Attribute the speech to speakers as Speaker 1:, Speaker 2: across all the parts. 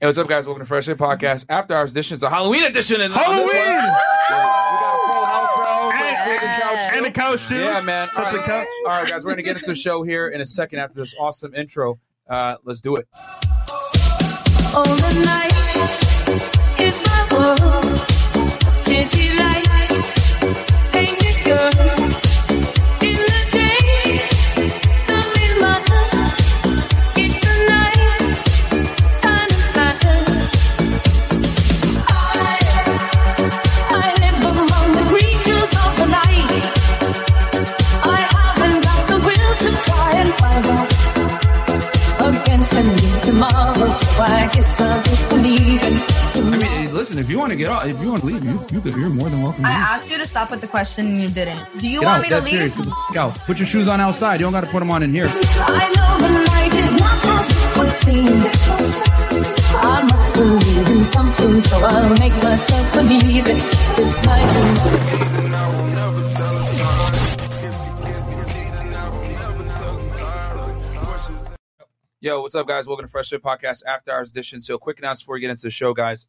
Speaker 1: Hey, what's up, guys? Welcome to Fresh Air Podcast. After Hours edition is a Halloween edition. And
Speaker 2: Halloween!
Speaker 1: We got a full house, bro.
Speaker 2: And-
Speaker 1: Freaking couch.
Speaker 2: And the couch too.
Speaker 1: Yeah, man. All right,
Speaker 2: Something
Speaker 1: let's-
Speaker 2: counts.
Speaker 1: all right, guys, we're gonna get into a show here in a second after this awesome intro. Uh, let's do it.
Speaker 3: All the night is my world. City lights, painted girls. In the day, I'm in my heart. It's the night, kind of matters. I, I live among the creatures of the night. I haven't got the will to try and find out against a new tomorrow. So I guess I'll just believe in
Speaker 4: I mean, listen, if you want to get off, if you want to leave, you, you, could- you're more than welcome. to
Speaker 5: I
Speaker 4: leave.
Speaker 5: asked you to stop with the question and you didn't. Do you
Speaker 4: Get
Speaker 5: want
Speaker 4: out.
Speaker 5: me to
Speaker 4: That's
Speaker 5: leave?
Speaker 4: serious. Get the f- out. Put your shoes on outside. You don't got to put them on in here.
Speaker 3: I know the light is not as it would seem. I must believe in something, so I'll make myself believe it. This night and
Speaker 1: Yo, what's up, guys? Welcome to Fresh Fit Podcast After Hours Edition. So, quick announcement before we get into the show, guys.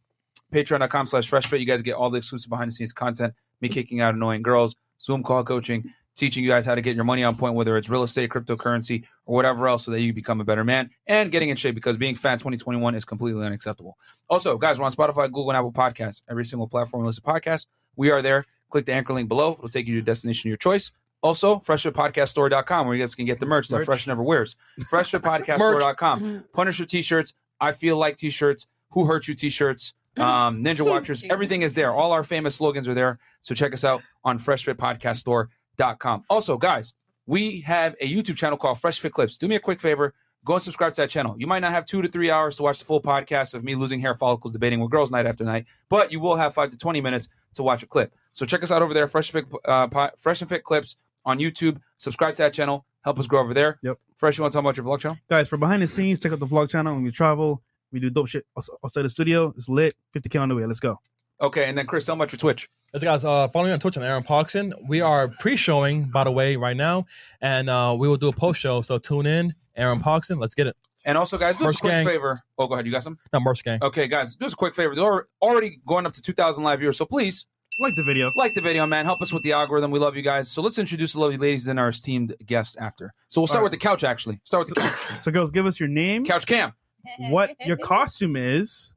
Speaker 1: Patreon.com slash Fresh Fit. You guys get all the exclusive behind the scenes content, me kicking out annoying girls, Zoom call coaching, teaching you guys how to get your money on point, whether it's real estate, cryptocurrency, or whatever else, so that you become a better man and getting in shape because being fat in 2021 is completely unacceptable. Also, guys, we're on Spotify, Google, and Apple Podcasts. Every single platform you listen to podcasts, we are there. Click the anchor link below. It'll take you to a destination of your choice. Also, freshfitpodcaststore.com where you guys can get the merch that
Speaker 2: Merch.
Speaker 1: Fresh never wears. Freshfitpodcaststore.com. Punisher t-shirts, I Feel Like t-shirts, Who Hurt You t-shirts, um, Ninja Watchers. Everything is there. All our famous slogans are there. So check us out on freshfitpodcaststore.com. Also, guys, we have a YouTube channel called Fresh Fit Clips. Do me a quick favor. Go and subscribe to that channel. You might not have two to three hours to watch the full podcast of me losing hair follicles debating with girls night after night, but you will have five to 20 minutes to watch a clip. So check us out over there, Fresh, Fit, uh, Pod- Fresh and Fit Clips on YouTube. Subscribe to that channel. Help us grow over there.
Speaker 2: Yep.
Speaker 1: Fresh, you want to talk about your vlog channel?
Speaker 2: Guys, for behind the scenes, check out the vlog channel when we travel. We do dope shit outs- outside the studio. It's lit. 50k on the way. Let's go.
Speaker 1: Okay, and then Chris, tell me about your Twitch.
Speaker 6: As guys, uh, follow me on Twitch and Aaron Parkson. We are pre-showing, by the way, right now, and uh, we will do a post-show. So tune in, Aaron Parkson. Let's get it.
Speaker 1: And also, guys, do us a
Speaker 6: Merch
Speaker 1: quick
Speaker 6: gang.
Speaker 1: favor. Oh, go ahead. You got some?
Speaker 6: Not Merch Gang.
Speaker 1: Okay, guys, do us a quick favor. They're already going up to 2,000 live viewers, so please
Speaker 2: Like the video.
Speaker 1: like the video, man. Help us with the algorithm. We love you guys. So let's introduce the lovely ladies and our esteemed guests after. So we'll start
Speaker 2: All
Speaker 1: with the couch, actually. Start with the couch.
Speaker 2: So, girls, give us your name,
Speaker 1: couch cam.
Speaker 2: what your costume is,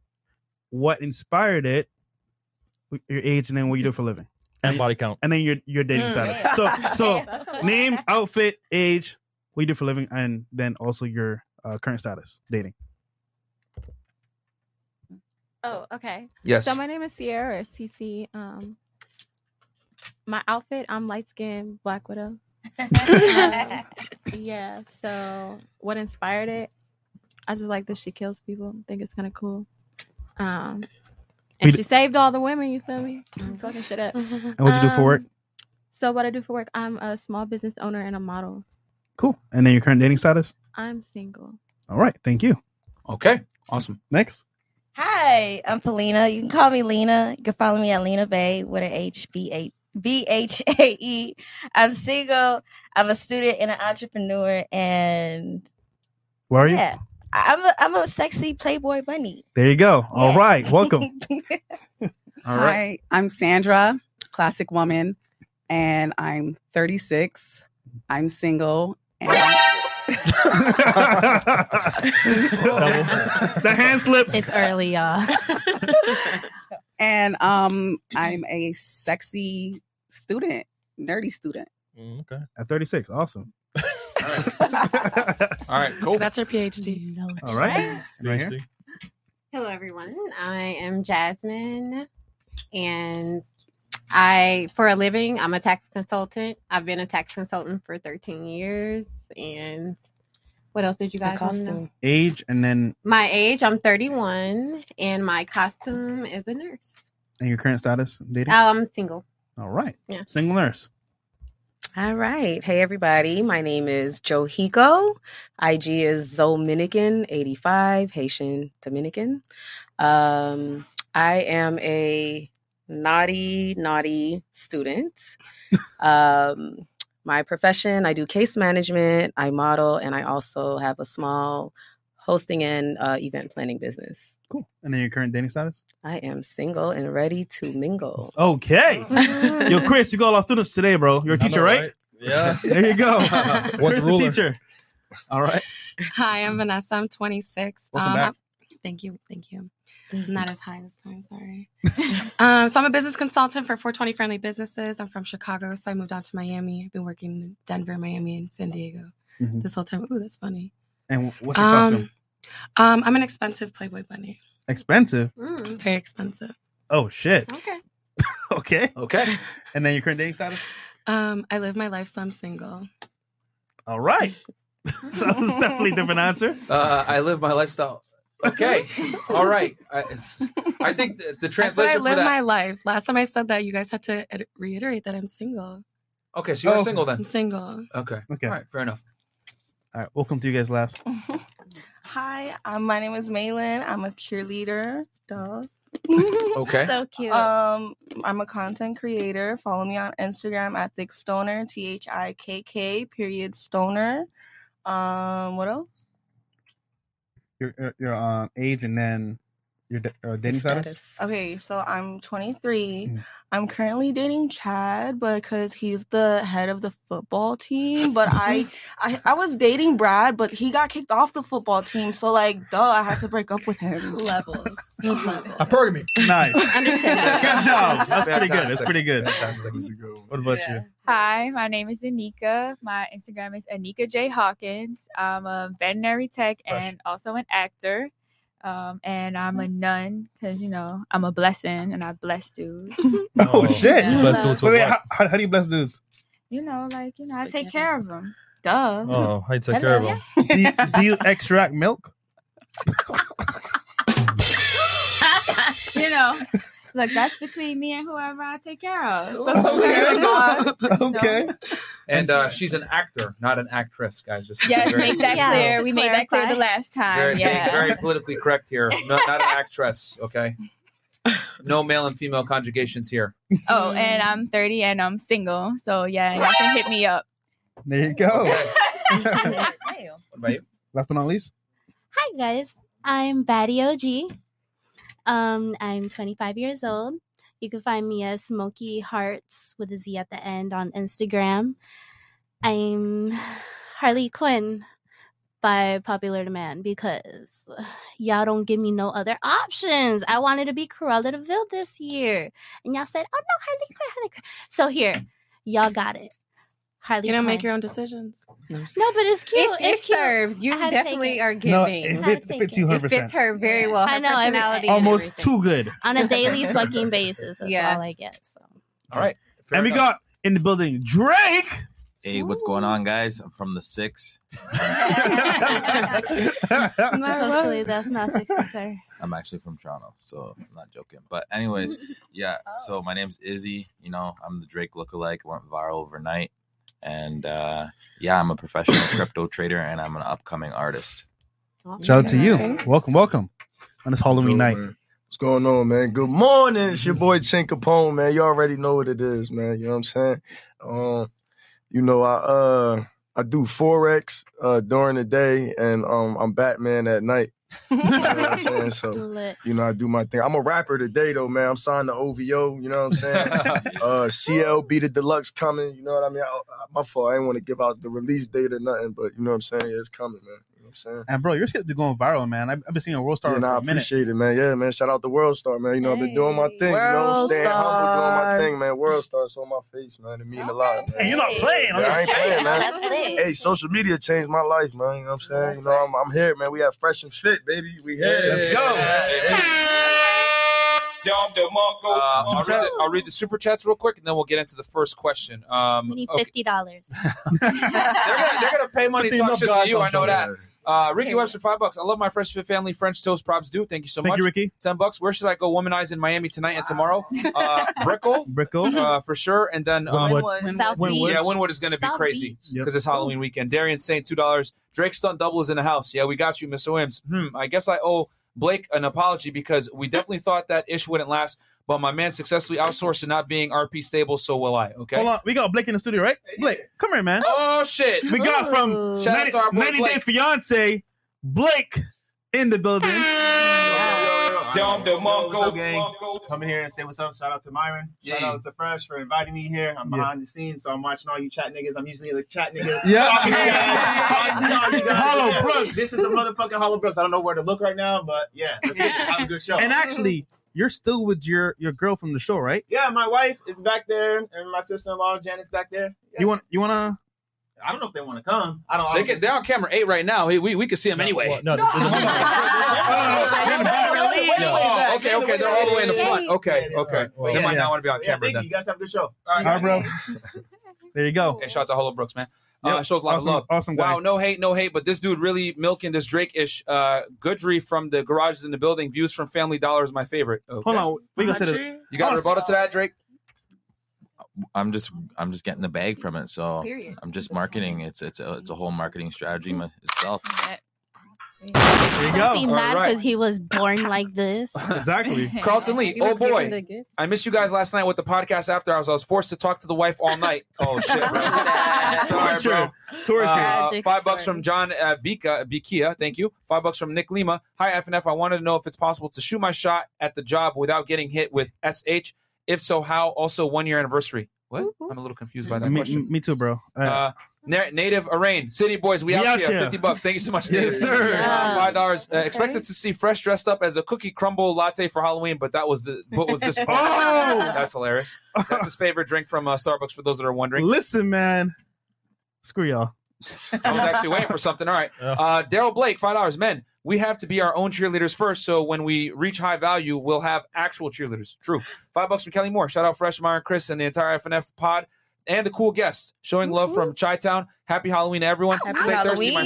Speaker 2: what inspired it, your age, and then what you do for a living.
Speaker 6: And body count.
Speaker 2: And then your your dating
Speaker 5: Mm.
Speaker 2: status. So, so name, outfit, age, what you do for a living, and then also your uh, current status, dating.
Speaker 7: Oh, okay.
Speaker 1: Yes.
Speaker 7: So my name is Sierra or CC. Um, my outfit, I'm light skinned Black Widow. Yeah. So what inspired it? I just like that she kills people. I think it's kind of cool. Um,
Speaker 2: We
Speaker 7: and
Speaker 2: d-
Speaker 7: she saved all the women. You feel me? I'm fucking shit up.
Speaker 2: And what you do for
Speaker 7: Um,
Speaker 2: work.
Speaker 7: So what I do for work? I'm a small business owner and a model.
Speaker 2: Cool. And then your current dating status.
Speaker 7: I'm single.
Speaker 2: All right. Thank you.
Speaker 1: okay, awesome.
Speaker 2: Next.
Speaker 8: Hi, I'm Polina. You can call me Lena. You can follow me at Lena Bay with an H B A B H A E. I'm single. I'm a student and an entrepreneur, and
Speaker 2: Where are you?
Speaker 8: yeah, I- I'm a I'm a sexy Playboy bunny.
Speaker 2: There you go. All
Speaker 8: Yeah.
Speaker 2: right. Welcome.
Speaker 1: All right.
Speaker 9: Hi, I'm Sandra, classic woman, and I'm 36. I'm single. And
Speaker 2: the hand slips.
Speaker 5: early, y'all.
Speaker 9: and um, I'm a sexy student, nerdy student.
Speaker 6: Mm, okay.
Speaker 2: At 36. Awesome.
Speaker 1: All right.
Speaker 2: All
Speaker 1: All right, cool.
Speaker 10: That's her PhD.
Speaker 2: right. Right here.
Speaker 6: Nice.
Speaker 11: Hello, everyone. I am Jasmine, and I, for a living, I'm a tax consultant. I've been a tax consultant for 13 years. And what else did you guys want to know?
Speaker 2: Age and then
Speaker 11: My age, I'm 31, and my costume is a nurse.
Speaker 2: and your current status dating.
Speaker 11: Oh, I'm single.
Speaker 2: All right.
Speaker 11: Yeah.
Speaker 2: Single nurse.
Speaker 10: All right. Hey, everybody. My name is Johiko. IG is Zominican85, Haitian Dominican. Um, I am a naughty, naughty student. um, my profession, I do case management, I model, and I also have a small
Speaker 9: hosting and uh, event planning business.
Speaker 2: Cool. And then your current dating status?
Speaker 9: I am single and ready to mingle.
Speaker 2: Okay. Yo, Chris, you got all our students today, bro. You're a teacher, right?
Speaker 3: Yeah.
Speaker 2: there you go.
Speaker 3: What's
Speaker 2: Chris, a
Speaker 3: ruler?
Speaker 2: teacher. All right.
Speaker 12: Hi, I'm Vanessa. I'm 26.
Speaker 2: Welcome
Speaker 12: um,
Speaker 2: back.
Speaker 12: I- thank you. Thank you. I'm not as high this time. Sorry. um, so I'm a business consultant for 420 Friendly Businesses. I'm from Chicago, so I moved out to Miami. I've been working in Denver, Miami, and San Diego
Speaker 2: Mhm.
Speaker 12: this whole time. Ooh, that's funny.
Speaker 2: And wh- what's your
Speaker 12: Um,
Speaker 2: costume?
Speaker 12: Um, I'm an expensive Playboy bunny.
Speaker 2: Expensive.
Speaker 12: Very expensive.
Speaker 2: Oh shit.
Speaker 12: Okay.
Speaker 2: okay.
Speaker 1: Okay.
Speaker 2: And then your current dating status?
Speaker 12: Um, I live my life, so I'm single.
Speaker 2: All right. that was definitely a different answer.
Speaker 1: Uh, I live my lifestyle. Okay. All right. I, it's- I think the, the
Speaker 12: I said I
Speaker 1: translation for
Speaker 12: live my
Speaker 1: that.
Speaker 12: life. Last time I said that, you guys had to ed- reiterate that I'm single.
Speaker 1: okay, so you're
Speaker 2: Oh.
Speaker 1: single
Speaker 12: I'm
Speaker 1: then.
Speaker 12: single.
Speaker 1: Okay.
Speaker 2: Okay.
Speaker 1: All right. Fair enough.
Speaker 2: All right. Welcome to you guys last.
Speaker 13: Hi, um, my name is Maylin. I'm a cheerleader. Duh.
Speaker 2: Okay. So
Speaker 13: cute. Um, I'm a content creator. Follow me on Instagram at Thick Stoner, T H I K K period Stoner. Um, what else?
Speaker 2: Your your- your um, age and then your da- uh, dating status.
Speaker 13: Okay, so I'm 23. I'm currently dating Chad because he's the head of the football team. But I, I, I was dating Brad, but he got kicked off the football team. So like, duh, I had to break up with him.
Speaker 12: Levels.
Speaker 6: Uh,
Speaker 3: A pergamy.
Speaker 2: Nice.
Speaker 3: Understand.
Speaker 2: Good job. That's pretty good. That's
Speaker 1: Fantastic.
Speaker 2: pretty good.
Speaker 1: Fantastic.
Speaker 2: What about you?
Speaker 14: Hi, my name is Anika. My Instagram is Anika J Hawkins. I'm a veterinary tech and also an actor. Um, and I'm
Speaker 15: Mm.
Speaker 14: a nun because you know I'm a blessing and I bless dudes.
Speaker 2: Oh, shit.
Speaker 14: Yeah. Bless dudes
Speaker 2: Wait,
Speaker 14: with
Speaker 2: wait,
Speaker 14: what?
Speaker 2: how, how, how do you bless dudes?
Speaker 14: you know, like you know, I take care of them. Duh.
Speaker 2: Oh,
Speaker 3: I
Speaker 2: take care of
Speaker 14: Hello.
Speaker 2: Do you, do you extract milk?
Speaker 14: you know, look, that's between me and whoever I take care
Speaker 15: Oh,
Speaker 14: of.
Speaker 2: Okay.
Speaker 1: And uh, she's an actor, not an actress, guys. Just
Speaker 14: Yes,
Speaker 1: very-
Speaker 14: make that
Speaker 15: Yeah,
Speaker 14: clear.
Speaker 15: to
Speaker 14: We made that clear the
Speaker 15: clarify.
Speaker 14: last time.
Speaker 1: Very, being
Speaker 14: yeah.
Speaker 1: very politically correct here. No, not an actress. Okay. No male and female conjugations here.
Speaker 14: Oh, and I'm 30 and I'm single. So yeah, y'all can hit me up.
Speaker 2: There you go.
Speaker 1: What about you?
Speaker 2: Last but not least.
Speaker 16: Hi guys, I'm Batty OG. Um, I'm 25 years old. You can find me as Smoky Hearts with a Z at the end on Instagram. I'm Harley Quinn by popular demand because y'all don't give me no other options. I wanted to be Cruella de Vil this year, and y'all said, "Oh no, Harley Quinn, Harley Quinn." So here, y'all got it. Harley,
Speaker 12: You don't make
Speaker 16: Quinn.
Speaker 12: your own decisions.
Speaker 16: No, but it's cute.
Speaker 12: It's- it
Speaker 16: cute.
Speaker 12: serves. You
Speaker 16: I had to take
Speaker 12: definitely
Speaker 16: it.
Speaker 12: are
Speaker 2: No, giving. it
Speaker 16: I had to
Speaker 2: fits-
Speaker 16: take
Speaker 2: fits you
Speaker 16: it.
Speaker 2: 100%. It fits
Speaker 12: her very well. Her
Speaker 16: every-
Speaker 12: personality
Speaker 2: Almost too good.
Speaker 16: on a daily fucking basis. That's
Speaker 12: Yeah.
Speaker 16: all I get. So
Speaker 1: All right.
Speaker 2: and we got in the building Drake.
Speaker 17: Hey, what's going on, guys? I'm from the six.
Speaker 16: hopefully that's not successor.
Speaker 17: I'm actually from Toronto, so I'm not joking. But anyways, yeah. So my name's Izzy. You know, I'm the Drake lookalike. Went viral overnight, and uh, yeah, I'm a professional crypto trader, and I'm an upcoming artist.
Speaker 2: Shout out to you. Welcome, welcome on this Halloween night.
Speaker 18: What's going on, man? Good morning. It's your boy Chin Capone, man. You already know what it is, man. You know what I'm saying? Um, you know, I uh I do Forex uh during the day and um I'm Batman at night. You know what I'm saying? So
Speaker 16: Lit.
Speaker 18: you know, I do my thing. I'm a rapper today though, man. I'm signed to OVO, you know what I'm saying? uh CLB the deluxe coming, you know what I mean? I, I- my fault, I didn't want to give out the release date or nothing, but you know what I'm saying? Yeah, it's coming, man. You know what I'm saying?
Speaker 2: And bro, your skip to going viral, man. I've, I've been seeing a world star
Speaker 18: Yeah, nah,
Speaker 2: for
Speaker 18: I
Speaker 2: a minute.
Speaker 18: appreciate it, man. Yeah, man. Shout out to World Star, man. You know, I've been doing my thing. you know, I'm
Speaker 2: World
Speaker 18: staying humble, doing my
Speaker 2: Star.
Speaker 18: thing, man. World Star's on my face, man. It mean a lot, man.
Speaker 2: And you're not playing.
Speaker 18: Yeah, I ain't playing, man.
Speaker 2: That's lit.
Speaker 18: Hey, social media changed my life, man. You know what I'm saying? you know, I'm, I'm here, man. We have fresh and fit, baby. We here.
Speaker 1: Let's go. Uh, I'll, read the, I'll read the super chats real quick, and then we'll get into the first question. Um,
Speaker 16: We need
Speaker 1: okay.
Speaker 16: fifty dollars.
Speaker 1: They're gonna pay money to
Speaker 16: Fifteen
Speaker 1: talk shit to
Speaker 16: guys
Speaker 1: you. I
Speaker 16: on
Speaker 1: know that.
Speaker 16: Twitter.
Speaker 1: Uh, Ricky Webster, five bucks. I love my Fresh Fit family French toast. Props do. Thank you so much.
Speaker 2: you, Ricky.
Speaker 1: Ten bucks. Where should I go? Womanize in Miami tonight and tomorrow. Uh, Brickle,
Speaker 2: Brickle,
Speaker 1: uh, for sure. And then um,
Speaker 2: Winwood. Winwood. South Winwood.
Speaker 1: Yeah, Winwood is gonna be
Speaker 2: South
Speaker 1: crazy
Speaker 2: Beach.
Speaker 1: because it's Halloween weekend. Darian Saint, two dollars. Drake Stunt Double is in the house. Yeah, we got you, Mr. Wims. Hmm. I guess I owe Blake an apology because we definitely thought that ish wouldn't last, but my man successfully outsourced to not being RP stable. So will I. Okay.
Speaker 2: Hold on, we got Blake in the studio, right? Blake, come here, man.
Speaker 1: Oh shit,
Speaker 2: we got from
Speaker 1: Shout out to our boy
Speaker 2: 90, 90 Day
Speaker 1: Blake.
Speaker 2: Fiance Blake in the building.
Speaker 19: Dom DeMarco gang. Come in here and say what's up. Shout out to Myron. Shout out to Fresh for inviting me here. I'm
Speaker 2: Yeah.
Speaker 19: behind the scenes, so I'm watching all you chat niggas. I'm usually the chat niggas.
Speaker 2: Yeah.
Speaker 19: Talking to you guys, talking to all you guys.
Speaker 2: Hollow
Speaker 19: Yeah.
Speaker 2: Brooks.
Speaker 19: This is the motherfucking Hollow Brooks. I don't know where to look right now, but yeah, let's get it. have a good show.
Speaker 2: And actually, you're still with your your girl from the show, right?
Speaker 19: yeah, my wife is back there, and my sister-in-law Janet's back there.
Speaker 2: You want you wanna
Speaker 19: I don't know if they want to come. I don't. I
Speaker 1: They
Speaker 19: don't-
Speaker 1: get, they're on camera eight right now. Hey, we, we can see them anyway.
Speaker 6: No,
Speaker 1: Oh, okay, okay. They're all the way in the front. Okay, okay.
Speaker 2: Well,
Speaker 1: They
Speaker 2: yeah,
Speaker 1: might
Speaker 2: yeah.
Speaker 1: not want to be on
Speaker 19: Yeah,
Speaker 1: camera
Speaker 19: thank you.
Speaker 1: then.
Speaker 19: You guys have a good show.
Speaker 2: All right, bro. There you go.
Speaker 1: Hey, shout out to Hollow Brooks, man. Uh,
Speaker 2: Yep.
Speaker 1: Shows a lot
Speaker 2: Awesome-
Speaker 1: of love.
Speaker 2: awesome guy.
Speaker 1: Wow, no hate, no hate, but this dude really milking this Drake ish. Uh, Goodry from the Garages in the Building. Views from Family Dollar is my favorite. Okay.
Speaker 2: Hold on, we gonna say the-
Speaker 1: You got a rebuttal to that, Drake?
Speaker 17: I'm just I'm just getting the bag from it. So
Speaker 1: Period.
Speaker 17: I'm just marketing. It's it's a, it's a whole marketing strategy my- itself.
Speaker 2: There you
Speaker 16: Don't be mad because he was born like this.
Speaker 2: Exactly.
Speaker 1: Carlton Lee.
Speaker 16: He
Speaker 1: Oh
Speaker 16: was given the
Speaker 1: boy,
Speaker 16: gift.
Speaker 1: I missed you guys last night with the podcast after hours. I was forced to talk to the wife all night. Oh shit, bro. Sorry, bro.
Speaker 2: Torture.
Speaker 1: Uh,
Speaker 2: Tragic
Speaker 1: five bucks from John uh, Bika Bikia. Thank you. Five bucks from Nick Lima. Hi FNF. I wanted to know if it's possible to shoot my shot at the job without getting hit with SH. If so, how? Also, one year anniversary. What? I'm a little confused by that
Speaker 2: me,
Speaker 1: question.
Speaker 2: me too, bro. Uh,
Speaker 1: Uh, na- Native Arrain, City Boys, we
Speaker 2: We
Speaker 1: out
Speaker 2: out
Speaker 1: here.
Speaker 2: here.
Speaker 1: Fifty bucks. Thank you so much. Native.
Speaker 2: Yes, sir.
Speaker 1: Uh, Five dollars. Uh, expected to see Fresh dressed up as a cookie crumble latte for Halloween, but that was the, but was this.
Speaker 2: Oh!
Speaker 1: that's hilarious. That's his favorite drink from uh, Starbucks. For those that are wondering,
Speaker 2: listen, man. Screw y'all.
Speaker 1: I was actually waiting for something. All right. Uh, Daryl Blake, five dollars. Men, we have to be our own cheerleaders first. So when we reach high value, we'll have actual cheerleaders. True. Five bucks from Kelly Moore. Shout out Fresh Meyer, Chris, and the entire FNF pod. And the cool guests showing love from Chi Town. Happy Halloween to everyone. Stay thirsty, my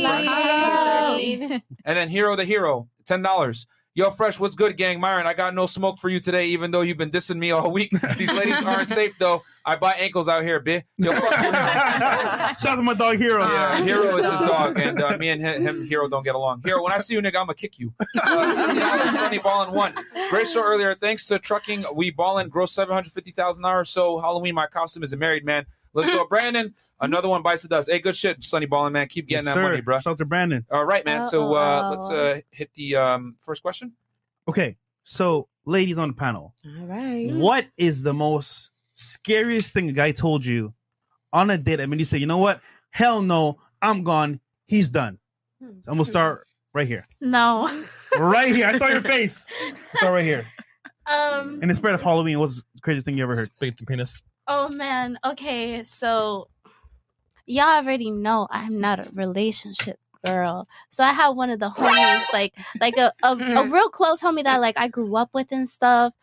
Speaker 1: friends. And then Hero the Hero, ten dollars. Yo, Fresh, what's good, gang? Myron, I got no smoke for you today, even though you've been dissing me all week. These ladies aren't safe though. I buy ankles out here, bitch. Yo, fuck you.
Speaker 2: Shout out to my dog Hero.
Speaker 1: Yeah, Hero is his dog, and uh, me and hi- him, Hero, don't get along. Hero, when I see you, nigga, I'ma kick you. Uh, Sunny ballin' one. Great show earlier. Thanks to trucking, we ballin' gross seven hundred fifty thousand dollars. So Halloween, my costume is a married man. Let's go, Brandon. Another one bites the dust. Hey, good shit, Sunny ballin' man. Keep getting
Speaker 2: Yes,
Speaker 1: that
Speaker 2: sir.
Speaker 1: money, bro.
Speaker 2: Shout out to Brandon.
Speaker 1: All right, man. So uh, let's uh, hit the um, first question.
Speaker 2: Okay, so ladies on the panel,
Speaker 10: All right.
Speaker 2: what is the most scariest thing a guy told you on a date? I mean, you say, you know what? Hell no, I'm gone. He's done. So I'm gonna start right here,
Speaker 16: No.
Speaker 2: right here. I saw your face. Start right here.
Speaker 16: Um.
Speaker 2: In the spirit of Halloween, what's the craziest thing you ever heard?
Speaker 6: Speak to penis.
Speaker 16: Oh man. Okay. So y'all already know I'm not a relationship girl. So I had one of the homies, like like a, a, a real close homie that like I grew up with and stuff.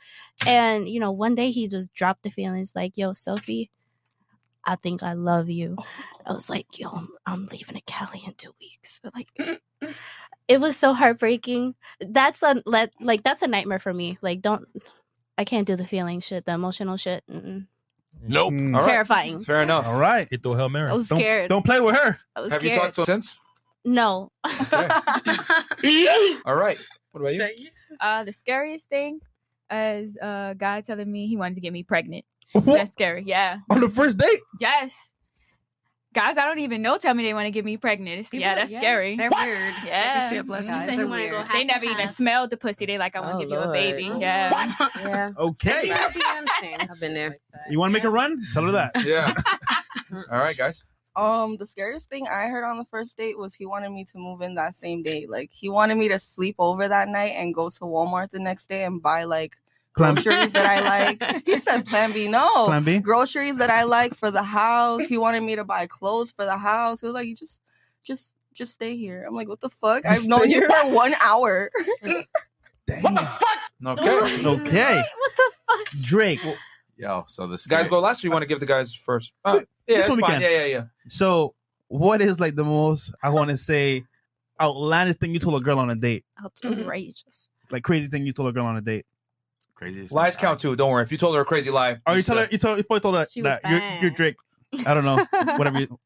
Speaker 16: And you know, one day he just dropped the feelings like, yo, Sophie, I think I love you. I was like, yo, I'm, I'm leaving to Cali in two weeks. Like it was so heartbreaking. That's a let like that's a nightmare for me. Like don't I can't do the feeling shit, the emotional shit.
Speaker 6: Mm.
Speaker 16: Mm-mm.
Speaker 1: Nope.
Speaker 16: right. Terrifying.
Speaker 1: Fair enough.
Speaker 2: All right.
Speaker 6: Hit the Hail Mary.
Speaker 16: I was Don't- scared. don't
Speaker 2: play with her.
Speaker 16: I was
Speaker 1: Have you
Speaker 16: scared.
Speaker 1: talked to him since?
Speaker 16: No.
Speaker 1: All right. What about you?
Speaker 14: Uh, the scariest thing is a guy telling me he wanted to get me pregnant. That's scary. Yeah.
Speaker 2: On the first date?
Speaker 14: Yes. Guys, I don't even know. Tell me they want to get me pregnant. It's- yeah,
Speaker 11: People-
Speaker 14: that's
Speaker 11: yeah,
Speaker 14: scary.
Speaker 11: they're What? weird.
Speaker 14: Yeah,
Speaker 11: Like, shit, bless guys,
Speaker 14: said he
Speaker 11: they're
Speaker 14: wanna go
Speaker 11: weird.
Speaker 14: They never even smelled the pussy. They like, I want to give you a baby. Yeah.
Speaker 11: Yeah.
Speaker 2: Okay.
Speaker 11: I've been there.
Speaker 2: You want to make a run? Tell her that.
Speaker 1: Yeah. All right, guys.
Speaker 13: Um, the scariest thing I heard on the first date was he wanted me to move in that same day. Like he wanted me to sleep over that night and go to Walmart the next day and buy like
Speaker 2: Plan-
Speaker 13: groceries that I like. He said Plan B, no
Speaker 2: Plan B?
Speaker 13: groceries that I like for the house. He wanted me to buy clothes for the house. He was like, you just, just, just stay here. I'm like, what the fuck? I've
Speaker 2: Stay
Speaker 13: known you
Speaker 2: here?
Speaker 13: for one hour.
Speaker 1: Okay.
Speaker 2: Okay. Drake.
Speaker 17: Yo, so this
Speaker 1: Guys go last, or you want to give the guys first? Uh, yeah,
Speaker 2: This
Speaker 1: it's
Speaker 2: one we
Speaker 1: fine.
Speaker 2: can.
Speaker 1: Yeah, yeah, yeah.
Speaker 2: So, what is like the most I want to say outlandish thing you told a girl on a date?
Speaker 11: Mm-hmm.
Speaker 16: Outrageous.
Speaker 2: Like crazy thing you told a girl on a date?
Speaker 17: Craziest
Speaker 1: lies count too. Don't worry. If you told her a crazy lie,
Speaker 2: Or Oh, you
Speaker 1: just,
Speaker 2: tell
Speaker 1: uh,
Speaker 2: her you told you probably told her
Speaker 1: She was
Speaker 2: that you're, you're Drake. I don't know. Whatever. You,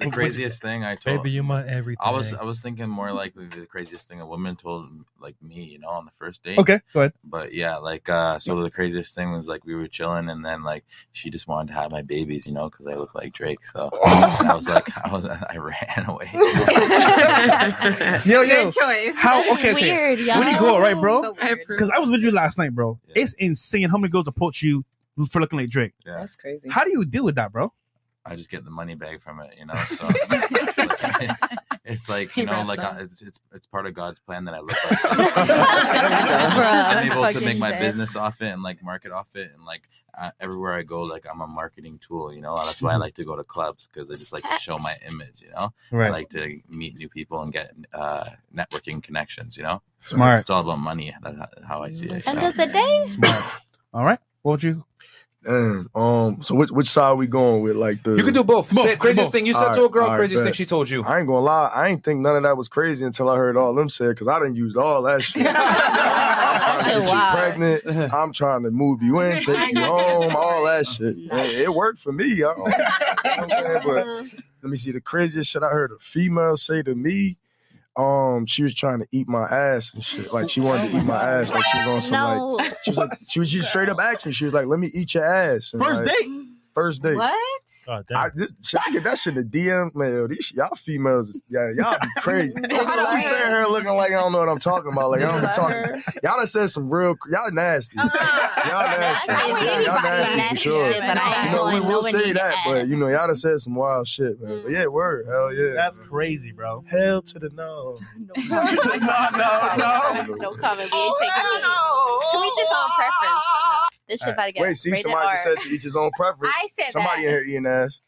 Speaker 17: the craziest thing I told
Speaker 6: Baby, you my everything.
Speaker 17: I was I was thinking more likely the craziest thing a woman told like me, you know, on the first date.
Speaker 2: Okay, go ahead.
Speaker 17: But yeah, like uh so the craziest thing was like we were chilling and then like she just wanted to have my babies, you know, because I look like Drake. So and I was like I was I ran away.
Speaker 2: yo, yo.
Speaker 11: Good choice.
Speaker 2: How
Speaker 11: That's
Speaker 2: okay? okay.
Speaker 11: weird,
Speaker 2: Where do you go,
Speaker 11: y'all.
Speaker 2: right, bro?
Speaker 11: So weird.
Speaker 2: Because I was with you last night, bro. It's insane how many girls approach you for looking like Drake.
Speaker 17: Yeah.
Speaker 10: That's crazy.
Speaker 2: How do you deal with that, bro?
Speaker 17: I just get the money bag from it, you know. So it's like, it's, it's like,
Speaker 10: He
Speaker 17: you know,
Speaker 10: wraps
Speaker 17: like
Speaker 10: up.
Speaker 17: I, it's, it's it's part of God's plan that I look like. this. I'm able to make
Speaker 10: Fucking
Speaker 17: my
Speaker 10: dead.
Speaker 17: business off it and like market off it, and like uh, everywhere I go, like I'm a marketing tool, you know. That's
Speaker 10: Mm-hmm.
Speaker 17: why I like to go to clubs because I just like to show my image, you know. I
Speaker 2: Right.
Speaker 17: like to meet new people and get uh, networking connections, you know. So
Speaker 2: Smart.
Speaker 17: It's all about money. That's how I
Speaker 10: Mm,
Speaker 17: see it.
Speaker 16: End
Speaker 17: so.
Speaker 16: of the day.
Speaker 2: All right. What would you?
Speaker 18: Damn. Um. So which which side are we going with? Like the
Speaker 1: You can do both. Say craziest thing you said
Speaker 18: All
Speaker 1: to a girl,
Speaker 18: all
Speaker 1: craziest thing
Speaker 18: bet.
Speaker 1: she told you.
Speaker 18: I ain't gonna lie. I ain't think none of that was crazy until I heard all them said because I didn't use all that shit. I'm trying to
Speaker 3: shit
Speaker 18: get you
Speaker 3: wild.
Speaker 18: pregnant. I'm trying to move you in, take you home, all that shit. Hey, it worked for me. I don't- saying? But let me see. The craziest shit I heard a female say to me, um, she was trying to eat my ass and shit. Like she wanted to eat my ass. Like she was on some like
Speaker 16: No.
Speaker 18: she was like she was just straight up asking. She was like, "Let me eat your ass." And,
Speaker 2: First
Speaker 18: like,
Speaker 2: date? Oh,
Speaker 18: First date.
Speaker 11: What?
Speaker 18: I, this, shit, I get that shit in the DM, man. These y'all females, yeah, y'all be crazy. y'all be sitting here looking like I don't know what I'm talking about. Like I don't be talking. Y'all done said some real. Y'all nasty. y'all nasty.
Speaker 3: Uh-huh. I wouldn't
Speaker 18: Yeah,
Speaker 3: even
Speaker 18: y'all
Speaker 3: call it
Speaker 18: nasty,
Speaker 3: nasty
Speaker 18: for sure.
Speaker 3: shit, but I
Speaker 18: you know, we
Speaker 3: ain't
Speaker 18: will
Speaker 3: going
Speaker 18: say
Speaker 3: nowhere
Speaker 18: that,
Speaker 3: near
Speaker 18: but you know, y'all done said some wild shit, man. But yeah, word, hell yeah. That's
Speaker 2: crazy, bro.
Speaker 18: Hell to the no.
Speaker 2: no, no, no.
Speaker 11: No comment. We ain't taking this. To each his own preference. but This shit about to get
Speaker 18: Wait, see,
Speaker 11: rated
Speaker 18: somebody
Speaker 11: R.
Speaker 18: just said to each his own preference.
Speaker 11: I said
Speaker 18: somebody
Speaker 11: that.
Speaker 18: in here eating ass.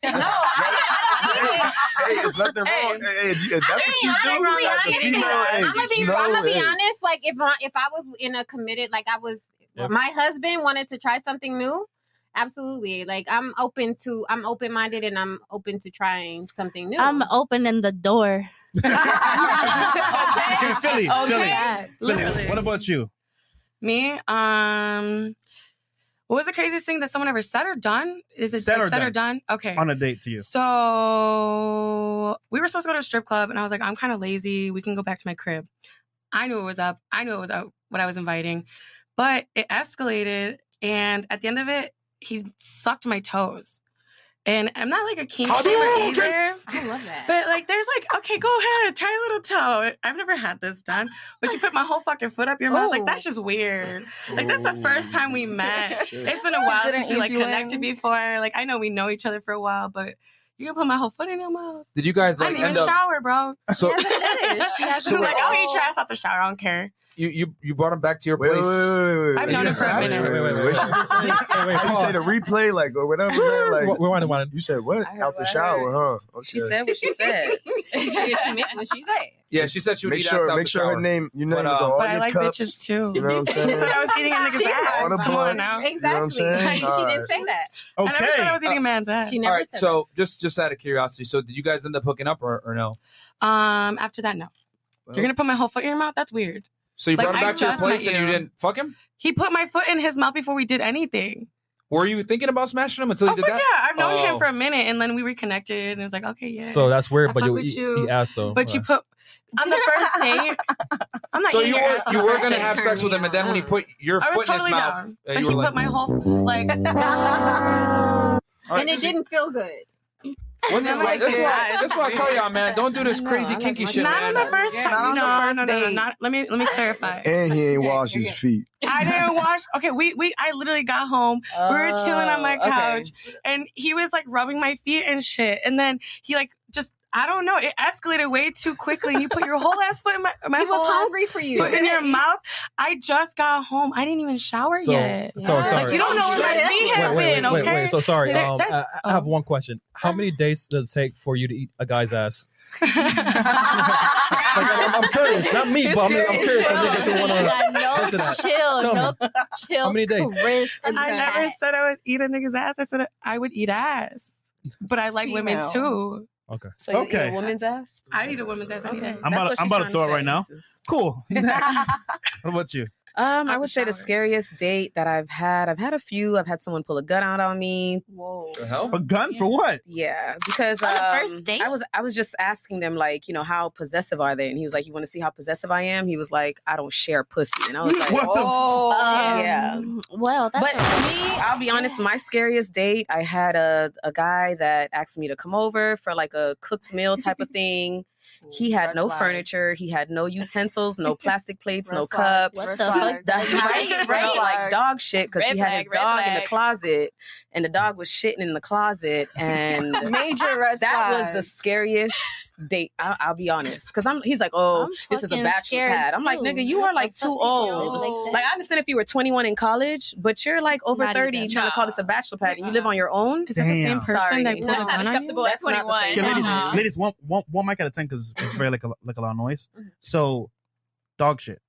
Speaker 18: Hey, it's nothing wrong. Hey, hey, if that's what you
Speaker 11: I'm
Speaker 18: do.
Speaker 11: gonna
Speaker 18: That's a
Speaker 11: be honest.
Speaker 18: female. Hey,
Speaker 11: I'm gonna be,
Speaker 18: you know,
Speaker 11: I'm gonna be
Speaker 18: hey.
Speaker 11: honest. Like if I, if I was in a committed, like I was,
Speaker 18: Yeah.
Speaker 11: my husband wanted to try something new. Absolutely. Like I'm open to, I'm open minded, and I'm open to trying something new.
Speaker 18: Um,
Speaker 16: I'm opening the door.
Speaker 11: okay.
Speaker 2: Philly,
Speaker 11: Oh,
Speaker 2: Philly,
Speaker 11: yeah.
Speaker 2: Philly. What about you?
Speaker 12: Me, um, what was the craziest thing that someone ever said or done? Is it
Speaker 2: Said
Speaker 12: like,
Speaker 2: or
Speaker 12: said or
Speaker 2: done?
Speaker 12: done? Okay,
Speaker 2: On a date to you?
Speaker 12: So we were supposed to go to a strip club, and I was like, I'm kind of lazy. We can go back to my crib. I knew it was up. I knew it was out what I was inviting, but it escalated, and at the end of it, he sucked my toes. And I'm not like a keen
Speaker 11: Oh,
Speaker 12: shaver
Speaker 11: okay.
Speaker 12: either.
Speaker 11: I love that.
Speaker 12: But like, there's like, okay, go ahead, try a little toe. I've never had this done, but you put my whole fucking foot up your mouth. Like that's just weird. Like that's the first time we met.
Speaker 3: Shit.
Speaker 12: It's been a while
Speaker 3: Didn't
Speaker 12: since we like
Speaker 3: ease you in?
Speaker 12: connected before. Like I know we know each other for a while, but you can put my whole foot in your mouth.
Speaker 1: Did you guys
Speaker 12: I
Speaker 1: like
Speaker 12: didn't even
Speaker 1: end up?
Speaker 12: shower, bro.
Speaker 1: So- She
Speaker 12: So
Speaker 1: a
Speaker 12: like, I'll
Speaker 1: little-
Speaker 12: eat your ass out the shower. I don't care.
Speaker 1: You you you brought him back to your place.
Speaker 12: I've known him for a minute.
Speaker 18: Wait, wait, wait, wait. How you say the replay, like or whatever, man? Like
Speaker 6: rewind, rewind.
Speaker 18: You said what? Out the shower, huh? Okay.
Speaker 10: She said what she said.
Speaker 11: she, she meant what she said.
Speaker 1: Yeah, she said she would
Speaker 18: Make
Speaker 1: eat
Speaker 18: sure,
Speaker 1: ass out
Speaker 18: make
Speaker 1: the
Speaker 18: sure
Speaker 1: shower.
Speaker 18: her name, you know,
Speaker 1: But, uh,
Speaker 18: all
Speaker 1: But
Speaker 12: I
Speaker 18: your
Speaker 12: like
Speaker 18: cups.
Speaker 12: bitches too.
Speaker 18: You know what I'm saying?
Speaker 12: He said I was eating a nigga's
Speaker 11: She
Speaker 12: ass.
Speaker 18: On the
Speaker 12: Come on
Speaker 18: blunts.
Speaker 12: now.
Speaker 18: You know what I'm saying?
Speaker 11: Exactly.
Speaker 18: All
Speaker 11: she didn't
Speaker 18: right.
Speaker 11: say that.
Speaker 12: I never said I was eating a man's ass.
Speaker 11: She
Speaker 1: Uh, All right, so just just out of curiosity, so did you guys end up hooking up or, or no?
Speaker 12: Um, after that, no. You're gonna put my whole foot in your mouth? That's weird.
Speaker 1: So you
Speaker 12: Like,
Speaker 1: brought him
Speaker 12: I
Speaker 1: back to your
Speaker 12: just met
Speaker 1: place and you didn't fuck him?
Speaker 12: He put my foot in his mouth before we did anything.
Speaker 1: Were you thinking about smashing him until you did
Speaker 12: Yeah,
Speaker 1: that?
Speaker 12: I've known
Speaker 1: Oh.
Speaker 12: him for a minute, and then we reconnected, and it was like, okay, yeah.
Speaker 6: So that's weird,
Speaker 12: I
Speaker 6: but
Speaker 12: fuck
Speaker 6: you
Speaker 12: with
Speaker 6: eat- eat ass, though.
Speaker 12: But you
Speaker 6: Right.
Speaker 12: put on the first date. I'm not
Speaker 1: so
Speaker 12: eating
Speaker 1: you
Speaker 12: your
Speaker 1: were
Speaker 12: ass on
Speaker 1: you
Speaker 12: the
Speaker 1: were
Speaker 12: first
Speaker 1: gonna
Speaker 12: date.
Speaker 1: have sex with him, and then when he put your
Speaker 12: I
Speaker 1: foot
Speaker 12: was
Speaker 1: in
Speaker 12: totally
Speaker 1: his mouth,
Speaker 12: down,
Speaker 1: uh,
Speaker 12: but
Speaker 1: you were
Speaker 12: he
Speaker 1: like,
Speaker 12: put my whole like.
Speaker 1: All right,
Speaker 11: and it didn't feel good.
Speaker 1: what the-
Speaker 11: Never
Speaker 1: why- that's
Speaker 11: did
Speaker 1: why
Speaker 11: that.
Speaker 1: that's why I tell y'all, man, don't do this crazy kinky shit,
Speaker 12: not
Speaker 1: man.
Speaker 12: on the first time.
Speaker 3: on the
Speaker 12: no,
Speaker 3: first
Speaker 12: no, no, no,
Speaker 3: date.
Speaker 12: not. Let me let me clarify.
Speaker 18: And he ain't washed his feet.
Speaker 12: I didn't watch. Okay, we we I literally got home. we were chilling on my
Speaker 3: Oh, okay.
Speaker 12: couch, and he was like rubbing my feet and shit. And then he like just I don't know. It escalated way too quickly, and you put your whole ass foot in my my
Speaker 11: He was
Speaker 12: whole ass
Speaker 11: hungry for you.
Speaker 12: foot in your mouth. I just got home. I didn't even shower
Speaker 6: So,
Speaker 12: yet.
Speaker 6: so sorry.
Speaker 12: Like, you don't know
Speaker 6: Oh,
Speaker 12: where my feet have
Speaker 6: wait,
Speaker 12: been.
Speaker 6: wait, wait,
Speaker 12: okay.
Speaker 6: wait. So sorry.
Speaker 12: There-
Speaker 6: Um,
Speaker 12: that's- oh.
Speaker 6: I, I have one question. How many days does it take for you to eat a guy's ass? like, I'm, I'm curious. Not me, but I'm, I'm curious. for niggas who wanna-
Speaker 12: no
Speaker 6: to that.
Speaker 12: chill,
Speaker 6: Tell
Speaker 12: no chill.
Speaker 6: How many dates?
Speaker 12: Chris I
Speaker 6: in the
Speaker 12: never
Speaker 6: chat.
Speaker 12: said I would eat a nigga's ass. I said I would eat ass, but I like women
Speaker 10: Female.
Speaker 12: too.
Speaker 6: Okay.
Speaker 10: So you
Speaker 2: Okay.
Speaker 10: eat a woman's ass?
Speaker 12: I eat a woman's ass any day.
Speaker 2: I'm about, I'm about to throw it right now. Cool. Next. what about you?
Speaker 9: Um, I would say the scariest date that I've had. I've had a few. I've had someone pull a gun out on me.
Speaker 13: Whoa.
Speaker 1: The hell?
Speaker 2: A gun for what?
Speaker 9: Yeah, because
Speaker 2: On
Speaker 9: um,
Speaker 2: the
Speaker 9: first date, I was I was just asking them like, you know, how possessive are they? And he was like, you want to see how possessive I am? He was like, I don't share pussy, and I was like,
Speaker 3: What the f-
Speaker 9: oh,
Speaker 3: Um,
Speaker 9: yeah.
Speaker 16: Well,
Speaker 9: that's but for me, I'll be honest. My scariest date, I had a a guy that asked me to come over for like a cooked meal type of thing. He had no
Speaker 16: flag.
Speaker 9: furniture. He had no utensils, no plastic plates,
Speaker 16: Red
Speaker 9: no
Speaker 16: flag,
Speaker 9: cups.
Speaker 16: What red the flag, fuck? red flag,
Speaker 9: Right,
Speaker 16: red
Speaker 9: right,
Speaker 16: flag.
Speaker 9: like dog shit because
Speaker 16: Red
Speaker 9: he had his
Speaker 16: flag, red
Speaker 9: dog in the
Speaker 16: flag.
Speaker 9: closet, and the dog was shitting in the closet, and
Speaker 13: Major red
Speaker 9: That
Speaker 13: flag.
Speaker 9: was the scariest date. I, I'll be honest, because I'm. He's like, oh, this is a
Speaker 16: fucking
Speaker 9: bachelor
Speaker 16: scared
Speaker 9: pad. I'm like,
Speaker 16: too.
Speaker 9: nigga, you are like too old. Like, I understand if you were 21 in college, but you're like over
Speaker 16: Not
Speaker 9: 30
Speaker 16: even.
Speaker 9: trying to call this a bachelor pad, and you live on your own.
Speaker 2: Is that the same Damn. person
Speaker 9: Sorry.
Speaker 2: that put
Speaker 9: That's
Speaker 2: a
Speaker 9: not
Speaker 2: gun on you?
Speaker 9: acceptable at
Speaker 2: That's not the
Speaker 9: 21.
Speaker 2: Okay, ladies,
Speaker 9: Uh-huh.
Speaker 2: ladies, one, one, one mic at a time because it's very like a, like a lot of noise. So, dog shit.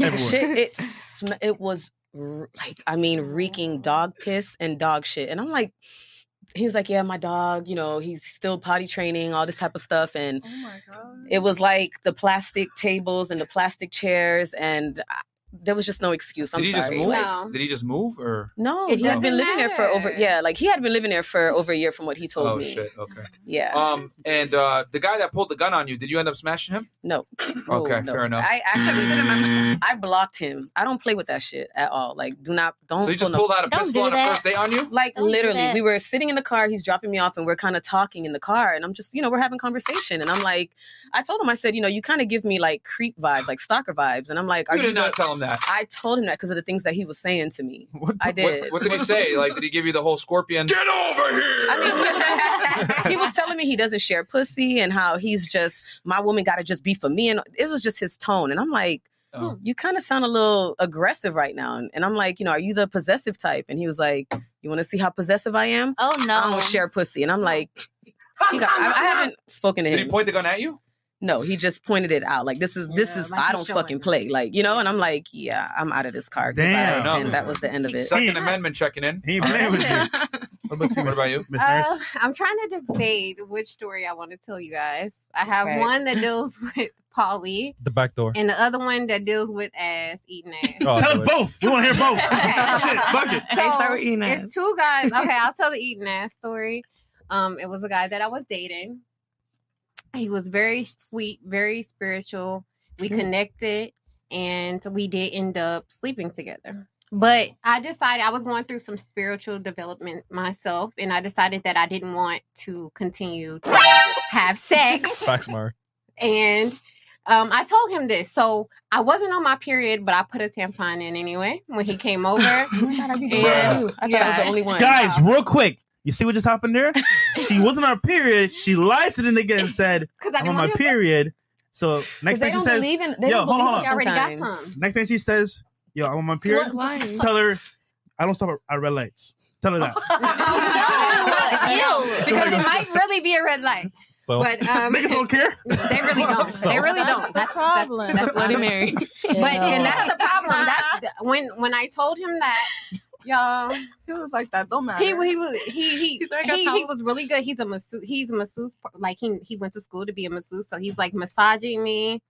Speaker 2: Everywhere.
Speaker 9: Shit, it sm- it was r- like I mean reeking dog piss and dog shit, and I'm like. He was like, yeah, my dog, you know, he's still potty training, all this type of stuff. And it was like the plastic tables and the plastic chairs. And I, there was just no excuse. I'm
Speaker 1: Did he just
Speaker 9: sorry.
Speaker 1: move?
Speaker 9: Like,
Speaker 1: Did he just move or?
Speaker 9: No,
Speaker 1: It
Speaker 9: he had been
Speaker 1: doesn't
Speaker 9: living there for over
Speaker 1: matter.
Speaker 9: yeah, like he had been living there for over a year from what he told
Speaker 1: oh
Speaker 9: me.
Speaker 1: shit. Okay.
Speaker 9: Yeah.
Speaker 1: Um. And uh, the guy that pulled the gun on you, did you end up smashing him?
Speaker 9: No.
Speaker 1: Okay.
Speaker 9: No.
Speaker 1: Fair enough.
Speaker 9: I actually
Speaker 1: Mm.
Speaker 9: remember I blocked him. I don't play with that shit at all. Like do not don't
Speaker 1: So you just
Speaker 9: pull no-
Speaker 1: pulled out a Don't pistol do on a that. first date on you?
Speaker 9: Like
Speaker 1: Don't do
Speaker 9: literally,
Speaker 1: that.
Speaker 9: we were sitting in the car, he's dropping me off and we're kind of talking in the car and I'm just, you know, we're having conversation and I'm like I told him I said, you know, you kind of give me like creep vibes, like stalker vibes and I'm like, are
Speaker 1: You did
Speaker 9: the-
Speaker 1: not tell him that.
Speaker 9: I told him that because of the things that he was saying to me. I did.
Speaker 1: What, what did he say? Like, did he give you the whole scorpion? Get over here!
Speaker 9: he was telling me he doesn't share pussy and how he's just my woman got to just be for me, and it was just his tone. And I'm like,
Speaker 1: Oh.
Speaker 9: you kind of sound a little aggressive right now. And, and I'm like, you know, are you the possessive type? And he was like, you want to see how possessive I am?
Speaker 16: Oh no,
Speaker 9: I don't share pussy. And I'm like, he's like, I, I haven't spoken to
Speaker 1: Did
Speaker 9: him.
Speaker 1: he point the gun at you?
Speaker 9: No, he just pointed it out. Like this is this is I don't fucking play. Like you know, and I'm like, yeah, I'm out of this car. Goodbye.
Speaker 1: Damn.
Speaker 9: and that was the end of it.
Speaker 1: Second Amendment checking in.
Speaker 2: He
Speaker 1: playing
Speaker 2: with
Speaker 1: you. What about you?
Speaker 11: Uh, I'm trying to debate which story I want to tell you guys. I have
Speaker 6: Right.
Speaker 11: one that deals with Polly,
Speaker 6: The back door.
Speaker 11: and the other one that deals with ass eating ass.
Speaker 6: Oh,
Speaker 2: Tell us
Speaker 6: good.
Speaker 2: both. We want to hear both. Shit, fuck it.
Speaker 11: So, It's two guys. Okay, I'll tell the eating ass story. Um, it was a guy that I was dating. He was very sweet, very spiritual. We
Speaker 16: Hmm. Mm-hmm.
Speaker 7: Cute.
Speaker 11: connected, and we did end up sleeping together. But I decided I was going through some spiritual development myself, and I decided that I didn't want to continue to have sex
Speaker 6: Facts, Mar.
Speaker 11: and um, I told him this. So I wasn't on my period, but I put a tampon in anyway when he came over.
Speaker 2: Bruh.
Speaker 11: And-
Speaker 2: Guys, real quick. You see what just happened there? she wasn't on her period. She lied to the nigga and said,
Speaker 11: 'Cause I
Speaker 2: I'm
Speaker 11: didn't
Speaker 2: on my
Speaker 11: want him to-
Speaker 2: period. So next
Speaker 11: they
Speaker 2: thing she
Speaker 11: don't
Speaker 2: says,
Speaker 11: believe in- they
Speaker 2: yo,
Speaker 11: don't
Speaker 2: hold
Speaker 11: believe
Speaker 2: on,
Speaker 11: he
Speaker 2: hold
Speaker 11: already got
Speaker 2: on.
Speaker 11: some.
Speaker 2: Next thing she says, yo, I'm on my period.
Speaker 11: What- why?
Speaker 2: Tell her, I don't stop at- at red lights. Tell
Speaker 11: Oh
Speaker 2: her that.
Speaker 11: Ew, because it might really be a red light.
Speaker 2: So-
Speaker 11: but um,
Speaker 2: Niggas don't care.
Speaker 11: They really don't.
Speaker 2: So-
Speaker 11: They really
Speaker 2: That's
Speaker 11: don't. That's the problem. That's, Bloody Mary. But and that's the problem. That's the, when when I told him that, y'all.
Speaker 13: He was like that. Don't matter.
Speaker 11: He, he was he he
Speaker 13: like, I
Speaker 11: he,
Speaker 13: told-
Speaker 11: he was really good. He's a masseuse. He's a masseuse. Like he he went to school to be a masseuse, so he's like massaging me.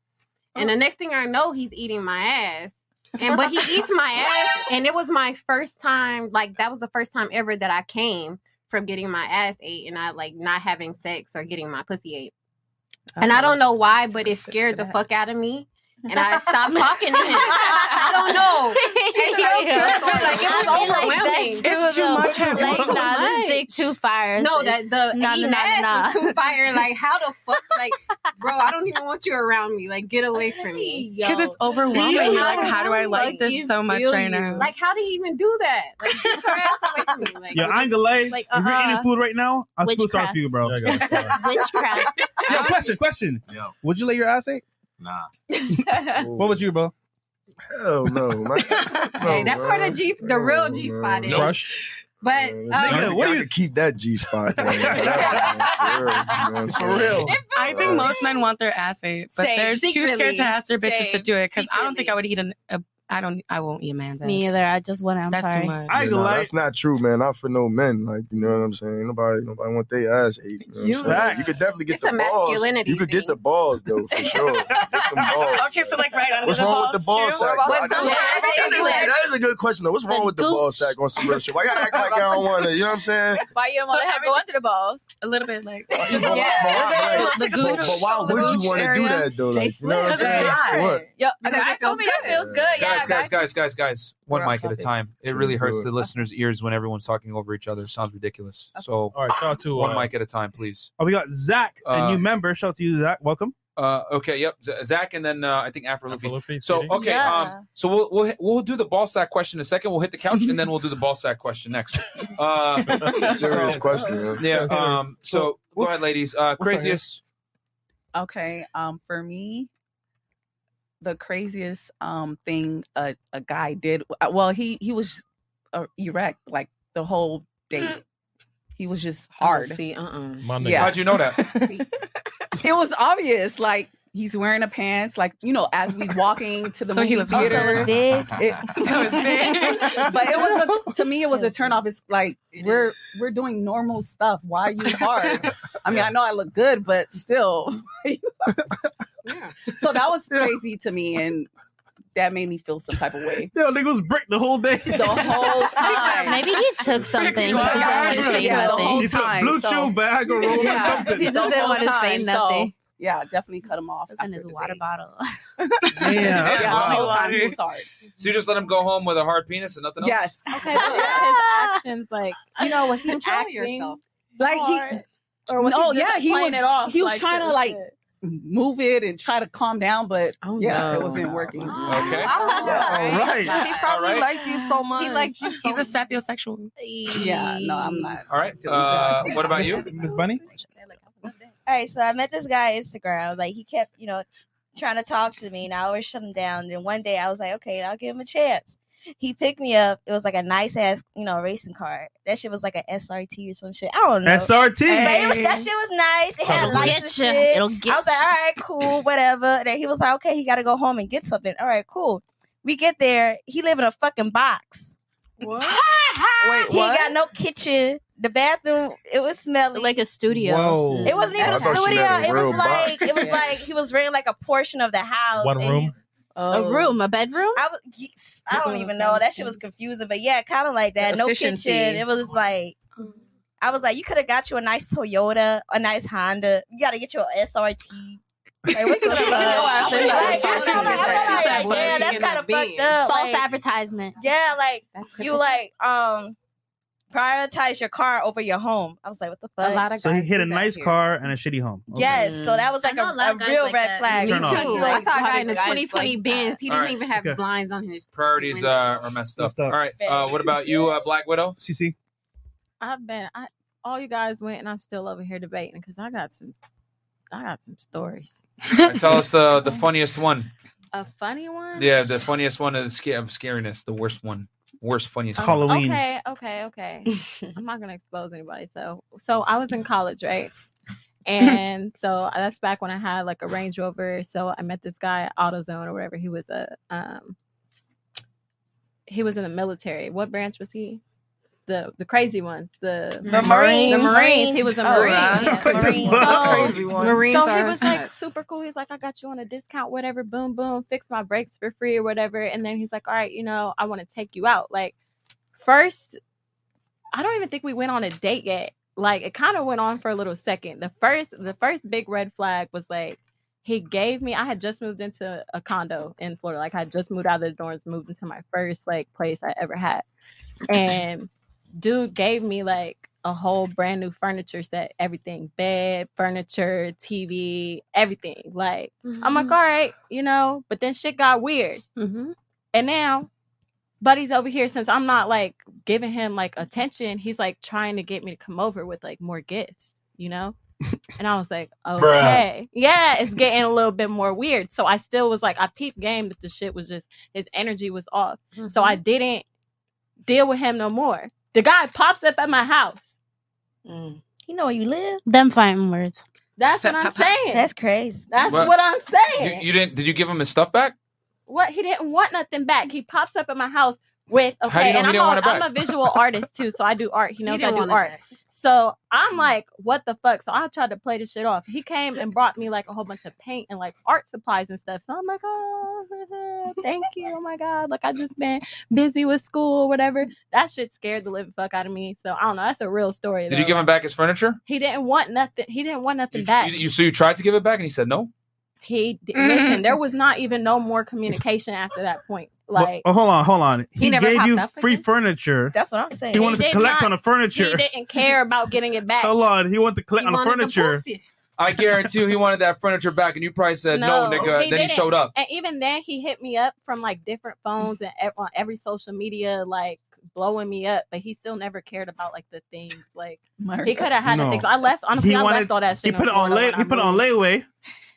Speaker 11: And
Speaker 13: Oh.
Speaker 11: the next thing I know, he's eating my ass. And but he eats my ass, and it was my first time. Like that was the first time ever that I came from getting my ass ate, and I like not having sex or getting my pussy ate. And I don't know why, but it scared the fuck out of me. And I stopped talking to him. I don't know. It felt good, like, it was
Speaker 16: I feel
Speaker 11: overwhelming.
Speaker 16: Like that too, though. Like,
Speaker 11: Too
Speaker 16: nah,
Speaker 11: much.
Speaker 16: this dick too fire.
Speaker 11: No, that the
Speaker 16: Nah,
Speaker 11: he
Speaker 16: nah, nah,
Speaker 11: nasty
Speaker 16: nah.
Speaker 11: was too fire. Like, how the fuck, like, bro, I don't even want you around me. Like, get away from me.
Speaker 12: Because it's overwhelming.
Speaker 11: Yeah.
Speaker 12: You're like, how do I like
Speaker 11: you
Speaker 12: this so much
Speaker 11: feel
Speaker 12: right
Speaker 11: you.
Speaker 12: now?
Speaker 11: Like, how do you even do that? Like, get your ass away from me. Like,
Speaker 2: Yo, I ain't gonna lie.
Speaker 11: Like,
Speaker 2: If you're
Speaker 11: uh-uh.
Speaker 2: eating food right now, I feel sorry for you, bro.
Speaker 11: witchcraft.
Speaker 2: Yo, question, question. Would you let your ass eat?
Speaker 17: Nah.
Speaker 2: what would you, bro?
Speaker 18: Hell no. My,
Speaker 11: Hey, that's where the G, the real G spot is. But um,
Speaker 18: Nigga, what do you keep that G spot? For real.
Speaker 12: I think most men want their ass ate, but
Speaker 11: Same,
Speaker 12: they're too
Speaker 11: secretly.
Speaker 12: scared to ask their bitches to
Speaker 11: Same,
Speaker 12: do it because I don't think I would eat an, a I don't. I won't eat a man's ass.
Speaker 16: Me either. I just went. I'm
Speaker 12: That's too
Speaker 16: sorry.
Speaker 12: much.
Speaker 18: Yeah, nah, that's not true, man. Not for no men. Like you know what I'm saying. Nobody, nobody want their ass ate. You, know what I'm
Speaker 12: You
Speaker 18: saying?
Speaker 12: right.
Speaker 18: you could definitely get
Speaker 12: It's
Speaker 18: the
Speaker 12: a
Speaker 18: balls.
Speaker 12: masculinity
Speaker 18: You could get the balls though for sure. Get them balls.
Speaker 12: okay, so like right under
Speaker 18: What's
Speaker 12: the
Speaker 18: wrong
Speaker 12: balls
Speaker 18: with the ball
Speaker 12: too?
Speaker 18: sack? bro? That's- that's- That is a good question though. What's wrong with the ball sack on some real shit? Why you act like y'all don't want it? You know what I'm saying?
Speaker 14: Why you don't want to have go under the balls?
Speaker 12: A little bit like
Speaker 18: Yeah,
Speaker 12: the
Speaker 18: But, but why would you want to do that though? Like, you know what I'm saying? For what?
Speaker 14: Yo, okay, I told me that feels good. Yeah,
Speaker 1: guys, guys, guys, guys, guys. One
Speaker 14: We're off
Speaker 1: mic at a time. It really hurts the listeners' ears when everyone's talking over each other. Sounds ridiculous. So,
Speaker 6: all right, shout out to
Speaker 1: one
Speaker 6: uh,
Speaker 1: mic at a time, please.
Speaker 2: Oh, we got Zach, a
Speaker 1: Uh,
Speaker 2: new member. Shout out to you, Zach. Welcome.
Speaker 1: Uh, okay, yep, Z- Zach, and then uh, I think Afro Luffy. so,
Speaker 2: PD.
Speaker 1: okay,
Speaker 2: Yeah.
Speaker 1: um, so we'll, we'll hit- we'll do the ball sack question in a second. We'll hit the couch, and then we'll do the ball sack question next. Uh,
Speaker 18: Serious
Speaker 1: so-
Speaker 18: question.
Speaker 1: Yeah. Um, so, go ahead, ladies. Uh, craziest.
Speaker 10: Okay. Um, for me, the craziest um thing a, a guy did. uh, Well, he he was uh, erect like the whole date. He was just hard.
Speaker 9: see, uh-uh.
Speaker 6: My nigga.
Speaker 1: How'd you know that?
Speaker 10: it was obvious. Like he's wearing a pants. Like you know, as we walking to the
Speaker 12: So
Speaker 10: movie
Speaker 12: he was hard.
Speaker 10: theater.
Speaker 12: Oh, so it was big?
Speaker 10: It- so it's big. but it was a, to me, it was a turn off. It's like we're we're doing normal stuff. Why are you hard? I mean, I know I look good, but still. So that was crazy to me, and that made me feel some type of way.
Speaker 2: Yo, nigga was brick the whole day.
Speaker 10: The whole time.
Speaker 16: Maybe he took something. He just didn't want to say
Speaker 10: Yeah, the
Speaker 16: nothing.
Speaker 10: whole time,
Speaker 2: blue
Speaker 10: so-
Speaker 2: chew bag or roll
Speaker 10: Yeah,
Speaker 2: or something.
Speaker 16: He just
Speaker 10: the
Speaker 16: didn't
Speaker 10: whole
Speaker 16: want to say
Speaker 10: time, so,
Speaker 16: nothing.
Speaker 10: yeah, definitely cut him off.
Speaker 16: And his water bottle.
Speaker 2: Damn. that's
Speaker 10: Yeah,
Speaker 2: wild.
Speaker 10: the whole time he was hard.
Speaker 1: So you just let him go home with a hard penis and nothing else.
Speaker 10: Yes.
Speaker 1: Okay.
Speaker 10: But his actions, like you know, was he
Speaker 14: Control
Speaker 10: acting?
Speaker 14: yourself.
Speaker 10: Like he,
Speaker 14: Or was he
Speaker 10: no,
Speaker 14: just
Speaker 10: yeah, he
Speaker 14: playing
Speaker 10: was.
Speaker 14: it off
Speaker 10: he was
Speaker 14: like
Speaker 10: trying
Speaker 14: shit
Speaker 10: to
Speaker 14: was
Speaker 10: like move it and try to calm down, but
Speaker 16: Oh,
Speaker 10: yeah, it wasn't working.
Speaker 1: Okay.
Speaker 10: Oh. He probably
Speaker 1: All right.
Speaker 10: liked you so much.
Speaker 12: He liked you. He's a sapiosexual.
Speaker 10: Yeah, no, I'm not.
Speaker 1: All right. Uh, what about you,
Speaker 6: Miss Bunny?
Speaker 8: All right, so I met this guy on Instagram. Like he kept, you know, trying to talk to me, and I always shut him down. Then one day I was like, okay, I'll give him a chance. He picked me up. It was like a nice ass, you know, racing car. That shit was like a SRT or some shit. I don't know.
Speaker 2: SRT.
Speaker 8: But it was, that shit was nice. It had
Speaker 16: It'll
Speaker 8: lights
Speaker 16: get
Speaker 8: and
Speaker 16: ya.
Speaker 8: shit.
Speaker 16: It'll get
Speaker 8: I was like, all right, cool, whatever. And then he was like, okay, he got to go home and get something. All right, cool. We get there. He live in a fucking box.
Speaker 10: What?
Speaker 8: Wait, he ain't got no kitchen. The bathroom, it was smelly.
Speaker 16: Like a studio.
Speaker 8: Whoa. It wasn't even
Speaker 16: I
Speaker 8: a
Speaker 16: thought she
Speaker 8: studio.
Speaker 16: meant a
Speaker 8: It was
Speaker 16: real box.
Speaker 8: like it was like he was renting like a portion of the house.
Speaker 6: One
Speaker 8: and Oh.
Speaker 6: room.
Speaker 16: A room, a bedroom.
Speaker 8: I was, yes, I don't even know. That shit was confusing, but yeah, kind of like that.
Speaker 16: The
Speaker 8: No
Speaker 16: efficiency.
Speaker 8: kitchen. It was just like I was like, you could have got you a nice Toyota, a nice Honda. You got to get you an SRT. Like, what the fuck?
Speaker 16: I feel like-
Speaker 8: Like, I feel like-
Speaker 16: She
Speaker 8: I'm
Speaker 16: said,
Speaker 8: like,
Speaker 16: "What
Speaker 8: yeah,
Speaker 16: you
Speaker 8: that's
Speaker 16: gonna
Speaker 8: kind of
Speaker 16: be?"
Speaker 8: fucked up.
Speaker 16: False
Speaker 8: Like,
Speaker 16: advertisement.
Speaker 8: yeah, like you like um prioritize your car over your home. I was like, what the fuck? A lot
Speaker 2: So he hit a nice car and a shitty home. Okay.
Speaker 8: Yes, so that was like a, a real red flag.
Speaker 11: Me too.
Speaker 2: Turn off.
Speaker 11: I saw a guy in a
Speaker 14: Guys like
Speaker 11: 2020 Benz. He
Speaker 1: All
Speaker 11: didn't
Speaker 1: right.
Speaker 11: even have
Speaker 1: Okay.
Speaker 11: blinds on his.
Speaker 1: Priorities uh, are messed up. All right. Uh, what about you, uh, Black Widow?
Speaker 2: CC.
Speaker 7: I've been. I all you guys went, and I'm still over here debating because I got some. I got some stories.
Speaker 1: tell us the the funniest one.
Speaker 7: A funny one.
Speaker 1: Yeah, the funniest one of the sca- of scariness, the worst one, worst funniest.
Speaker 7: Um,
Speaker 1: one.
Speaker 7: Okay, okay, okay. I'm not gonna expose anybody. So, so I was in college, right? And so that's back when I had like a Range Rover. So I met this guy at AutoZone or whatever. He was a um, he was in the military. What branch was he? The the crazy one. The
Speaker 8: The Marines.
Speaker 7: The Marines. He was a
Speaker 8: Oh,
Speaker 7: Marine.
Speaker 8: yeah, Marines. Oh.
Speaker 7: So-
Speaker 8: Crazy one. Marines
Speaker 7: So he
Speaker 8: are
Speaker 7: was like
Speaker 8: nuts.
Speaker 7: super cool. He's like, I got you on a discount, whatever. Boom, boom. Fix my brakes for free or whatever. And then he's like, All right, you know, I want to take you out. Like first I don't even think we went on a date yet. Like it kind of went on for a little second. The first the first big red flag was like he gave me I had just moved into a condo in Florida. Like I had just moved out of the dorms, moved into my first like place I ever had. And dude gave me like a whole brand new furniture set, everything, bed, furniture, TV, everything. Like I'm like,
Speaker 12: Mhm.
Speaker 7: all right, you know, but then shit got weird. And now buddy's over here since I'm not like giving him like attention, he's like trying to get me to come over with like more gifts, you know? And I was like,
Speaker 12: Bruh.
Speaker 7: okay. Yeah, it's getting a little bit more weird. So I still was like, I peeped game that the shit was just his energy was off. So I didn't deal with him no more. The guy pops up at my house.
Speaker 8: You know where you live.
Speaker 16: Them fighting words.
Speaker 7: That's what I'm saying.
Speaker 8: That's crazy.
Speaker 7: That's
Speaker 1: Well,
Speaker 7: what I'm saying.
Speaker 11: Mm.
Speaker 1: You, you didn't? Did you give him his stuff back?
Speaker 7: What he didn't want nothing back. He pops up at my house with okay,
Speaker 3: How do you know
Speaker 7: and
Speaker 3: he
Speaker 7: I'm,
Speaker 3: didn't want it
Speaker 7: a, I'm
Speaker 3: back?
Speaker 7: a visual artist too, so I do art. He knows I
Speaker 3: didn't
Speaker 7: do
Speaker 3: want it
Speaker 7: art.
Speaker 3: back.
Speaker 7: So I'm like, what the fuck? So I tried to play this shit off. He came and brought me like a whole bunch of paint and like art supplies and stuff. So I'm like, oh, thank you. Oh my God. Like I just been busy with school, whatever. That shit scared the living fuck out of me. So I don't know. That's a real story.
Speaker 1: Did you
Speaker 7: though.
Speaker 1: give him back his furniture?
Speaker 7: He didn't want nothing. He didn't want nothing
Speaker 1: You,
Speaker 7: back.
Speaker 1: you- so you tried to give it back, and he said no.
Speaker 7: he d-
Speaker 3: Mm-hmm.
Speaker 7: listen. There was not even no more communication after that point. Like
Speaker 2: oh, hold on, hold on.
Speaker 7: He
Speaker 2: He,
Speaker 7: never
Speaker 2: gave
Speaker 7: popped
Speaker 2: you
Speaker 7: up
Speaker 2: free furniture.
Speaker 8: That's what I'm saying.
Speaker 2: He wanted to
Speaker 7: did
Speaker 2: collect
Speaker 7: not-
Speaker 2: on the furniture.
Speaker 7: He didn't care about getting it back.
Speaker 2: Hold on, he wanted to collect
Speaker 7: He
Speaker 2: on the
Speaker 7: wanted to
Speaker 2: furniture.
Speaker 7: post it.
Speaker 1: I guarantee you, he wanted that furniture back, and you probably said no, nigga. then he
Speaker 7: didn't.
Speaker 1: showed up.
Speaker 7: and even then he hit me up from like different phones and ev- on every social media, like blowing me up. But he still never cared about like the things. Like he could have had the
Speaker 2: No.
Speaker 7: things. I left honestly.
Speaker 2: He
Speaker 7: I
Speaker 2: wanted-
Speaker 7: left all that shit.
Speaker 2: He put it on
Speaker 7: Florida
Speaker 2: lay.
Speaker 7: when I
Speaker 2: He put it on
Speaker 7: moved.
Speaker 2: layaway.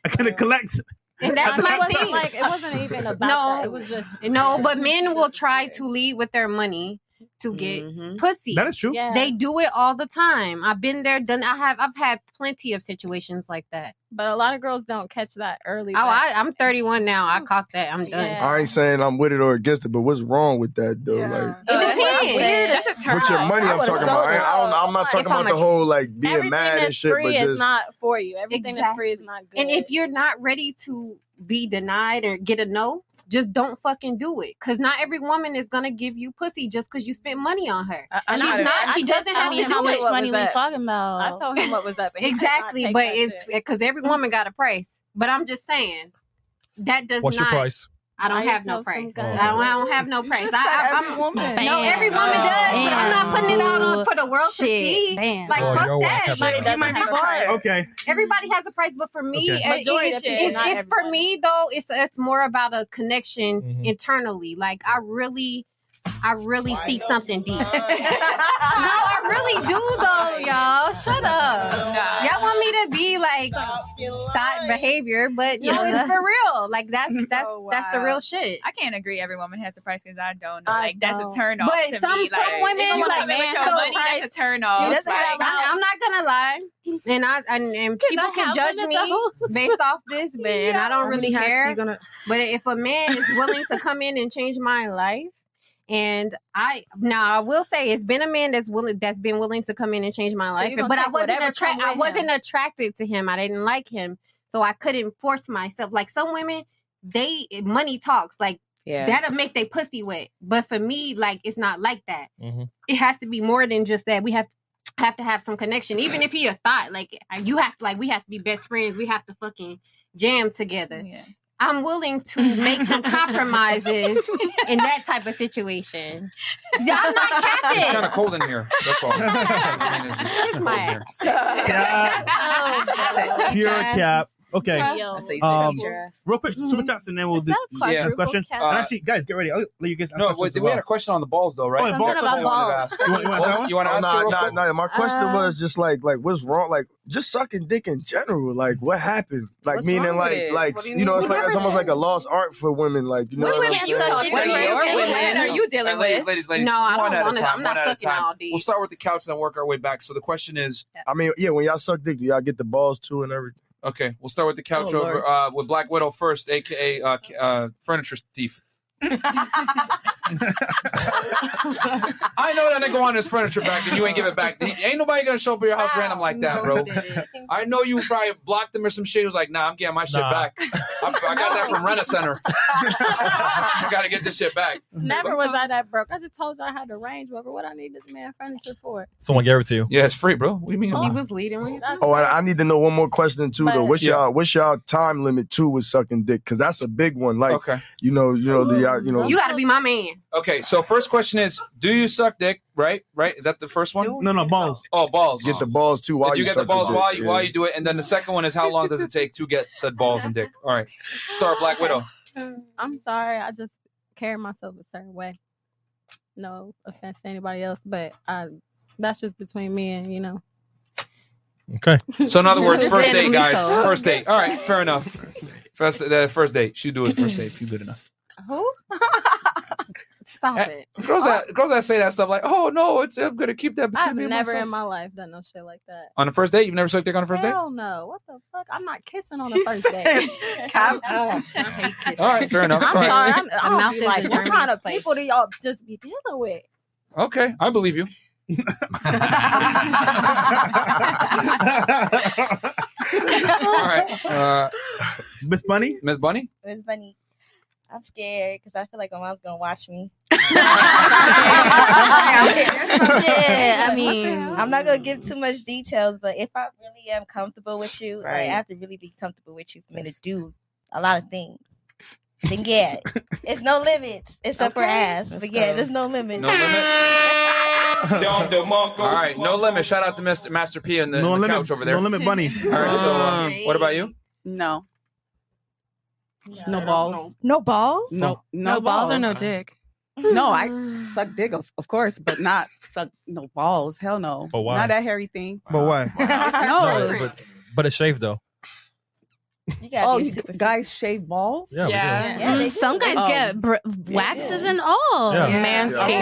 Speaker 2: I couldn't collect.
Speaker 11: And that's
Speaker 7: It
Speaker 11: my
Speaker 7: wasn't
Speaker 11: thing.
Speaker 7: like- it wasn't even about
Speaker 11: no,
Speaker 7: that. It was just-
Speaker 11: no. But men will try to lead with their money to get
Speaker 8: Mm-hmm.
Speaker 11: pussy.
Speaker 3: That is true. Yeah.
Speaker 11: They do it all the time. I've been there, done. I have. I've had plenty of situations like that.
Speaker 7: But a lot of girls don't catch that early.
Speaker 11: Oh, I, I'm 31 now. I caught that. I'm done.
Speaker 18: I ain't saying I'm with it or against it, but what's wrong with that though? Like
Speaker 11: It depends.
Speaker 7: That's
Speaker 11: a
Speaker 18: with your money, I'm talking about. I, I don't. know. I'm not talking about the whole like being mad and shit, but
Speaker 11: free is
Speaker 18: just
Speaker 7: not for you. Everything that's free is not good.
Speaker 11: And if you're not ready to be denied or get a no, just don't fucking do it. Cause not every woman is gonna give you pussy just cause you spent money on her.
Speaker 16: I
Speaker 11: She's
Speaker 16: know
Speaker 11: not.
Speaker 16: that. I
Speaker 11: She
Speaker 16: just-
Speaker 11: doesn't
Speaker 16: I
Speaker 11: have
Speaker 16: mean,
Speaker 11: to do
Speaker 16: how much
Speaker 11: it.
Speaker 16: money we talking about?
Speaker 7: I told him what was up. and he could not
Speaker 11: exactly,
Speaker 7: take
Speaker 11: but
Speaker 7: that
Speaker 11: it's
Speaker 7: shit.
Speaker 11: because every woman got a price. But I'm just saying that does
Speaker 6: What's your
Speaker 11: not.
Speaker 6: price?
Speaker 11: I don't
Speaker 7: Buy
Speaker 11: have no
Speaker 7: yourself some
Speaker 11: price. I
Speaker 7: good
Speaker 11: don't, I don't have no price. I,
Speaker 7: Oh. just
Speaker 11: I,
Speaker 7: said
Speaker 11: I'm,
Speaker 7: every woman.
Speaker 11: No,
Speaker 7: Bam.
Speaker 11: every woman does. But I'm not putting it out on, for the world to
Speaker 16: Oh, Shit.
Speaker 11: see.
Speaker 16: Bam.
Speaker 11: Like
Speaker 16: Oh,
Speaker 11: fuck
Speaker 16: you're
Speaker 11: that.
Speaker 16: wild. Everybody
Speaker 11: Like,
Speaker 16: doesn't have a price.
Speaker 2: Okay.
Speaker 11: Everybody has a price, but for me,
Speaker 16: Okay.
Speaker 11: uh,
Speaker 16: Majority
Speaker 11: it's,
Speaker 16: of people,
Speaker 11: it's-
Speaker 16: not
Speaker 11: it's for me though. It's it's more about a connection internally. Like I really, I really seek something deep. no, I really do though, y'all. Shut up. Y'all want me to be like thought behavior, but you know it's for real. Like that's that's that's the real shit.
Speaker 14: I can't agree. Every woman has a price because I don't know. Like that's a turn off.
Speaker 11: But
Speaker 14: to
Speaker 11: some-
Speaker 14: me.
Speaker 11: some
Speaker 14: like,
Speaker 11: women,
Speaker 14: if you
Speaker 11: like,
Speaker 14: come in with
Speaker 11: man,
Speaker 14: your
Speaker 11: so
Speaker 14: money, that's a turn off.
Speaker 11: Yes, I'm, I'm not gonna lie, and I and, and people
Speaker 14: I
Speaker 11: can
Speaker 14: have
Speaker 11: judge
Speaker 14: one of
Speaker 11: me
Speaker 14: those?
Speaker 11: based off this, but and I
Speaker 14: Yeah.
Speaker 11: don't really
Speaker 14: How many hats
Speaker 11: care.
Speaker 14: you gonna-
Speaker 11: But if a man is willing to come in and change my life, and I now I will say it's been a man that's willing that's been willing to come in and change my life,
Speaker 7: you gonna
Speaker 11: but I
Speaker 7: take
Speaker 11: wasn't
Speaker 7: whatever come
Speaker 11: attracted. I
Speaker 7: with
Speaker 11: wasn't
Speaker 7: him.
Speaker 11: attracted to him. I didn't like him, so I couldn't force myself. Like some women, they money talks. Like
Speaker 9: Yeah.
Speaker 11: that'll make they pussy wet. But for me, like it's not like that
Speaker 9: Mm-hmm.
Speaker 11: it has to be more than just that. We have have to have some connection, even if he a thought. Like you have to, like we have to be best friends. We have to fucking jam together. I'm willing to make some compromises in that type of situation. Yeah, I'm not capping.
Speaker 1: It's kind of cold in here. That's all. I mean, it's just-
Speaker 11: Kiss my ass.
Speaker 3: Oh,
Speaker 2: Pure cap. Okay.
Speaker 11: Yo. That's what you say,
Speaker 2: Um,
Speaker 11: beat your ass.
Speaker 2: real quick, super chats, and then we'll do
Speaker 1: not
Speaker 2: the
Speaker 1: quadruple
Speaker 2: question.
Speaker 1: cap.
Speaker 2: And actually, guys, get ready. I'll let you guys. ask
Speaker 1: No,
Speaker 2: questions
Speaker 1: wait,
Speaker 2: as
Speaker 1: we
Speaker 2: well.
Speaker 1: had a question on the balls though, right?
Speaker 2: Oh, and balls, Something about balls.
Speaker 1: You
Speaker 18: want,
Speaker 1: want- you want to ask- you want to ask
Speaker 18: Oh, nah,
Speaker 1: it real
Speaker 18: nah,
Speaker 1: quick?
Speaker 18: nah. My question was just like, like, what's wrong? Like, just sucking dick in general. Like, what happened? Like,
Speaker 19: What's
Speaker 18: meaning,
Speaker 19: wrong with
Speaker 18: like,
Speaker 19: it?
Speaker 18: like,
Speaker 19: What do
Speaker 18: you,
Speaker 19: you mean?
Speaker 18: know, it's
Speaker 19: We
Speaker 18: like it's
Speaker 19: never
Speaker 18: almost like a lost art for women. Like, you know what, I'm saying?
Speaker 1: Ladies, ladies, ladies, ladies.
Speaker 11: No, I
Speaker 1: one
Speaker 11: don't
Speaker 1: at a
Speaker 11: wanna-
Speaker 1: time.
Speaker 11: I'm not
Speaker 1: one at a
Speaker 11: sucking
Speaker 1: time.
Speaker 11: all these.
Speaker 1: We'll start with the couch and work our way back. So the question is,
Speaker 18: I mean, yeah, when y'all suck dick, do y'all get the balls too and everything?
Speaker 1: okay, we'll start with the couch
Speaker 18: Oh, Lord.
Speaker 1: over uh, with Black Widow first, aka uh, c- uh, furniture thief. I know that nigga wanted his furniture back, and you ain't give it back. He- ain't nobody gonna show up at your house random like that, bro. I know you probably blocked him or some shit. He was like, "Nah, I'm getting my shit
Speaker 6: Nah.
Speaker 1: back. I, I got that from Rent a Center. I gotta get this shit back."
Speaker 7: Never was I that broke. I just told you I had the Range Rover. What I need this man furniture for?
Speaker 6: Someone gave it to you.
Speaker 1: Yeah, it's free, bro. What do you mean?
Speaker 11: He was leading with
Speaker 18: Oh, I, I need to know one more question too, though.
Speaker 11: But-
Speaker 18: What's
Speaker 11: Yeah.
Speaker 18: y'all what's y'all time limit too with sucking dick? Because that's a big one. Like, you know, you know, the y'all, you know, uh,
Speaker 11: You gotta be my man.
Speaker 1: Okay, so first question is, do you suck dick? Right, right. Is that the first one?
Speaker 2: No, no balls.
Speaker 1: Oh, balls.
Speaker 18: get the balls too while
Speaker 1: Did you, get the
Speaker 18: suck
Speaker 1: balls
Speaker 18: dick,
Speaker 1: while you
Speaker 18: yeah.
Speaker 1: while you do it, and then the second one is how long does it take to get said balls and dick? All right, sorry, Black Widow.
Speaker 11: Mm.
Speaker 7: I'm sorry. I just carry myself a certain way. No offense to anybody else, but I that's just between me and you know.
Speaker 6: Okay.
Speaker 1: So in other words, first date, guys.
Speaker 7: Lethal.
Speaker 1: First date. All right, fair enough. First, the first date. She do it first date if you good enough.
Speaker 7: Who? Stop it.
Speaker 1: Girls that girls that say that stuff like, oh no, it's I'm gonna keep that between
Speaker 7: I've
Speaker 1: me and
Speaker 7: never
Speaker 1: myself.
Speaker 7: in my life done no shit like that.
Speaker 1: on the first date, you've never sucked dick on the first date.
Speaker 7: Hell no. What the fuck? I'm not kissing on
Speaker 11: He
Speaker 7: the first date.
Speaker 11: "Cap."
Speaker 7: Oh,
Speaker 11: I hate kissing.
Speaker 1: All right, fair enough.
Speaker 7: I'm
Speaker 1: All right.
Speaker 7: sorry. I'm,
Speaker 11: The
Speaker 7: I don't
Speaker 11: mouth
Speaker 7: be
Speaker 11: is
Speaker 7: like,
Speaker 11: the
Speaker 7: what kind of
Speaker 11: germiest place.
Speaker 7: people do y'all just be dealing with?
Speaker 1: Okay, I believe you. All right, uh,
Speaker 2: Miss Bunny.
Speaker 1: Miss Bunny.
Speaker 8: Miss Bunny. I'm scared because I feel like my mom's gonna watch me.
Speaker 16: I mean-
Speaker 8: I'm not gonna give too much details, but if I really am comfortable with you, like,
Speaker 16: Right.
Speaker 8: I have to really be comfortable with you for me to do a lot of things. Then yeah, it's no limits except for ass. But yeah, there's no limits.
Speaker 1: No All right, no limit. Shout out to Mr. Master P and the,
Speaker 2: No
Speaker 1: the
Speaker 2: Limit-
Speaker 1: couch over there.
Speaker 2: No Limit Bunny.
Speaker 1: All right, so uh,
Speaker 10: Um,
Speaker 1: what about you?
Speaker 10: No. No balls.
Speaker 8: No balls.
Speaker 10: No. No,
Speaker 12: No balls or no dick?
Speaker 10: No, I suck dick, of, of course, but not suck no balls. Hell no.
Speaker 2: Oh,
Speaker 6: But why?
Speaker 10: Not that hairy thing.
Speaker 6: But why?
Speaker 10: No.
Speaker 6: No, but, but it's shaved though.
Speaker 8: You
Speaker 10: gotta oh, you guys shave balls?
Speaker 6: Yeah, we do. Yeah.
Speaker 10: Yeah, they do.
Speaker 16: Mm, Some guys
Speaker 10: Oh.
Speaker 16: get br- waxes and all.
Speaker 10: Yeah.
Speaker 18: I don't know how to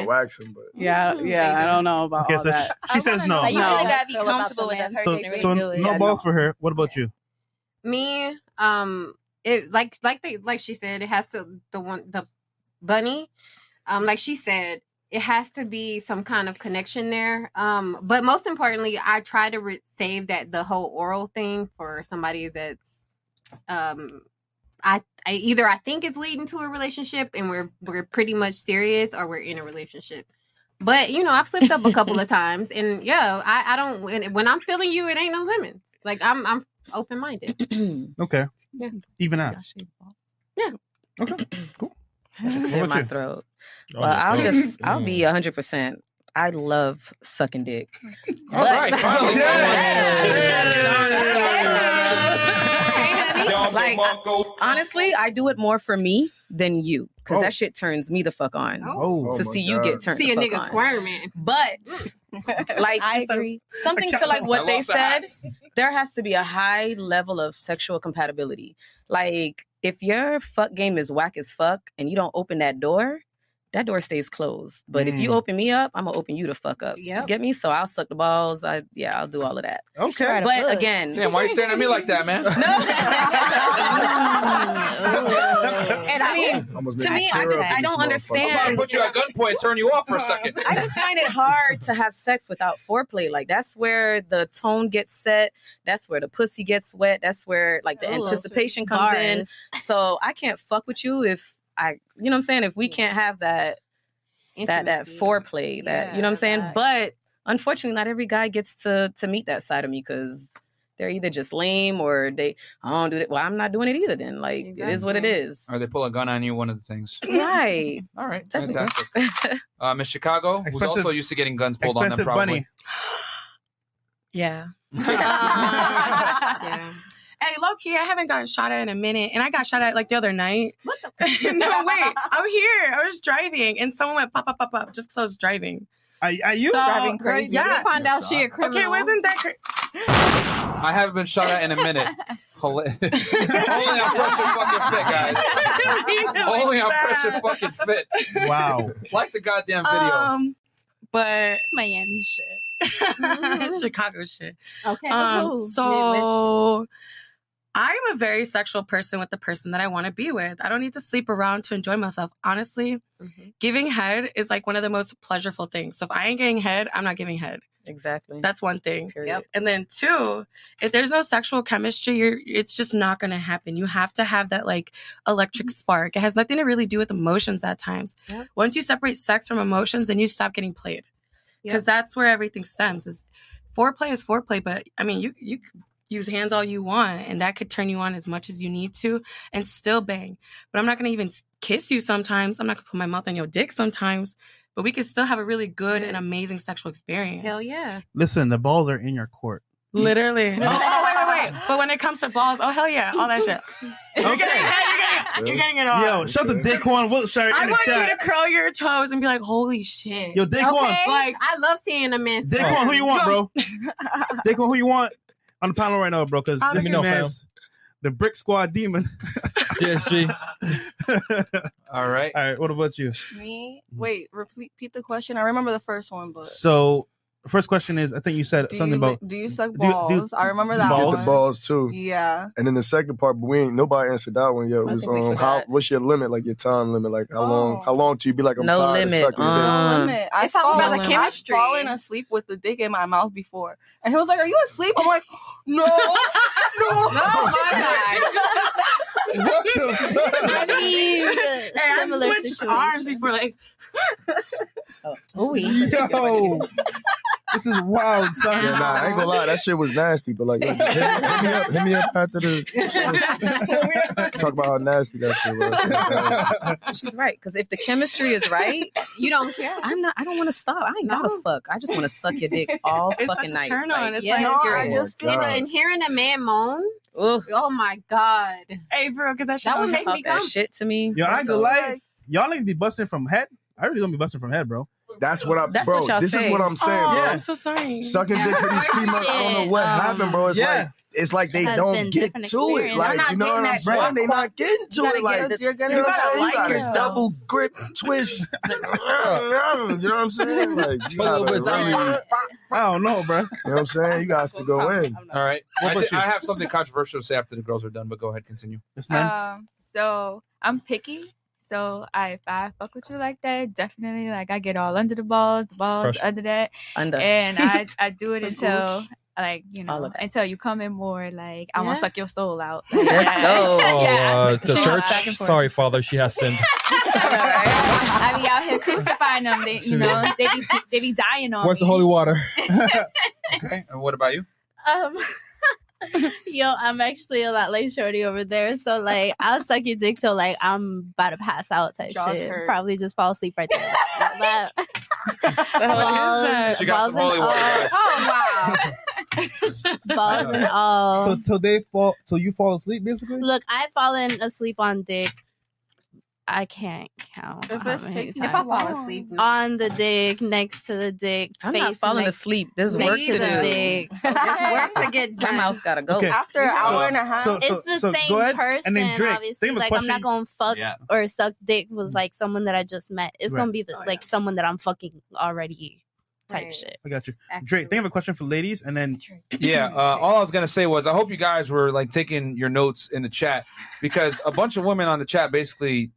Speaker 16: Manscaping.
Speaker 18: wax 'em, but
Speaker 10: Yeah, yeah, I don't know about
Speaker 2: Okay,
Speaker 10: all
Speaker 2: so
Speaker 10: that.
Speaker 2: she, she says no.
Speaker 8: Like, you really
Speaker 11: No.
Speaker 8: gotta be
Speaker 11: Feel about
Speaker 8: comfortable with
Speaker 11: the
Speaker 8: that
Speaker 11: man.
Speaker 2: So,
Speaker 8: person. to really
Speaker 2: so
Speaker 8: do it.
Speaker 2: no balls for her. What about you?
Speaker 11: Me, um, it like like they like she said, it has to the one the bunny, um, like she said, it has to be some kind of connection there. Um, but most importantly, I try to re- save that the whole oral thing for somebody that's, um, I I either I think is leading to a relationship and we're we're pretty much serious or we're in a relationship. But you know, I've slipped up a couple of times, and yeah, I, I don't. When, when I'm feeling you, it ain't no limits. Like I'm, I'm open minded.
Speaker 2: Okay.
Speaker 11: Yeah.
Speaker 2: Even ass.
Speaker 11: Yeah.
Speaker 2: Okay.
Speaker 9: It's
Speaker 2: What
Speaker 9: in
Speaker 2: about
Speaker 9: my
Speaker 2: you?
Speaker 9: throat.
Speaker 2: Oh,
Speaker 9: Well,
Speaker 2: your
Speaker 9: I'll
Speaker 2: throat.
Speaker 9: just I'll be hundred percent. I love sucking dick.
Speaker 1: All right, finally.
Speaker 9: Like, I- honestly, I do it more for me than you because that shit turns me the fuck on.
Speaker 11: Oh.
Speaker 9: to
Speaker 11: Oh my
Speaker 9: see you
Speaker 11: God.
Speaker 9: get turned.
Speaker 11: See
Speaker 9: the
Speaker 11: a
Speaker 9: fuck
Speaker 11: nigga
Speaker 9: on.
Speaker 11: squirming.
Speaker 9: But like
Speaker 11: I
Speaker 9: it's a-
Speaker 11: agree.
Speaker 9: something
Speaker 11: I
Speaker 9: to like what
Speaker 11: can't- I
Speaker 9: they
Speaker 11: lost the eye.
Speaker 9: said. There has to be a high level of sexual compatibility. Like if your fuck game is whack as fuck and you don't open that door, that door stays closed. But if you
Speaker 16: Mm.
Speaker 9: open me up, I'm gonna open you the fuck up. Yeah, get me? So I'll suck the balls. I yeah, I'll do all of that.
Speaker 1: Okay.
Speaker 9: But again,
Speaker 1: Damn, why you staring at me like that, man?
Speaker 9: and I mean,
Speaker 1: Almost
Speaker 9: to
Speaker 1: made
Speaker 9: me,
Speaker 1: me
Speaker 9: I
Speaker 1: tear
Speaker 9: just
Speaker 1: up in
Speaker 9: I
Speaker 1: this motherfucker. I'm about to
Speaker 9: don't understand. Uh,
Speaker 1: put you at gunpoint, turn you off for a second.
Speaker 9: I just find it hard to have sex without foreplay. Like that's where the tone gets set. That's where the pussy gets wet. That's where like the
Speaker 16: Oh, so
Speaker 9: anticipation comes in.
Speaker 16: bars.
Speaker 9: So I can't fuck with you if I, you know what I'm saying. If we can't have that, that that foreplay, that you know what I'm saying. But unfortunately, not every guy gets to to meet that side of me because they're either just lame or they I don't do it. Well, I'm not doing it either. Then like it is what it is.
Speaker 1: Or they pull a gun on you, one of the things.
Speaker 9: Right.
Speaker 1: All right.
Speaker 9: Definitely.
Speaker 1: Fantastic. Uh, Miss Chicago, who's
Speaker 2: Expensive-
Speaker 1: also used to getting guns pulled on them,
Speaker 2: expensive
Speaker 1: probably.
Speaker 2: bunny.
Speaker 12: Yeah. yeah. Hey, low key, I haven't gotten shot at in a minute, and I got shot at like the other night. What the? no, wait. I'm here. I was driving, and someone went pop, pop, pop, pop, just because I was driving.
Speaker 2: Are, are you
Speaker 11: Driving crazy.
Speaker 12: Yeah.
Speaker 11: You found out she a
Speaker 12: Okay,
Speaker 11: criminal.
Speaker 12: wasn't that crazy?
Speaker 1: I haven't been shot at in a minute. Hol- Only on pressure fucking fit, guys. Only on pressure fucking fit.
Speaker 2: Wow.
Speaker 1: Like the goddamn video.
Speaker 9: Uh,
Speaker 12: Um, but Miami shit, Chicago shit.
Speaker 11: Okay.
Speaker 12: Um,
Speaker 11: Ooh,
Speaker 12: so I'm a very sexual person with the person that I want to be with. I don't need to sleep around to enjoy myself. Honestly, giving head is like one of the most pleasureful things. So if I ain't getting head, I'm not giving head.
Speaker 9: Exactly.
Speaker 12: That's one thing. And then two, if there's no sexual chemistry, you're it's just not gonna happen. You have to have that like electric spark. It has nothing to really do with emotions at times.
Speaker 11: Yep.
Speaker 12: Once you separate sex from emotions, then you stop getting played. Because
Speaker 11: Yep.
Speaker 12: that's where everything stems. Is foreplay is foreplay, but I mean you you could use hands all you want and that could turn you on as much as you need to and still bang. But I'm not gonna even s- kiss you sometimes. I'm not gonna put my mouth on your dick sometimes. But we can still have a really good and amazing sexual experience.
Speaker 11: Hell yeah.
Speaker 2: Listen, the balls are in your court.
Speaker 12: Literally. oh, oh, wait, wait, wait. But when it comes to balls, oh hell yeah, all that shit. You're getting it. You're getting it. You're getting it all.
Speaker 2: Yo, shut the dick on Wilshire
Speaker 12: I
Speaker 2: in the
Speaker 12: want you
Speaker 2: chat.
Speaker 12: to curl your toes and be like, holy shit.
Speaker 2: Yo, Daquan. Okay,
Speaker 12: Like,
Speaker 11: I love seeing a man.
Speaker 2: Dick on who you
Speaker 11: Yo,
Speaker 2: want, bro. dick on who you want on the panel right now, bro. Because
Speaker 11: I'll
Speaker 2: this
Speaker 11: let you know,
Speaker 2: man's the Brick Squad Demon.
Speaker 6: DSG.
Speaker 1: All right.
Speaker 2: All right. What about you?
Speaker 13: Me? Wait, repeat repeat the question. I remember the first one, but
Speaker 2: So, first question is, I think you said
Speaker 13: do
Speaker 2: something
Speaker 13: you,
Speaker 2: about
Speaker 13: do you suck
Speaker 2: do you-
Speaker 13: balls?
Speaker 2: do you-
Speaker 13: I remember
Speaker 2: do
Speaker 13: that
Speaker 18: Get
Speaker 13: one.
Speaker 18: the balls too.
Speaker 13: Yeah.
Speaker 18: And then the second part, but we ain't nobody answered that one yet. It
Speaker 13: I
Speaker 18: was
Speaker 13: think we
Speaker 18: um, how
Speaker 13: forgot. Oh.
Speaker 18: what's your limit? Like your time limit? Like how long? How long do you be like? I'm
Speaker 9: No
Speaker 18: tired
Speaker 9: limit,
Speaker 18: of sucking your dick?
Speaker 9: um,
Speaker 13: Limit. I've
Speaker 9: it's all about
Speaker 13: fallen-
Speaker 9: the
Speaker 13: I've fallen asleep with the dick in my mouth before, and he was like, "Are you asleep?" I'm like, "No, no."
Speaker 3: What the fuck?
Speaker 12: I mean, hey, I've
Speaker 3: Similar
Speaker 12: switched arms
Speaker 13: situation.
Speaker 12: before, like.
Speaker 3: Oh,
Speaker 18: Yo, this is wild, son. Yeah, nah, I ain't gonna lie, that shit was nasty. But like, hit, me- hit me up, hit me up after the talk about how nasty that shit was.
Speaker 9: She's right. Because if the chemistry is right,
Speaker 11: You don't care.
Speaker 9: I'm not. I don't want to stop. I ain't gotta fuck. I just want to suck your dick all
Speaker 11: It's such
Speaker 9: fucking
Speaker 11: a
Speaker 9: night.
Speaker 11: turn on. It's
Speaker 9: yeah,
Speaker 11: like,
Speaker 9: no,
Speaker 11: I
Speaker 9: I
Speaker 11: just feel it. and hearing a man moan. Oh my god.
Speaker 12: Hey, bro, because that,
Speaker 11: would make me come.
Speaker 9: to me.
Speaker 2: Yo, I ain't gonna lie. Y'all niggas be busting from head. I really don't be busting from head, bro.
Speaker 18: That's what I, bro, this is what I'm saying, bro.
Speaker 12: I'm so sorry.
Speaker 18: Sucking dick for these females, I don't know what happened, bro. It's
Speaker 2: um, yeah.
Speaker 18: like it's like they
Speaker 2: Has been
Speaker 18: don't get
Speaker 2: different
Speaker 18: to it.
Speaker 2: experience. I'm
Speaker 18: Like
Speaker 2: not
Speaker 18: you know
Speaker 2: getting
Speaker 18: what I'm
Speaker 2: that
Speaker 18: saying?
Speaker 2: quack,
Speaker 18: They
Speaker 2: quack.
Speaker 18: not getting to
Speaker 2: You
Speaker 18: it.
Speaker 2: gotta
Speaker 18: Like
Speaker 2: get-
Speaker 18: you
Speaker 2: you're
Speaker 18: know
Speaker 2: gonna-
Speaker 18: what I'm
Speaker 2: you gotta
Speaker 18: saying? You
Speaker 2: like
Speaker 18: gotta
Speaker 2: yourself.
Speaker 18: double grip twist. you know what I'm saying? Like you
Speaker 2: A
Speaker 18: gotta
Speaker 2: little bit
Speaker 18: really-
Speaker 2: too. I don't know, bro. You
Speaker 18: know what I'm saying? You guys to go in.
Speaker 1: All right.
Speaker 18: What
Speaker 1: I,
Speaker 18: about
Speaker 1: thi-
Speaker 18: you?
Speaker 1: I have something controversial to say after the girls are done, but go ahead, continue.
Speaker 2: It's
Speaker 14: Um, so I'm picky. So I, if I fuck with you like that, definitely like I get all under the balls, the balls
Speaker 9: Pressure.
Speaker 14: under that,
Speaker 9: Under.
Speaker 14: and I I do it
Speaker 9: Ooh,
Speaker 14: until
Speaker 9: ooh.
Speaker 14: like you
Speaker 9: All
Speaker 14: know
Speaker 9: of that.
Speaker 14: until you come in more. Like I want
Speaker 9: Yeah.
Speaker 14: to suck your soul out.
Speaker 6: Let's go. uh, to
Speaker 14: She hops
Speaker 6: church.
Speaker 14: back and forth.
Speaker 6: Sorry, Father, she has sinned.
Speaker 14: I be out here crucifying them. They, you know, they be they be dying on
Speaker 6: Where's the
Speaker 14: Uh, me.
Speaker 6: holy water?
Speaker 1: Okay. And what about you?
Speaker 16: Um, yo, I'm actually a lot like Shorty over there. So like, I'll suck your dick till like I'm about to pass out type
Speaker 9: Jaws
Speaker 16: shit.
Speaker 9: hurt.
Speaker 16: Probably just fall asleep right there. But-
Speaker 9: that?
Speaker 16: balls,
Speaker 9: She got some
Speaker 16: balls
Speaker 9: holy
Speaker 16: and
Speaker 9: water,
Speaker 16: all-
Speaker 9: guys.
Speaker 3: Oh,
Speaker 16: balls and all.
Speaker 2: So till they fall, till you fall asleep, basically.
Speaker 16: Look, I've fallen asleep on dick. I can't count.
Speaker 11: If
Speaker 16: how
Speaker 11: it's
Speaker 16: many
Speaker 11: taking- If I
Speaker 16: times.
Speaker 11: fall asleep, no.
Speaker 16: on the dick, next to the dick,
Speaker 9: I'm
Speaker 16: face
Speaker 9: not falling
Speaker 16: next-
Speaker 9: asleep. There's
Speaker 16: next
Speaker 9: work to
Speaker 16: the
Speaker 9: do.
Speaker 16: Dick.
Speaker 9: work to get done. My mouth gotta go.
Speaker 16: Okay. After an hour and a
Speaker 9: half.
Speaker 16: it's the same person, obviously. Like I'm not gonna fuck
Speaker 9: Yeah.
Speaker 16: or suck dick with like someone that I just met. It's
Speaker 2: Right.
Speaker 16: gonna be the,
Speaker 11: Oh,
Speaker 16: like someone that I'm fucking already type shit.
Speaker 2: I got you, Drake. Think of a question for ladies, and then
Speaker 1: Yeah. Uh, all I was gonna say was I hope you guys were like taking your notes in the chat because a bunch of women on the chat basically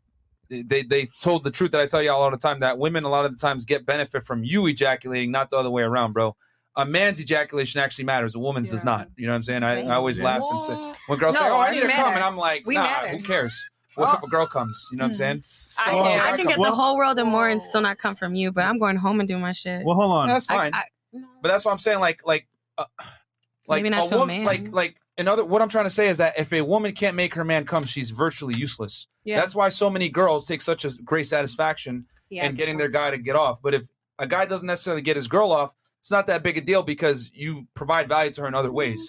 Speaker 1: they they told the truth that I tell y'all all the time that women a lot of the times get benefit from you ejaculating, not the other way around, bro. A man's ejaculation actually matters. A woman's does not. You know what I'm saying? I, I always laugh and say when girls say,
Speaker 3: No,
Speaker 1: "Oh, I
Speaker 3: we
Speaker 1: need to come,"
Speaker 3: matter.
Speaker 1: and I'm like,
Speaker 3: We
Speaker 1: "Nah,
Speaker 3: matter.
Speaker 1: who cares?" What if a girl comes? You know what I'm saying?
Speaker 12: Oh. Hmm.
Speaker 1: Oh,
Speaker 12: I, can, I can get the
Speaker 1: well-
Speaker 12: whole world and more and still not come from you, but I'm going home and doing my shit.
Speaker 1: Well, hold on. That's
Speaker 12: I-
Speaker 1: fine.
Speaker 12: I-
Speaker 1: But that's what I'm saying. Like, like, uh, like
Speaker 12: Maybe not
Speaker 1: a
Speaker 12: to a
Speaker 1: woman,
Speaker 12: man.
Speaker 1: like, like another. What I'm trying to say is that if a woman can't make her man come, she's virtually useless.
Speaker 12: Yeah.
Speaker 1: That's why so many girls take such a great satisfaction
Speaker 12: Yeah.
Speaker 1: in getting their guy to get off. But if a guy doesn't necessarily get his girl off, it's not that big a deal because you provide value to her in other ways.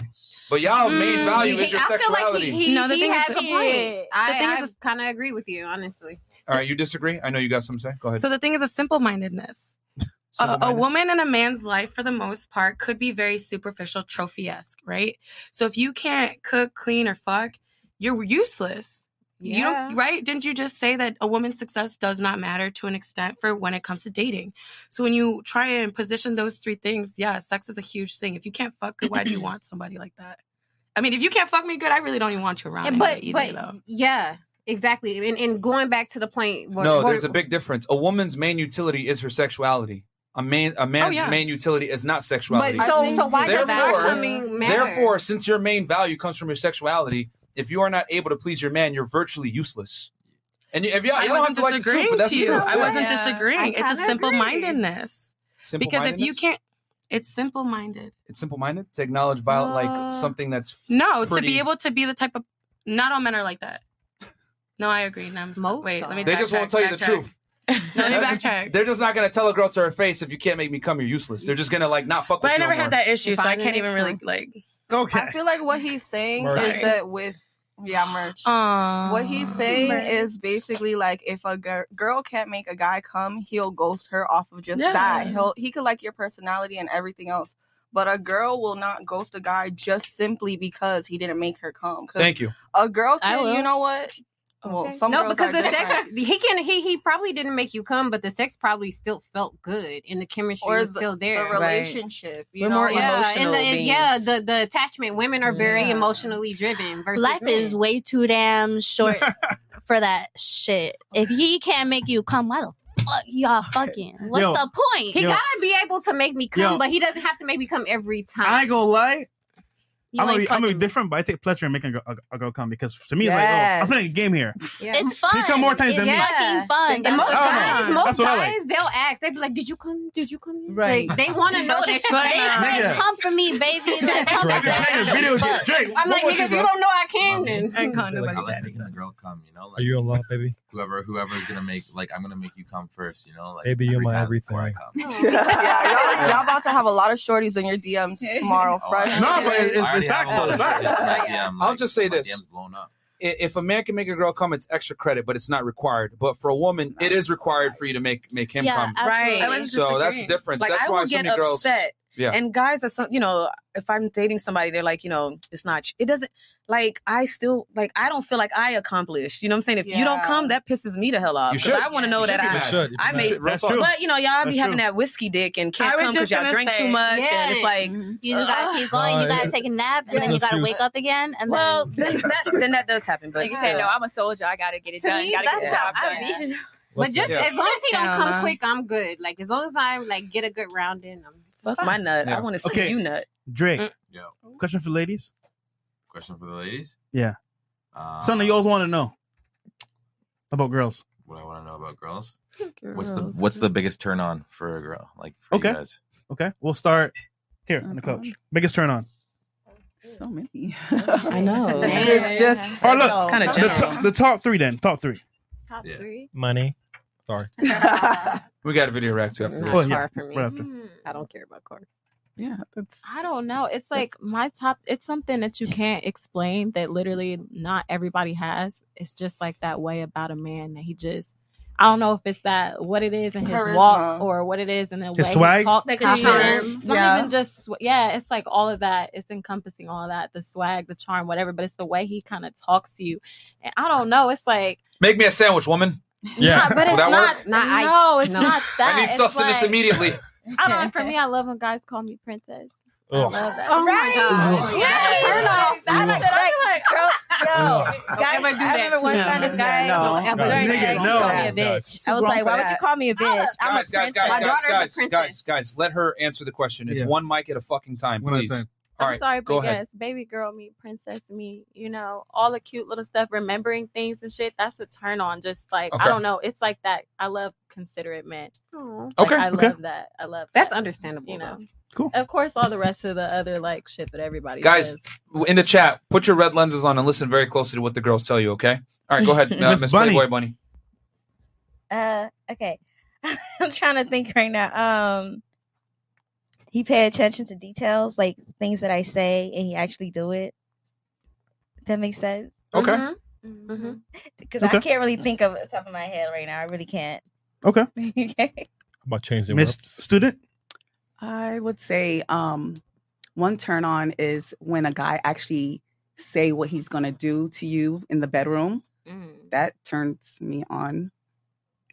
Speaker 1: But y'all, main
Speaker 11: Mm,
Speaker 1: value
Speaker 11: he-
Speaker 1: is your
Speaker 11: I feel like
Speaker 1: sexuality.
Speaker 11: he, he,
Speaker 12: No, the
Speaker 11: he
Speaker 12: thing is-
Speaker 11: has a point.
Speaker 12: The
Speaker 11: I,
Speaker 12: thing
Speaker 11: I
Speaker 12: is-
Speaker 11: kind of agree with you, honestly.
Speaker 1: All right, you disagree? I know you got something to say. Go ahead.
Speaker 12: So the thing is a simple mindedness. A, a
Speaker 1: Simple-minded.
Speaker 12: woman in a man's life, for the most part, could be very superficial, trophy esque, right? So if you can't cook, clean, or fuck, you're useless. You
Speaker 11: Yeah.
Speaker 12: don't, right? Didn't you just say that a woman's success does not matter to an extent for when it comes to dating? So when you try and position those three things, yeah, sex is a huge thing. If you can't fuck good, why do you want somebody like that? I mean, if you can't fuck me good, I really don't even want you around.
Speaker 11: but
Speaker 12: anyway
Speaker 11: but
Speaker 12: either, though.
Speaker 11: yeah, exactly. And, and going back to the point, where,
Speaker 1: no,
Speaker 11: where-
Speaker 1: there's a big difference. A woman's main utility is her sexuality. A man, a man's
Speaker 11: Oh, yeah.
Speaker 1: main utility is not sexuality.
Speaker 11: But so so why does that
Speaker 1: Therefore-
Speaker 11: coming matter?
Speaker 1: Therefore, since your main value comes from your sexuality, if you are not able to please your man, you're virtually useless. And you, if y'all,
Speaker 12: I
Speaker 1: y'all don't have
Speaker 12: wasn't
Speaker 1: to like the
Speaker 12: disagreeing
Speaker 1: truth, but that's
Speaker 12: to you.
Speaker 1: just a
Speaker 12: I wasn't
Speaker 1: fact.
Speaker 12: disagreeing.
Speaker 11: I
Speaker 12: it's a
Speaker 11: kinda
Speaker 12: simple
Speaker 11: agree.
Speaker 12: mindedness. because if you
Speaker 1: Simple-mindedness?
Speaker 12: can't, it's simple minded.
Speaker 1: It's simple minded to acknowledge bio, like
Speaker 12: Uh,
Speaker 1: something that's
Speaker 12: No,
Speaker 1: pretty,
Speaker 12: to be able to be the type of not all men are like that. No, I agree. No, I'm, wait, let me.
Speaker 1: They just won't
Speaker 12: backtrack,
Speaker 1: tell you the
Speaker 12: backtrack.
Speaker 1: truth.
Speaker 12: No, let me backtrack.
Speaker 1: They're just not gonna tell a girl to her face if you can't make me come, you're useless. They're just gonna like not fuck with
Speaker 12: But I
Speaker 1: you.
Speaker 12: never
Speaker 1: no more.
Speaker 12: had that issue, so I
Speaker 13: Find the
Speaker 12: can't even
Speaker 13: next
Speaker 12: really
Speaker 13: one.
Speaker 12: like.
Speaker 2: Okay.
Speaker 13: I feel like what he's saying
Speaker 12: Merch.
Speaker 13: is that with yeah merch.
Speaker 12: Aw.
Speaker 13: what he's saying
Speaker 12: Merch.
Speaker 13: is basically like if a gir- girl can't make a guy come, he'll ghost her off of just
Speaker 12: Yeah.
Speaker 13: that. He'll he could like your personality and everything else. But a girl will not ghost a guy just simply because he didn't make her come. 'Cause
Speaker 1: Thank you.
Speaker 13: A girl
Speaker 11: I
Speaker 13: can,
Speaker 11: will.
Speaker 13: you know what? Well, some
Speaker 11: no,
Speaker 13: girls
Speaker 11: because
Speaker 13: are
Speaker 11: the sex
Speaker 13: different.
Speaker 11: he can he he probably didn't make you come, but the sex probably still felt good and the chemistry
Speaker 13: Or
Speaker 11: was
Speaker 13: the-
Speaker 11: still there.
Speaker 13: the relationship, you
Speaker 11: We're
Speaker 13: know,
Speaker 11: more
Speaker 13: like-
Speaker 11: yeah, and
Speaker 13: emotional
Speaker 11: the, and yeah,
Speaker 13: beings.
Speaker 11: the the attachment women are very
Speaker 16: Yeah.
Speaker 11: emotionally driven. Versus
Speaker 16: Life
Speaker 11: men.
Speaker 16: is way too damn short for that shit. If he can't make you come, why the fuck y'all fucking? What's
Speaker 2: Yo,
Speaker 16: the point?
Speaker 11: He
Speaker 2: yo.
Speaker 11: gotta be able to make me come,
Speaker 2: Yo.
Speaker 11: but he doesn't have to make me come every time.
Speaker 2: I ain't gonna lie.
Speaker 11: You
Speaker 2: I'm gonna,
Speaker 11: ain't
Speaker 2: be, I'm gonna be different, but I take pleasure in making a, a, a girl come because to me, it's like, oh,
Speaker 11: Yes.
Speaker 2: I'm playing a game here.
Speaker 16: It's fun.
Speaker 2: He come more times
Speaker 16: it's
Speaker 2: than me.
Speaker 16: fucking fun.
Speaker 11: And most
Speaker 2: I don't know.
Speaker 11: guys,
Speaker 2: That's
Speaker 11: most
Speaker 2: what I
Speaker 11: guys,
Speaker 2: like.
Speaker 11: they'll ask. They be like, "Did you come? Did you come?"
Speaker 16: Right.
Speaker 11: Like, they want to know that you
Speaker 16: They
Speaker 11: came.
Speaker 16: say, come for me, baby. Like, come
Speaker 17: Drake, I
Speaker 16: for me.
Speaker 17: got video here.
Speaker 16: Fuck.
Speaker 17: Drake,
Speaker 11: I'm
Speaker 17: what
Speaker 11: like, nigga,
Speaker 17: was
Speaker 11: if
Speaker 17: you,
Speaker 11: you
Speaker 17: bro?
Speaker 11: don't know I came, then
Speaker 17: I
Speaker 11: calling
Speaker 17: like, I
Speaker 11: nobody
Speaker 17: like
Speaker 11: daddy.
Speaker 17: making the girl come, you know? Like,
Speaker 6: Are you in love, baby?
Speaker 17: Whoever, whoever's gonna make, like, I'm gonna make you come first, you know? Like,
Speaker 6: Baby, you're my everything.
Speaker 13: yeah, y'all, y'all about to have a lot of shorties in your DMs tomorrow,
Speaker 2: Oh,
Speaker 13: fresh.
Speaker 1: No, but it's,
Speaker 17: I
Speaker 1: it's,
Speaker 17: already
Speaker 1: it's facts
Speaker 17: have
Speaker 1: though.
Speaker 17: all
Speaker 1: It's
Speaker 17: the
Speaker 1: facts.
Speaker 17: shorties in my DM,
Speaker 1: I'll
Speaker 17: like,
Speaker 1: just say
Speaker 17: my
Speaker 1: this:
Speaker 17: DM's blown up.
Speaker 1: I- if a man can make a girl come, it's extra credit, but it's not required. But for a woman, it is required for you to make make him
Speaker 9: Yeah,
Speaker 1: come.
Speaker 9: absolutely. Right. I was
Speaker 1: So that's the
Speaker 9: disagreeing.
Speaker 1: difference.
Speaker 9: Like,
Speaker 1: that's
Speaker 9: I
Speaker 1: why
Speaker 9: will
Speaker 1: so
Speaker 9: get
Speaker 1: many girls.
Speaker 9: upset.
Speaker 1: Yeah.
Speaker 9: And guys are so you know, if I'm dating somebody, they're like, you know, it's not it doesn't like I still like I don't feel like I accomplished. You know what I'm saying? If you don't
Speaker 13: Yeah.
Speaker 9: come, that pisses me the hell off.
Speaker 13: You
Speaker 9: 'cause
Speaker 13: should.
Speaker 9: I want to
Speaker 13: You
Speaker 9: know
Speaker 13: should
Speaker 9: that
Speaker 13: be
Speaker 9: I
Speaker 13: mad. You should. You
Speaker 9: I
Speaker 13: should.
Speaker 9: make
Speaker 13: That's true.
Speaker 9: But you know, y'all
Speaker 13: That's
Speaker 9: be having
Speaker 13: true.
Speaker 9: that whiskey dick and
Speaker 16: I
Speaker 9: can't
Speaker 16: was
Speaker 9: come because
Speaker 16: just
Speaker 9: y'all
Speaker 16: gonna
Speaker 9: drink
Speaker 16: say,
Speaker 9: too much.
Speaker 16: yeah. Mm-hmm.
Speaker 9: And it's like
Speaker 16: You just gotta keep going. You
Speaker 9: Uh,
Speaker 16: gotta take a nap,
Speaker 9: it's
Speaker 16: and then
Speaker 9: an
Speaker 16: you gotta
Speaker 9: excuse.
Speaker 16: wake up again. And
Speaker 9: Well,
Speaker 16: then,
Speaker 9: then that, then that does happen. But
Speaker 14: Like you said,
Speaker 9: still.
Speaker 14: no, I'm a soldier. I gotta get it
Speaker 9: To
Speaker 14: done.
Speaker 9: me,
Speaker 14: gotta
Speaker 9: that's
Speaker 14: get the job
Speaker 9: how I
Speaker 14: done.
Speaker 9: envision-
Speaker 11: But just
Speaker 9: Yeah.
Speaker 11: as long as he don't
Speaker 9: Hell
Speaker 11: come
Speaker 9: nah.
Speaker 11: quick, I'm good. Like as long as I like get a good round in, I'm
Speaker 9: Fuck my nut.
Speaker 2: Yeah.
Speaker 9: I want to see
Speaker 2: Okay.
Speaker 9: you nut.
Speaker 2: Drake,
Speaker 9: Mm.
Speaker 2: question for ladies?
Speaker 17: Question for the ladies?
Speaker 2: Yeah.
Speaker 17: Uh,
Speaker 2: Something you always want to know about girls.
Speaker 17: what I want to know about girls? What's the What's the biggest turn on for a girl? Like, for
Speaker 2: Okay.
Speaker 17: you guys?
Speaker 2: Okay, we'll start here on the
Speaker 9: Uh-huh.
Speaker 2: couch. Biggest turn on.
Speaker 10: So many.
Speaker 9: I know.
Speaker 10: Yeah,
Speaker 9: This-
Speaker 10: yeah,
Speaker 9: this-
Speaker 10: yeah.
Speaker 2: All right, Oh, look,
Speaker 9: Kinda
Speaker 2: the,
Speaker 9: general.
Speaker 2: top, the top three then. Top three.
Speaker 11: Top
Speaker 7: Mm.
Speaker 11: three.
Speaker 6: Money. Sorry.
Speaker 1: We got a video rack too after
Speaker 11: Not
Speaker 1: this.
Speaker 11: Oh, yeah. far from me. Right after.
Speaker 16: Mm.
Speaker 7: Hmm.
Speaker 11: I don't care about cars.
Speaker 10: Yeah,
Speaker 7: I don't know. It's like my top. It's something that you can't explain. That literally not everybody has. It's just like that way about a man that he just. I don't know if it's that what it is in his
Speaker 13: Charisma.
Speaker 7: walk or what it is in the
Speaker 2: His
Speaker 7: way
Speaker 2: swag?
Speaker 7: he talks.
Speaker 2: Like
Speaker 7: to
Speaker 2: his
Speaker 7: you.
Speaker 2: charm.
Speaker 7: Not
Speaker 2: Yeah.
Speaker 7: even just sw- yeah. It's like all of that. It's encompassing all of that. The swag, the charm, whatever. But it's the way he kind of talks to you, and I don't know. It's like
Speaker 1: Make me a sandwich, woman.
Speaker 7: Nah, but
Speaker 1: Will
Speaker 7: it's
Speaker 1: that
Speaker 7: not.
Speaker 1: work?
Speaker 11: Not I-
Speaker 7: no, it's
Speaker 11: no.
Speaker 7: not that.
Speaker 1: I need
Speaker 7: It's
Speaker 1: sustenance
Speaker 7: like-
Speaker 1: immediately.
Speaker 7: I don't know. For me, I love when guys call me princess. I
Speaker 1: Ugh.
Speaker 7: love that.
Speaker 11: Oh my
Speaker 7: Right?
Speaker 11: God.
Speaker 7: Yeah,
Speaker 11: Yes.
Speaker 7: turn off.
Speaker 8: I like that. Like, girl, yo,
Speaker 11: Don't
Speaker 8: guys,
Speaker 11: ever do
Speaker 8: I
Speaker 11: that
Speaker 8: remember
Speaker 11: to
Speaker 8: one
Speaker 11: me.
Speaker 8: time this
Speaker 11: No,
Speaker 8: guy
Speaker 11: no,
Speaker 8: during
Speaker 11: no.
Speaker 8: the
Speaker 11: Nigga,
Speaker 8: day, he
Speaker 1: no.
Speaker 8: called me a bitch. I was like, why would you call me a bitch? I'm
Speaker 1: guys, guys,
Speaker 8: a princess.
Speaker 1: guys,
Speaker 8: My
Speaker 1: guys,
Speaker 8: daughter's a
Speaker 1: guys, guys, guys, Let her answer the question. It's
Speaker 2: Yeah.
Speaker 1: one mic at a fucking time,
Speaker 2: One at a
Speaker 1: please.
Speaker 2: time.
Speaker 1: All
Speaker 7: I'm
Speaker 1: right,
Speaker 7: sorry,
Speaker 1: go
Speaker 7: but
Speaker 1: ahead.
Speaker 7: yes, baby girl me, princess me, you know, all the cute little stuff, remembering things and shit. That's a turn on. Just like
Speaker 1: Okay.
Speaker 7: I don't know, it's like that. I love considerate men. Like,
Speaker 1: Okay,
Speaker 7: I
Speaker 1: okay.
Speaker 7: love that. I love
Speaker 11: That's
Speaker 7: that.
Speaker 11: understandable,
Speaker 7: You know,
Speaker 2: cool.
Speaker 7: Of course, all the rest of the other like shit that everybody
Speaker 1: Guys,
Speaker 7: says.
Speaker 1: in the chat, put your red lenses on and listen very closely to what the girls tell you. Okay. All right, go ahead, uh,
Speaker 2: Miss
Speaker 1: Miss
Speaker 2: Bunny.
Speaker 1: Playboy Bunny.
Speaker 8: Uh, okay. I'm trying to think right now. Um, he pay attention to details, like things that I say, and he actually do it. That makes sense.
Speaker 1: Okay.
Speaker 12: Mm-hmm.
Speaker 7: Mm-hmm.
Speaker 8: Because
Speaker 6: Okay.
Speaker 8: I can't really think of it top of my head right now. I really can't.
Speaker 2: Okay.
Speaker 8: okay.
Speaker 6: about changing
Speaker 2: Miss student.
Speaker 10: I would say um, one turn on is when a guy actually say what he's gonna do to you in the bedroom. That turns me on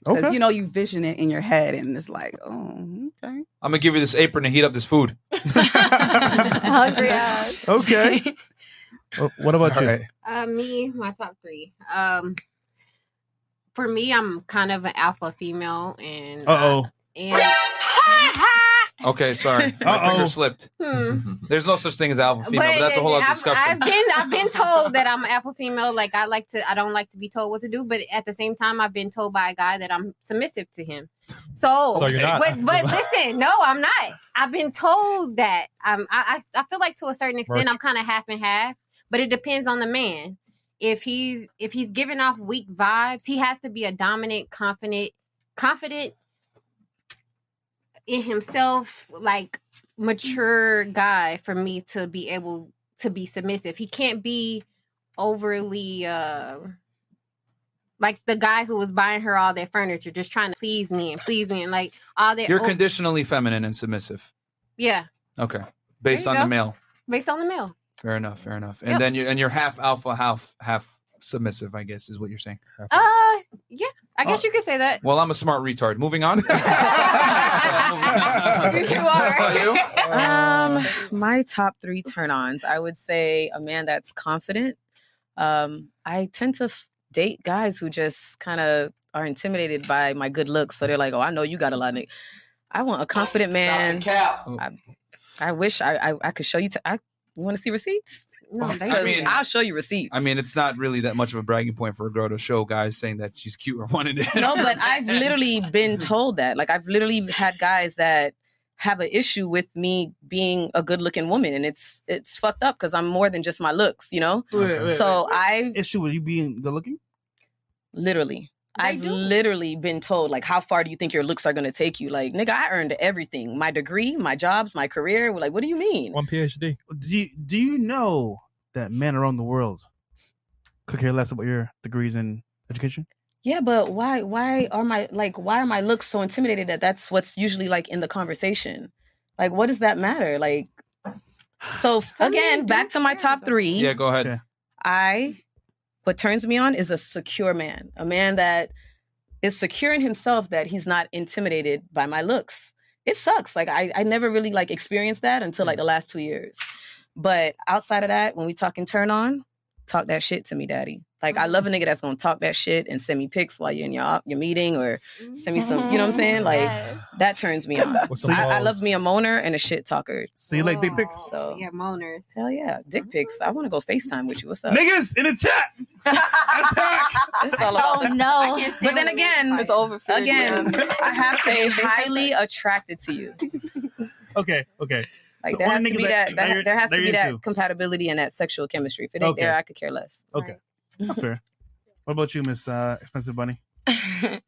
Speaker 10: because
Speaker 1: Okay.
Speaker 10: you know you vision it in your head and it's like, oh, okay.
Speaker 1: I'm gonna give you this apron to heat up this food.
Speaker 7: Hungry eyes.
Speaker 2: Okay. Oh, what about you?
Speaker 11: Uh, me, my top three. Um, for me, I'm kind of an alpha female, and
Speaker 1: Uh oh.
Speaker 11: and
Speaker 1: Okay, sorry. My
Speaker 2: Uh-oh.
Speaker 1: finger slipped.
Speaker 11: hmm.
Speaker 1: There's no such thing as alpha female, but that's a whole other
Speaker 11: uh, I've,
Speaker 1: discussion.
Speaker 11: I've been I've been told that I'm an alpha female. Like I like to I don't like to be told what to do, but at the same time I've been told by a guy that I'm submissive to him. So,
Speaker 6: So you're not.
Speaker 11: but but listen, no, I'm not. I've been told that. Um, I I, I feel like to a certain extent
Speaker 6: Merch.
Speaker 11: I'm kind of half and half, but it depends on the man. If he's if he's giving off weak vibes, he has to be a dominant, confident, confident in himself like mature guy for me to be able to be submissive. He can't be overly uh like the guy who was buying her all that furniture, just trying to please me and please me and like all that.
Speaker 1: You're
Speaker 11: oh,
Speaker 1: conditionally feminine and submissive.
Speaker 11: yeah,
Speaker 1: Okay. based
Speaker 11: There
Speaker 1: on
Speaker 11: you
Speaker 1: the
Speaker 11: go.
Speaker 1: male.
Speaker 11: Based on the male.
Speaker 1: Fair enough. Fair enough. And
Speaker 11: Yeah.
Speaker 1: then you and you're half alpha, half half submissive. I guess is what you're saying.
Speaker 11: Uh, yeah. I guess
Speaker 1: Oh.
Speaker 11: you could say that.
Speaker 1: Well, I'm a smart retard. Moving on.
Speaker 11: you
Speaker 1: Oh,
Speaker 11: are.
Speaker 9: Um, my top three turn ons. I would say a man that's confident. Um, I tend to f- date guys who just kind of are intimidated by my good looks. So they're like, oh, I know you got a lot of. Nick. I want a confident man. I, I wish I, I, I could show you. T- I want to see receipts. No,
Speaker 1: Oh, I
Speaker 9: because
Speaker 1: mean-
Speaker 9: I'll show you receipts.
Speaker 1: I mean, it's not really that much of a bragging point for a girl to show guys saying that she's cute or wanted it.
Speaker 9: no, but I've literally been told that. Like I've literally had guys that have an issue with me being a good looking woman and it's it's fucked up because I'm more than just my looks, you know? so I
Speaker 2: issue with you being good looking?
Speaker 9: literally I've literally been told like how far do you think your looks are gonna take you? Like, nigga, I earned everything. My degree, my jobs, my career. Like, what do you mean?
Speaker 6: One PhD.
Speaker 2: Do you, do you know that men around the world could care less about your degrees in education?
Speaker 9: Yeah, but why why are my like why are my looks so intimidated that that's what's usually like in the conversation? Like what does that matter? Like so f- again, back to my top 3.
Speaker 1: Yeah, go ahead.
Speaker 9: I what turns me on is a secure man, a man that is secure in himself that he's not intimidated by my looks. It sucks. Like I, I never really like experienced that until like the last two years. But outside of that, when we talk and turn on, talk that shit to me, daddy. Like I love a nigga that's gonna talk that shit and send me pics while you're in your your meeting or send me some. You know what I'm saying? Like that turns me on.
Speaker 2: With some
Speaker 9: I, I
Speaker 2: balls.
Speaker 9: love me a moaner and a shit talker.
Speaker 2: So you like dick pics?
Speaker 9: So
Speaker 11: yeah, moaners.
Speaker 9: Hell yeah, dick pics. I want to go Facetime with you. What's up,
Speaker 2: Niggas in the chat.
Speaker 9: It's all about.
Speaker 16: Oh, no.
Speaker 9: But then again, it's over.
Speaker 16: you,
Speaker 9: Again, I have to be highly attracted to you.
Speaker 2: Okay, okay.
Speaker 9: Like
Speaker 2: So
Speaker 9: there
Speaker 2: all
Speaker 9: has to
Speaker 2: the niggas
Speaker 9: be
Speaker 2: that-
Speaker 9: that. that-
Speaker 2: that you're-
Speaker 9: there has
Speaker 2: that
Speaker 9: to be
Speaker 2: you're
Speaker 9: that
Speaker 2: into.
Speaker 9: compatibility and that sexual chemistry. If it ain't
Speaker 2: Okay.
Speaker 9: there, I could care less.
Speaker 2: Okay, that's fair. What about you, Miss uh, Expensive Bunny?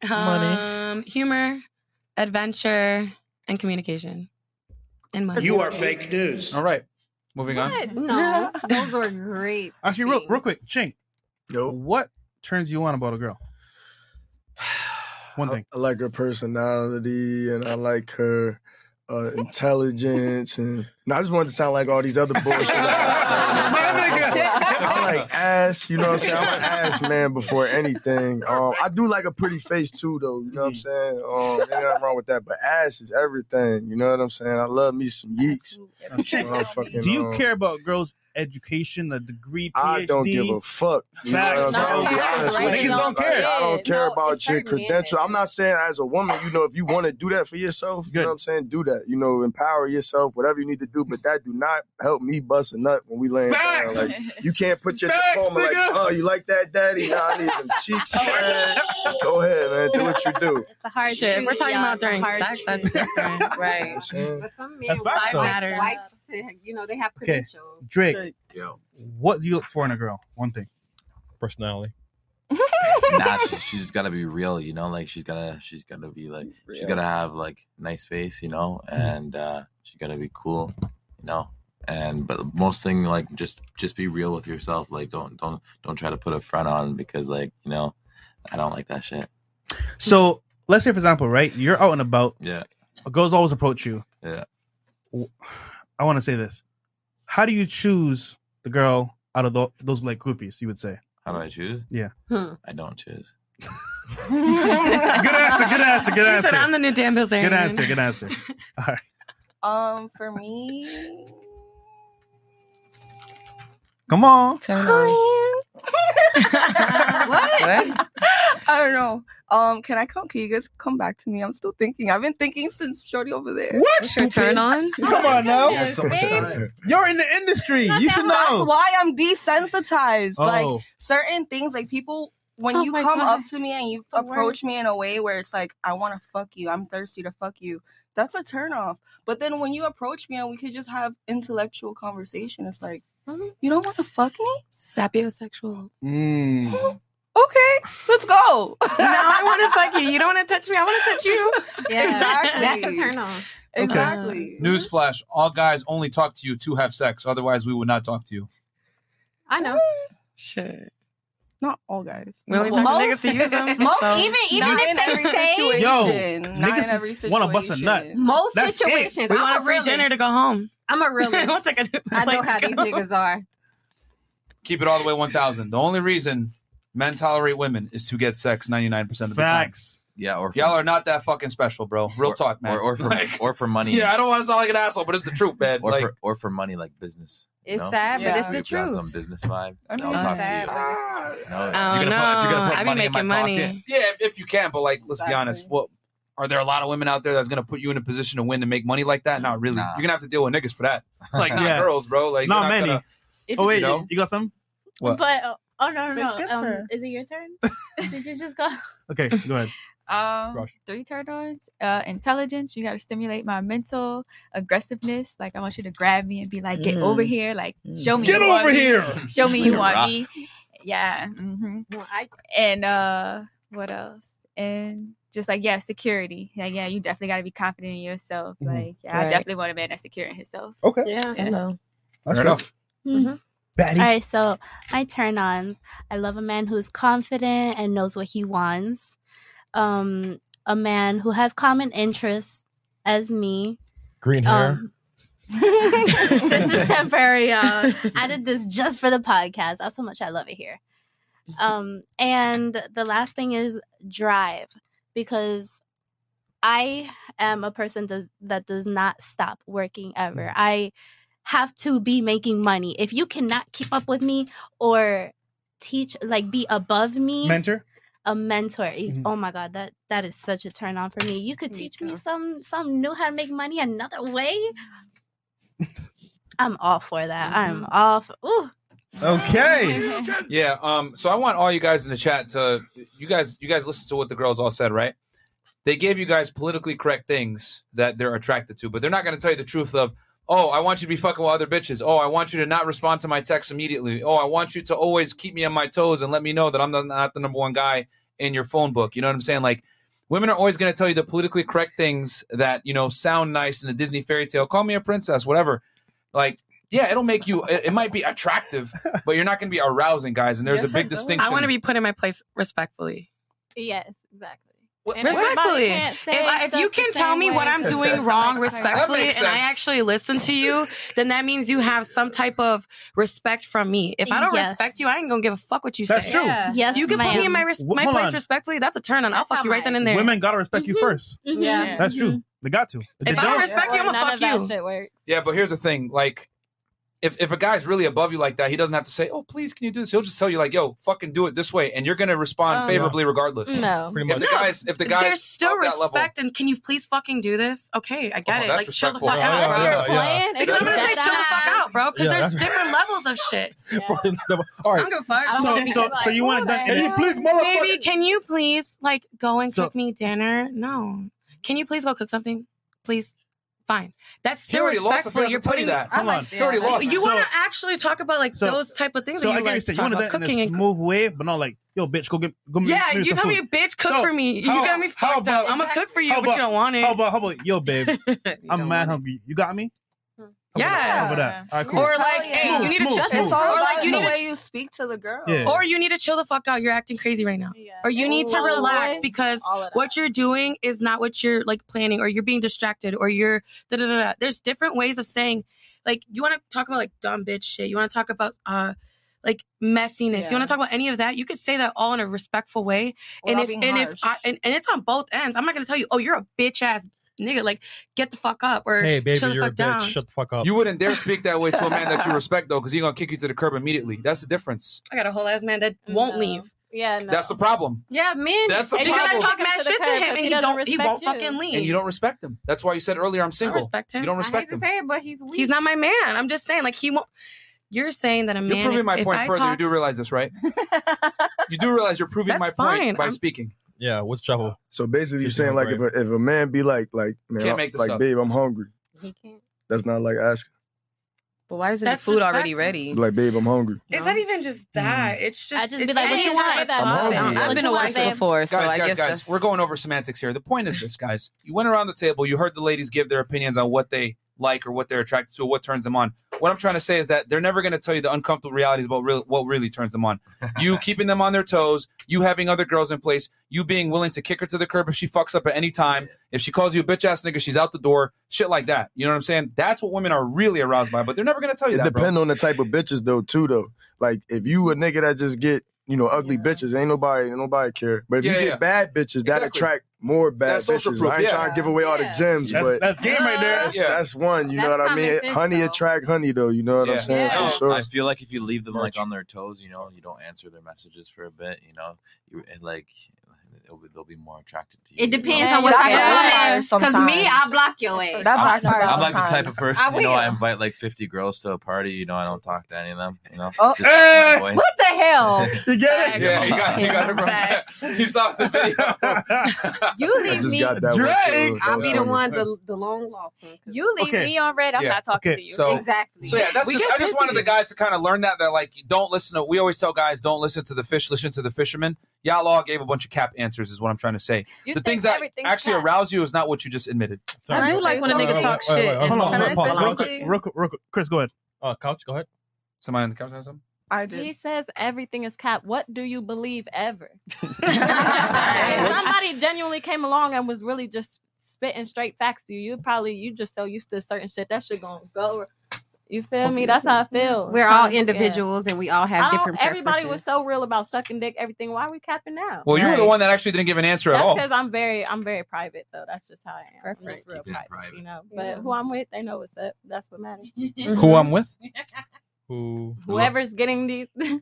Speaker 12: Um, humor, adventure, and communication. And money.
Speaker 2: news.
Speaker 1: All right, moving
Speaker 11: What? No, those are great.
Speaker 2: Actually, real, real quick, Chink. What turns you on about a girl? One thing.
Speaker 18: I like her personality and I like her uh, intelligence and no, I just wanted to sound like all these other bullshit. I like ass, you know what I'm saying? I'm an ass man before anything. Um, I do like a pretty face too, though. You
Speaker 2: Mm-hmm.
Speaker 18: know what I'm saying? Um, ain't nothing wrong with that, but ass is everything. You know what I'm saying? I love me some yeeks. That's
Speaker 2: Chink,
Speaker 18: what I'm fucking um,
Speaker 2: do you
Speaker 18: on.
Speaker 2: care about girls' education, a degree, PhD?
Speaker 18: I don't give a fuck. You know
Speaker 2: Facts.
Speaker 18: what I'm saying? I'll be
Speaker 2: Niggas
Speaker 18: honest with you.
Speaker 2: don't
Speaker 18: Like,
Speaker 2: care.
Speaker 18: I don't care
Speaker 2: No,
Speaker 18: about
Speaker 2: it's
Speaker 18: your
Speaker 2: certain men
Speaker 18: credential. I'm not saying as a woman, you know, if you want to do that for yourself, you know what I'm saying? Do that. You know, empower yourself, whatever you need to do, but that do not help me bust a nut when we laying down.
Speaker 19: Facts.
Speaker 18: Like, you can't put your
Speaker 19: Facts,
Speaker 18: diploma like,
Speaker 19: nigga.
Speaker 18: oh, you like that, daddy? Nah, I need them cheeks, man. Go ahead, man. Do what you do.
Speaker 5: It's a hard
Speaker 12: Shit, if we're
Speaker 5: truth,
Speaker 12: talking
Speaker 5: y'all.
Speaker 12: about
Speaker 5: It's a
Speaker 12: during
Speaker 5: hard
Speaker 12: sex,
Speaker 5: truth.
Speaker 12: that's different.
Speaker 9: right.
Speaker 11: But some men
Speaker 2: That's facts,
Speaker 11: like,
Speaker 2: though.
Speaker 11: like to, you know, they have
Speaker 2: Okay,
Speaker 11: credentials.
Speaker 2: Drake. What do you look for in a girl? One thing.
Speaker 6: Personality.
Speaker 17: nah, she's, she's got to be real, you know. Like she's gotta, she's gotta be like, she's
Speaker 18: Real.
Speaker 17: gotta have like nice face, you know,
Speaker 6: Mm-hmm.
Speaker 17: and uh, she's gotta be cool, you know. And but most thing like just just be real with yourself. Like don't don't don't try to put a front on because like you know, I don't like that shit.
Speaker 2: So let's say, for example, right? You're out and about.
Speaker 17: Yeah.
Speaker 2: Girls always approach you.
Speaker 17: Yeah.
Speaker 2: W- I want to say this. How do you choose the girl out of tho- those like groupies? You would say.
Speaker 17: How do I choose?
Speaker 2: Yeah.
Speaker 12: Hmm.
Speaker 17: I don't choose.
Speaker 2: Good answer. Good answer. Good
Speaker 12: He
Speaker 2: answer.
Speaker 12: said, "I'm the new Dan Bilzerian."
Speaker 2: Good answer. Good answer. All right.
Speaker 13: Um, for me,
Speaker 2: Come on.
Speaker 9: Turn on.
Speaker 13: what? I don't know. Um, can I come? Can you guys come back to me? I'm still thinking. I've been thinking since Shorty over there.
Speaker 2: What? What's your
Speaker 9: turn on?
Speaker 2: Come on now.
Speaker 13: Yeah, so much time.
Speaker 2: You're in the industry. You should
Speaker 13: That's
Speaker 2: know.
Speaker 13: why I'm desensitized.
Speaker 2: Oh.
Speaker 13: Like certain things, like people. When
Speaker 11: Oh
Speaker 13: you
Speaker 11: my
Speaker 13: come
Speaker 11: God.
Speaker 13: up to me and you
Speaker 11: The
Speaker 13: approach me in a way where it's like, I want to fuck you, I'm thirsty to fuck you, that's a turnoff. But then when you approach me and we could just have intellectual conversation, it's like,
Speaker 12: Mm-hmm.
Speaker 13: you don't want to fuck me?
Speaker 12: Sapiosexual.
Speaker 2: Hmm.
Speaker 13: Okay, let's go.
Speaker 12: No, I want to fuck you. You don't want to touch me. I want to touch you.
Speaker 11: Yeah,
Speaker 13: Exactly.
Speaker 11: that's a turn on.
Speaker 13: Exactly.
Speaker 1: Newsflash: All guys only talk to you to have sex. Otherwise, we would not talk to you.
Speaker 11: I know.
Speaker 12: Shit.
Speaker 13: Not all guys.
Speaker 12: We only talk to niggas to use them.
Speaker 11: most-
Speaker 12: so-
Speaker 11: even- even
Speaker 13: Not
Speaker 11: if
Speaker 13: in
Speaker 11: they
Speaker 13: every
Speaker 11: say-
Speaker 13: situation.
Speaker 2: Yo,
Speaker 13: not in
Speaker 2: niggas
Speaker 13: every situation.
Speaker 2: wanna bust a nut.
Speaker 11: Most
Speaker 2: That's it.
Speaker 11: situations.
Speaker 2: We
Speaker 11: I'm
Speaker 2: want
Speaker 11: a
Speaker 2: a free
Speaker 11: realist.
Speaker 2: dinner to
Speaker 12: go home.
Speaker 11: I'm a realist.
Speaker 12: We'll take a
Speaker 11: I know
Speaker 12: plane to
Speaker 11: how these
Speaker 12: go.
Speaker 11: niggas are.
Speaker 1: Keep it all the way 1,000. The only reason men tolerate women is to get sex 99% of the
Speaker 2: Facts.
Speaker 1: time. Yeah, or y'all are not that fucking special, bro. Real talk, man.
Speaker 17: or, or for
Speaker 1: Like,
Speaker 17: or for money.
Speaker 1: yeah, I don't want to sound like an asshole, but it's the truth, man.
Speaker 17: or
Speaker 1: Like-
Speaker 17: for or for money like business. you
Speaker 11: It's
Speaker 17: know?
Speaker 11: sad, but
Speaker 17: If
Speaker 11: it's the
Speaker 17: you're on Some
Speaker 11: truth.
Speaker 17: business vibe.
Speaker 11: I mean,
Speaker 17: I'll
Speaker 11: it's
Speaker 17: talk
Speaker 11: sad,
Speaker 17: to
Speaker 11: but
Speaker 17: you. No, if
Speaker 1: Oh,
Speaker 17: you're gonna put- if you're gonna
Speaker 1: no.
Speaker 17: put
Speaker 1: I be
Speaker 17: money in my
Speaker 1: making
Speaker 17: pocket,
Speaker 1: money. Yeah, if, if you can, but like, let's be honest. What are there a lot of women out there that's gonna put you in a position to win and make money like that? Not really. You're gonna have to deal with niggas for that. Like not
Speaker 2: Yeah.
Speaker 1: girls, bro. Like
Speaker 2: Not
Speaker 1: you're
Speaker 2: many.
Speaker 1: Gonna,
Speaker 16: It
Speaker 2: Oh wait,
Speaker 1: you know?
Speaker 2: you got some?
Speaker 1: What?
Speaker 16: But oh, oh, no,
Speaker 14: They
Speaker 16: no,
Speaker 14: skipped
Speaker 16: no. Um,
Speaker 14: her.
Speaker 16: is it your turn?
Speaker 14: Mm-hmm.
Speaker 16: Did you just go?
Speaker 2: Okay, go ahead.
Speaker 14: Um,
Speaker 2: Rush.
Speaker 14: three turn ons. Uh, intelligence. You got to stimulate my mental aggressiveness. Like I want you to grab me and be like, "Get
Speaker 16: Mm.
Speaker 14: over here! Like show me.
Speaker 2: Get
Speaker 14: you want
Speaker 2: over
Speaker 14: me.
Speaker 2: here!
Speaker 14: Show me you
Speaker 2: You're
Speaker 14: want
Speaker 2: rough.
Speaker 14: me." Yeah. hmm and uh, what else? And just like yeah, security. Like yeah, you definitely got to be confident in yourself.
Speaker 3: Mhm.
Speaker 14: Like yeah, I
Speaker 3: Right.
Speaker 14: definitely want a man that's secure in himself.
Speaker 2: Oh.
Speaker 3: Okay.
Speaker 14: Yeah.
Speaker 16: Hello.
Speaker 3: That's
Speaker 1: Fair enough.
Speaker 16: Mm-hmm. All right, so my turn ons. I love a man who's confident and knows what he wants. Um, a man who has common interests as me.
Speaker 6: Green hair.
Speaker 16: Um, this is temporary. Uh, I did this just for the podcast. That's how much I love it here. Um, and the last thing is drive because I am a person does, that does not stop working ever. I have to be making money. If you cannot keep up with me or teach, like be above me,
Speaker 2: Mentor?
Speaker 16: a mentor. E-
Speaker 2: Mhm.
Speaker 16: Oh my god, that that is such a turn on for me. You could teach me some some new how to make money another way. I'm all for that. I'm all for. Ooh.
Speaker 2: Okay.
Speaker 1: Yeah. Um. So I want all you guys in the chat to you guys you guys listen to what the girls all said, right? They gave you guys politically correct things that they're attracted to, but they're not going to tell you the truth of. Oh, I want you to be fucking with other bitches. Oh, I want you to not respond to my texts immediately. Oh, I want you to always keep me on my toes and let me know that I'm the- not the number one guy in your phone book. You know what I'm saying? Like, women are always going to tell you the politically correct things that you know sound nice in the Disney fairy tale. Call me a princess, whatever. Like, yeah, it'll make you. It, it might be attractive, but you're not going to be arousing, guys. And there's a big distinction.
Speaker 12: I want to be put in my place respectfully.
Speaker 7: Yes, exactly.
Speaker 12: Respectfully, if, I- if you can tell me what I'm doing wrong
Speaker 3: That
Speaker 12: respectfully,
Speaker 3: makes
Speaker 12: and I
Speaker 3: sense.
Speaker 12: actually listen to you, then that means you have some type of respect from me. If I don't
Speaker 16: Yes.
Speaker 12: respect you, I ain't gonna give a fuck what you
Speaker 2: That's
Speaker 12: say.
Speaker 2: true. Yeah.
Speaker 16: Yes,
Speaker 12: you can put me in my res-
Speaker 2: ma'am. Wh-
Speaker 12: my
Speaker 2: hold
Speaker 12: place
Speaker 2: on.
Speaker 12: respectfully. That's a turn on. I'll fuck you right then and there.
Speaker 2: Women gotta respect you first.
Speaker 12: Mhm. Yeah.
Speaker 2: That's true. They got to. They
Speaker 12: If I don't respect you, I'm
Speaker 7: None
Speaker 12: gonna
Speaker 7: of that
Speaker 12: fuck you.
Speaker 7: shit works.
Speaker 1: Yeah, but here's the thing: like, if if a guy's really above you like that, he doesn't have to say, "Oh, please, can you do this?" He'll just tell you, like, "Yo, fucking do it this way," and you're gonna respond
Speaker 12: Oh,
Speaker 1: favorably regardless.
Speaker 12: No.
Speaker 1: if
Speaker 12: Pretty
Speaker 1: the
Speaker 12: much.
Speaker 1: guys, if the
Speaker 12: There's
Speaker 1: guys,
Speaker 12: still
Speaker 1: of that level-
Speaker 12: respect, and can you please fucking do this? Okay, I get
Speaker 1: Oh,
Speaker 12: it.
Speaker 1: that's
Speaker 12: Like, chill the
Speaker 1: respectful.
Speaker 12: fuck
Speaker 1: Yeah,
Speaker 12: out,
Speaker 1: yeah,
Speaker 12: bro.
Speaker 1: yeah, yeah.
Speaker 12: Because I'm gonna say chill the fuck out, bro. Because
Speaker 6: Yeah,
Speaker 12: there's
Speaker 6: that's-
Speaker 12: different levels of shit.
Speaker 2: All right.
Speaker 12: I don't give a fuck. I
Speaker 2: So,
Speaker 12: don't
Speaker 2: so,
Speaker 12: care.
Speaker 2: so you want to dunk in it?
Speaker 12: Baby, can you please like go and
Speaker 2: So-
Speaker 12: cook me dinner? No. Can you please go cook something? Please. Fine. That's
Speaker 2: He
Speaker 12: still
Speaker 2: already lost
Speaker 12: respectful.
Speaker 2: if he doesn't tell you that. Hold on. He already lost.
Speaker 12: You want to
Speaker 2: So-
Speaker 12: actually talk about like
Speaker 2: so-
Speaker 12: those type of things
Speaker 2: So
Speaker 12: that
Speaker 2: I
Speaker 12: you
Speaker 2: get
Speaker 12: like
Speaker 2: you
Speaker 12: to
Speaker 2: you
Speaker 12: talk
Speaker 2: want to
Speaker 12: about
Speaker 2: dunk in
Speaker 12: cooking
Speaker 2: a
Speaker 12: and
Speaker 2: smooth way, but not like, yo, bitch, go get, go make-
Speaker 12: Yeah,
Speaker 2: make
Speaker 12: you
Speaker 2: some
Speaker 12: tell me,
Speaker 2: food.
Speaker 12: bitch, cook
Speaker 2: So,
Speaker 12: for me. You
Speaker 2: how-
Speaker 12: got me
Speaker 2: how
Speaker 12: fucked up.
Speaker 2: about-
Speaker 12: I'm gonna cook for you,
Speaker 2: how
Speaker 12: but you
Speaker 2: about-
Speaker 12: don't want it.
Speaker 2: How about, how about, yo, babe, I'm mad hungry. You got me?
Speaker 12: yeah.
Speaker 2: Over that. All right, cool.
Speaker 12: Or
Speaker 13: Oh,
Speaker 12: like, hey, you need to chill.
Speaker 13: It's
Speaker 12: or
Speaker 13: all
Speaker 12: like,
Speaker 13: about
Speaker 12: you
Speaker 13: the
Speaker 12: need to
Speaker 13: way you speak to the girl.
Speaker 2: Yeah.
Speaker 12: Or you need to chill the fuck out. You're acting crazy right now. Or you need to
Speaker 13: Always,
Speaker 12: relax because
Speaker 13: all of that.
Speaker 12: what you're doing is not what you're like planning, or you're being distracted, or you're da da da. da. There's different ways of saying, like, you want to talk about like dumb bitch shit. You want to talk about uh, like messiness. You
Speaker 13: Yeah.
Speaker 12: want to talk about any of that. You could say that all in a respectful way. and
Speaker 13: Without
Speaker 12: if
Speaker 13: being
Speaker 12: and if
Speaker 13: harsh.
Speaker 12: I, and, and it's on both ends. I'm not gonna tell you, oh, you're a bitch ass nigga. Like, get the fuck up or
Speaker 6: Hey, baby,
Speaker 12: chill the
Speaker 6: you're a
Speaker 12: fuck
Speaker 6: bitch.
Speaker 12: down.
Speaker 6: Shut the fuck up.
Speaker 1: you wouldn't dare speak that way to a man that you respect, though, because he's gonna kick you to the curb immediately. That's the difference.
Speaker 12: I got a whole ass man that won't leave.
Speaker 7: Yeah, no.
Speaker 1: That's the problem.
Speaker 7: yeah, men.
Speaker 1: That's the
Speaker 7: and you gotta
Speaker 1: problem.
Speaker 7: talk mad shit to him, and he don't. He won't
Speaker 12: fucking leave.
Speaker 1: And you don't respect him. That's why you said earlier, "I'm single."
Speaker 12: respect him.
Speaker 1: You don't
Speaker 12: I hate
Speaker 1: respect him.
Speaker 11: Say it, but he's weak.
Speaker 12: He's not my man. I'm just saying, like he won't. You're saying that a man.
Speaker 1: You're proving
Speaker 12: if-
Speaker 1: my
Speaker 12: if
Speaker 1: point
Speaker 12: I
Speaker 1: further.
Speaker 12: talked-
Speaker 1: You do realize this, right? you do realize you're proving my
Speaker 12: That's
Speaker 1: point
Speaker 12: fine.
Speaker 1: by
Speaker 12: I'm-
Speaker 1: speaking.
Speaker 6: Yeah, what's trouble?
Speaker 18: So basically, you're
Speaker 6: Just
Speaker 18: saying like if
Speaker 6: remember
Speaker 18: a, if a man be like like man,
Speaker 1: Can't
Speaker 18: I'm-
Speaker 1: make this
Speaker 18: like
Speaker 1: up.
Speaker 18: babe, I'm hungry.
Speaker 11: He can't.
Speaker 18: That's not like asking.
Speaker 9: But why isn't
Speaker 12: That's
Speaker 9: the food already
Speaker 12: respectful.
Speaker 9: ready?
Speaker 18: Like babe, I'm hungry.
Speaker 12: It's not even just
Speaker 1: Mm.
Speaker 12: that. It's just.
Speaker 16: I just be
Speaker 12: it's
Speaker 16: like, what
Speaker 12: any
Speaker 16: you want?
Speaker 12: type of
Speaker 16: I'm
Speaker 12: topic.
Speaker 16: hungry.
Speaker 12: I've
Speaker 16: What
Speaker 12: been
Speaker 16: you
Speaker 12: a
Speaker 16: want,
Speaker 12: wife
Speaker 16: babe?
Speaker 12: before, so
Speaker 1: guys,
Speaker 12: I
Speaker 1: guys, guys,
Speaker 12: guess that's-
Speaker 1: we're going over semantics here. The point is this, guys. You went around the table. You heard the ladies give their opinions on what they like or what they're attracted to, what turns them on. what I'm trying to say is that they're never going to tell you the uncomfortable realities about real, what really turns them on. You keeping them on their toes, you having other girls in place, you being willing to kick her to the curb if she fucks up at any time, if she calls you a bitch ass nigga, she's out the door, shit like that. You know what I'm saying? That's what women are really aroused by, but they're never going to tell you
Speaker 18: It
Speaker 1: that. bro.
Speaker 18: depends on the type of bitches though, too though. Like if you a nigga that just get, you know, ugly bitches, ain't nobody nobody care. But if
Speaker 1: Yeah,
Speaker 18: you get
Speaker 1: yeah.
Speaker 18: bad bitches, that
Speaker 1: Exactly.
Speaker 18: attract more bad
Speaker 1: That's social
Speaker 18: bitches.
Speaker 1: proof,
Speaker 18: I ain't
Speaker 1: yeah.
Speaker 18: trying to give away all the gems,
Speaker 2: That's-
Speaker 18: but
Speaker 2: that's game right there.
Speaker 18: That's,
Speaker 2: Yeah.
Speaker 18: that's one. You know
Speaker 2: That's
Speaker 18: what I mean?
Speaker 2: common sense,
Speaker 18: honey attract honey though. You know what I'm saying?
Speaker 17: I-
Speaker 18: For sure.
Speaker 17: I feel like if you leave them like on their toes, you know, you don't answer their messages for a bit, you know, you and like it'll be, they'll be more attracted to you.
Speaker 11: It depends
Speaker 17: Yeah,
Speaker 11: on what
Speaker 17: that
Speaker 11: type of woman.
Speaker 17: backfires
Speaker 11: Because me,
Speaker 17: sometimes.
Speaker 11: I block your ass.
Speaker 17: I'm, I'm like the type of person,
Speaker 11: I
Speaker 17: you know, I
Speaker 11: will.
Speaker 17: invite like 50 girls to a party, you know, I don't talk to any of them, you know.
Speaker 11: Oh.
Speaker 17: just my boy.
Speaker 11: What the hell?
Speaker 18: you
Speaker 17: get
Speaker 1: it? Yeah, you got, you got it, bro. You saw the video.
Speaker 11: You
Speaker 1: I
Speaker 11: leave
Speaker 1: just
Speaker 11: me.
Speaker 1: got that one, too. That
Speaker 11: I'll
Speaker 1: was
Speaker 11: be the
Speaker 1: funny.
Speaker 11: one, the, the long lost one. 'cause-
Speaker 14: You leave
Speaker 1: Okay.
Speaker 14: me on red. I'm
Speaker 1: Yeah.
Speaker 14: not talking
Speaker 1: Okay.
Speaker 14: to you.
Speaker 1: So-
Speaker 11: exactly.
Speaker 1: So yeah, that's just I just wanted the guys to kind of learn that that like you don't listen to. We always tell guys don't listen to the fish, listen to the fisherman. Y'all all gave a bunch of cap answers, is what I'm trying to say.
Speaker 13: You
Speaker 1: the
Speaker 13: think
Speaker 1: things that
Speaker 13: everything's
Speaker 1: actually
Speaker 13: cap.
Speaker 1: arouse you is not what you just admitted.
Speaker 13: Can I do like when a nigga talk
Speaker 6: wait, wait,
Speaker 13: shit.
Speaker 6: hold
Speaker 13: and-
Speaker 6: on, hold on,
Speaker 13: Can I say
Speaker 6: pause, real quick,
Speaker 13: something?
Speaker 6: real quick, real quick. Chris, go ahead.
Speaker 17: Oh, couch, go ahead.
Speaker 1: Somebody on the couch has something.
Speaker 13: I did.
Speaker 7: He says everything is cap. What do you believe ever? if somebody genuinely came along and was really just spitting straight facts to you, you probably you just so used to certain shit that shit gonna go. You feel me? That's
Speaker 11: Mm-hmm.
Speaker 7: how I feel.
Speaker 11: We're all
Speaker 7: Yeah.
Speaker 11: individuals and we all
Speaker 7: I
Speaker 11: have
Speaker 7: don't-
Speaker 11: different
Speaker 7: Everybody was
Speaker 11: preferences.
Speaker 7: so real about sucking dick, everything. Why are we capping now?
Speaker 1: Well, you were the one that actually didn't give an answer at
Speaker 7: That's
Speaker 1: all.
Speaker 7: because I'm very, I'm very private though. That's just how I am. I'm just real
Speaker 1: Keep it
Speaker 7: private,
Speaker 1: private.
Speaker 7: you know. But
Speaker 11: Yeah.
Speaker 7: who I'm with, they know what's up. That's what matters.
Speaker 1: Who I'm with? Who?
Speaker 7: Whoever's getting these. no.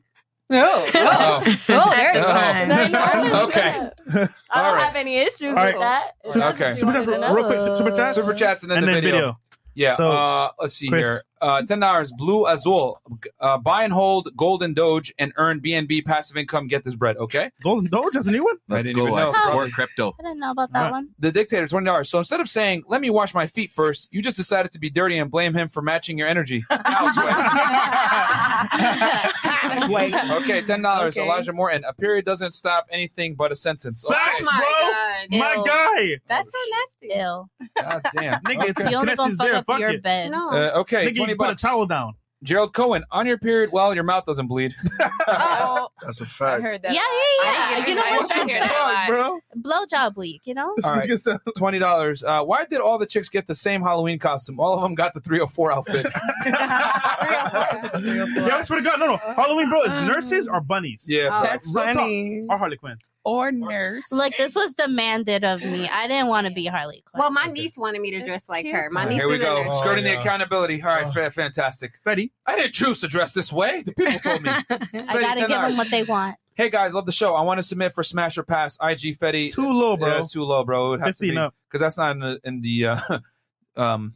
Speaker 1: Oh.
Speaker 7: Oh, there it is.
Speaker 1: Oh.
Speaker 7: They know what's
Speaker 1: Okay.
Speaker 7: up. I don't have any issues
Speaker 1: All
Speaker 7: with
Speaker 1: right.
Speaker 7: that.
Speaker 1: okay.
Speaker 7: Super chats, real quick, super chats?
Speaker 1: Super chats and then,
Speaker 2: And
Speaker 1: the
Speaker 2: then
Speaker 1: video.
Speaker 2: video.
Speaker 1: Yeah.
Speaker 2: So,
Speaker 1: uh, let's see
Speaker 2: Chris.
Speaker 1: here. Uh, Ten dollars. Blue Azul. Uh, buy and hold Golden Doge and earn BNB passive income. Get this bread. Okay.
Speaker 2: Golden Doge is a new one.
Speaker 1: I
Speaker 17: Let's
Speaker 1: didn't
Speaker 17: go.
Speaker 1: even
Speaker 17: I
Speaker 1: know.
Speaker 17: support crypto.
Speaker 16: I don't know about that one.
Speaker 1: The dictator, twenty dollars. So instead of saying, "Let me wash my feet first, you just decided to be dirty and blame him for matching your energy. Okay, ten dollars.
Speaker 11: Okay.
Speaker 1: Elijah Morton. A period doesn't stop anything but a sentence. Okay.
Speaker 11: Oh my
Speaker 1: My
Speaker 11: Ew.
Speaker 1: guy.
Speaker 11: That's so nasty.
Speaker 16: Ill.
Speaker 1: God damn.
Speaker 2: Nigga,
Speaker 1: Okay.
Speaker 2: if the connection's there, fuck it.
Speaker 11: No.
Speaker 1: Uh, okay,
Speaker 2: Nigga, you
Speaker 1: twenty
Speaker 2: put a
Speaker 1: bucks.
Speaker 2: towel down.
Speaker 1: Gerald Cohen, on your period while your mouth doesn't bleed.
Speaker 18: That's a fact.
Speaker 16: Yeah, yeah, yeah. You know what? That's that. Blowjob week, you know?
Speaker 1: All right, twenty dollars. Uh, why did all the chicks get the same Halloween costume? All of them got the three hundred four outfit.
Speaker 2: Yeah, I swear to God, no, no. Halloween, bro, is
Speaker 13: Um,
Speaker 2: nurses or bunnies.
Speaker 1: Yeah,
Speaker 16: Oh, facts.
Speaker 2: Real talk.
Speaker 16: bunnies.
Speaker 2: Or Harley Quinn.
Speaker 10: Or nurse.
Speaker 16: Look, this was demanded of me. I didn't want to be Harley Quinn.
Speaker 11: Well, my niece wanted me to dress like her. My
Speaker 1: All right,
Speaker 11: niece
Speaker 1: here we
Speaker 11: is
Speaker 1: go.
Speaker 11: in it.
Speaker 18: Oh,
Speaker 1: Skirting the accountability. All
Speaker 2: Oh.
Speaker 1: right, fa- fantastic.
Speaker 2: Ready?
Speaker 1: I didn't choose to dress this way. The people told me.
Speaker 16: I gotta give them what they want.
Speaker 1: Hey guys, love the show. I want to submit for Smash or Pass. IG Fetty.
Speaker 2: Too low, bro.
Speaker 1: Yeah, it's too low, bro. It would have to
Speaker 2: 15
Speaker 1: be
Speaker 2: up.
Speaker 1: because that's not in the, in the uh, um.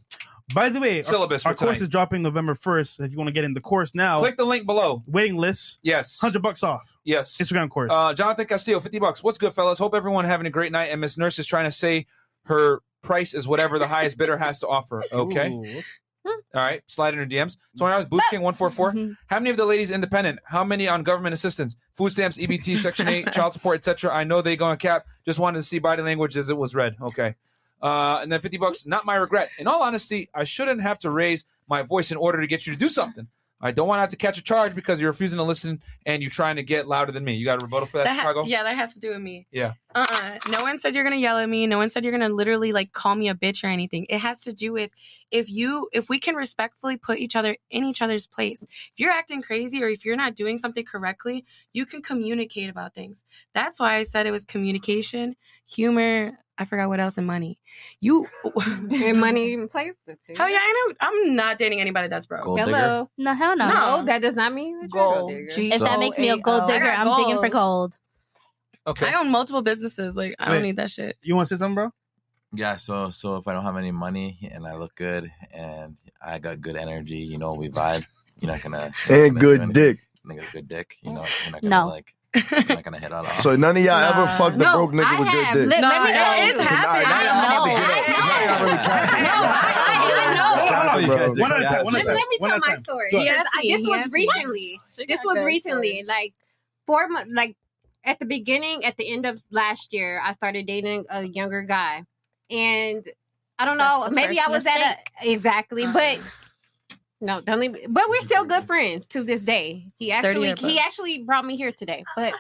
Speaker 2: By the way, our-
Speaker 1: syllabus
Speaker 2: Our,
Speaker 1: for
Speaker 2: course
Speaker 1: tonight.
Speaker 2: is dropping November first. If you want to get in the course now,
Speaker 1: Click the link below.
Speaker 2: Waiting list.
Speaker 1: Yes.
Speaker 2: Hundred bucks off.
Speaker 1: Yes.
Speaker 2: Instagram course.
Speaker 1: Uh, Jonathan Castillo, 50 bucks. What's good, fellas? Hope everyone having a great night. And Miss Nurse is trying to say her price is whatever the highest bidder has to offer. Okay. All right. Slide in her DMs. 20 hours. Boots King
Speaker 12: Mm-hmm.
Speaker 1: 144. How many of the ladies independent? How many on government assistance? Food stamps, EBT, Section 8, child support, etc. I know they go on cap. Just wanted to see body language as it was read. Okay. Uh, and then 50 bucks. Not my regret. In all honesty, I shouldn't have to raise my voice in order to get you to do something. I don't want to have to catch a charge because you're refusing to listen and you're trying to get louder than me. You got a rebuttal for that,
Speaker 12: That ha-
Speaker 1: Chicago?
Speaker 12: yeah, that has to do with me.
Speaker 1: Yeah.
Speaker 12: Uh uh No one said you're gonna yell at me. No one said you're gonna literally like call me a bitch or anything. It has to do with if you if we can respectfully put each other in each other's place. If you're acting crazy or if you're not doing something correctly, you can communicate about things. That's why I said it was communication, humor. I forgot what else and money. You
Speaker 11: And money even plays with it.
Speaker 12: Hell yeah, I know. I'm not dating anybody that's broke.
Speaker 11: Gold digger? Hello.
Speaker 16: No, hell no.
Speaker 11: No, that does not mean that you're a gold digger. Oh,
Speaker 16: If that makes me a gold digger,
Speaker 12: I got
Speaker 16: I'm digging for
Speaker 12: goals.
Speaker 16: gold.
Speaker 1: Okay.
Speaker 12: I own multiple businesses. Like I don't
Speaker 17: Wait.
Speaker 12: need that shit.
Speaker 2: You want to say something, bro?
Speaker 17: Yeah, so so if I don't have any money and I look good and I got good energy, you know, we vibe. You're not gonna you're
Speaker 18: And
Speaker 17: not gonna do
Speaker 18: good
Speaker 17: anything.
Speaker 18: dick.
Speaker 17: Nigga, good dick. You know, you're not gonna
Speaker 18: No.
Speaker 17: like. You're not gonna hit out. off.
Speaker 18: So none of y'all ever fucked the
Speaker 17: No,
Speaker 18: broke nigga with
Speaker 17: have.
Speaker 18: good dick.
Speaker 17: Let- let me-
Speaker 18: Nah,
Speaker 17: it is
Speaker 18: nah,
Speaker 17: happening.
Speaker 18: nah,
Speaker 17: I
Speaker 18: y'all have to
Speaker 17: know.
Speaker 18: get up. Y'all ain't really capping.
Speaker 2: Hold on,
Speaker 18: Bro.
Speaker 2: hold on. One at a time. One at a
Speaker 11: Let,
Speaker 2: time.
Speaker 11: let me tell
Speaker 2: one at a
Speaker 11: my
Speaker 2: time.
Speaker 11: story.
Speaker 2: Go
Speaker 11: Because
Speaker 2: ahead.
Speaker 11: I, this was recently. This was recently, like four months, like at the beginning, at the end of last year, I started dating a younger guy, and I don't
Speaker 16: That's
Speaker 11: know,
Speaker 16: the
Speaker 11: maybe
Speaker 16: first
Speaker 11: I was at a exactly, but No, don't leave. me- But we're still
Speaker 16: Mm-hmm.
Speaker 11: good friends to this day. He actually
Speaker 9: year,
Speaker 11: he
Speaker 9: bro.
Speaker 11: actually brought me here today. But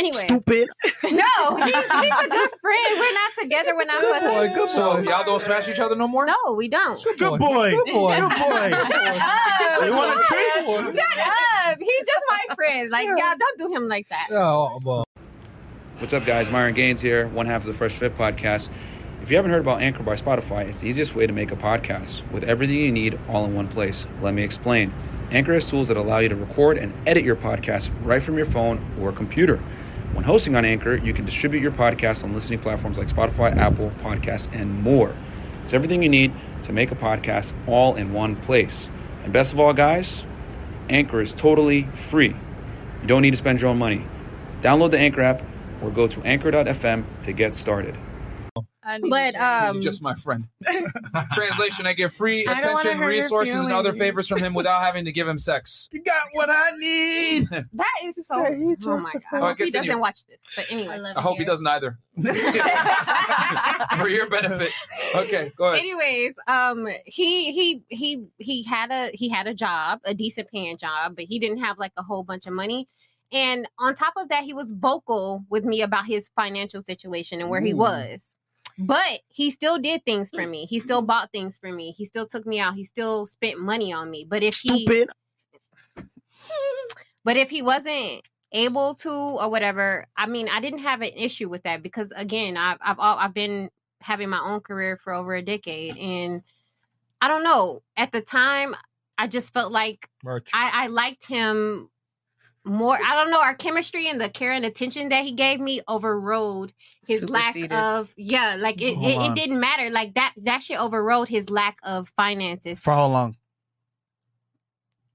Speaker 11: anyway,
Speaker 18: Stupid.
Speaker 11: no, he's, he's a good friend. We're not together when I'm with him.
Speaker 1: So y'all don't smash each other no more.
Speaker 11: No, we don't.
Speaker 1: Good boy.
Speaker 2: Good boy. Good boy.
Speaker 11: Shut up.
Speaker 2: You want a
Speaker 11: Shut up. He's just my friend. Like, y'all don't do him like that.
Speaker 1: What's up, guys? Myron Gaines here, one half of the Fresh Fit podcast. If you haven't heard about Anchor by Spotify, it's the easiest way to make a podcast with everything you need all in one place. Let me explain. Anchor has tools that allow you to record and edit your podcast right from your phone or computer. When hosting on Anchor, you can distribute your podcast on listening platforms like Spotify, Apple Podcasts, and more. It's everything you need to make a podcast all in one place. And best of all, guys, Anchor is totally free. You don't need to spend your own money. Download the Anchor app or go to anchor.fm to get started.
Speaker 11: But um,
Speaker 1: just my friend. Translation I get free
Speaker 11: I don't wanna
Speaker 1: attention,
Speaker 11: hurt your
Speaker 1: resources, and other
Speaker 11: feelings.
Speaker 1: favors from him without having to give him sex.
Speaker 2: You got what I need.
Speaker 11: that is so.
Speaker 2: So you
Speaker 11: oh my god!
Speaker 2: justify-
Speaker 11: I
Speaker 1: All
Speaker 11: hope
Speaker 1: right,
Speaker 11: he
Speaker 1: continue.
Speaker 11: doesn't watch this. But anyway,
Speaker 1: I hope he doesn't either. For your benefit. Okay, go ahead.
Speaker 11: Anyways, um, he he he he had a he had a job, a decent paying job, but he didn't have like a whole bunch of money. And on top of that, he was vocal with me about his financial situation and where he
Speaker 9: Ooh.
Speaker 11: was. But he still did things for me. He still bought things for me. He still took me out. He still spent money on me. But if he
Speaker 18: Stupid.
Speaker 11: but if he wasn't able to or whatever, I mean, I didn't have an issue with that because again, I've I've al- I've been having my own career for over a decade, and I don't know. At the time, I just felt like
Speaker 6: Merch.
Speaker 11: I, I liked him more. I don't know. Our chemistry and the care and attention that he gave me overrode his
Speaker 9: Superseded.
Speaker 11: lack of yeah. Like it,
Speaker 2: Hold
Speaker 11: it,
Speaker 2: on.
Speaker 11: it didn't matter. Like that that shit overrode his lack of finances.
Speaker 2: For how long?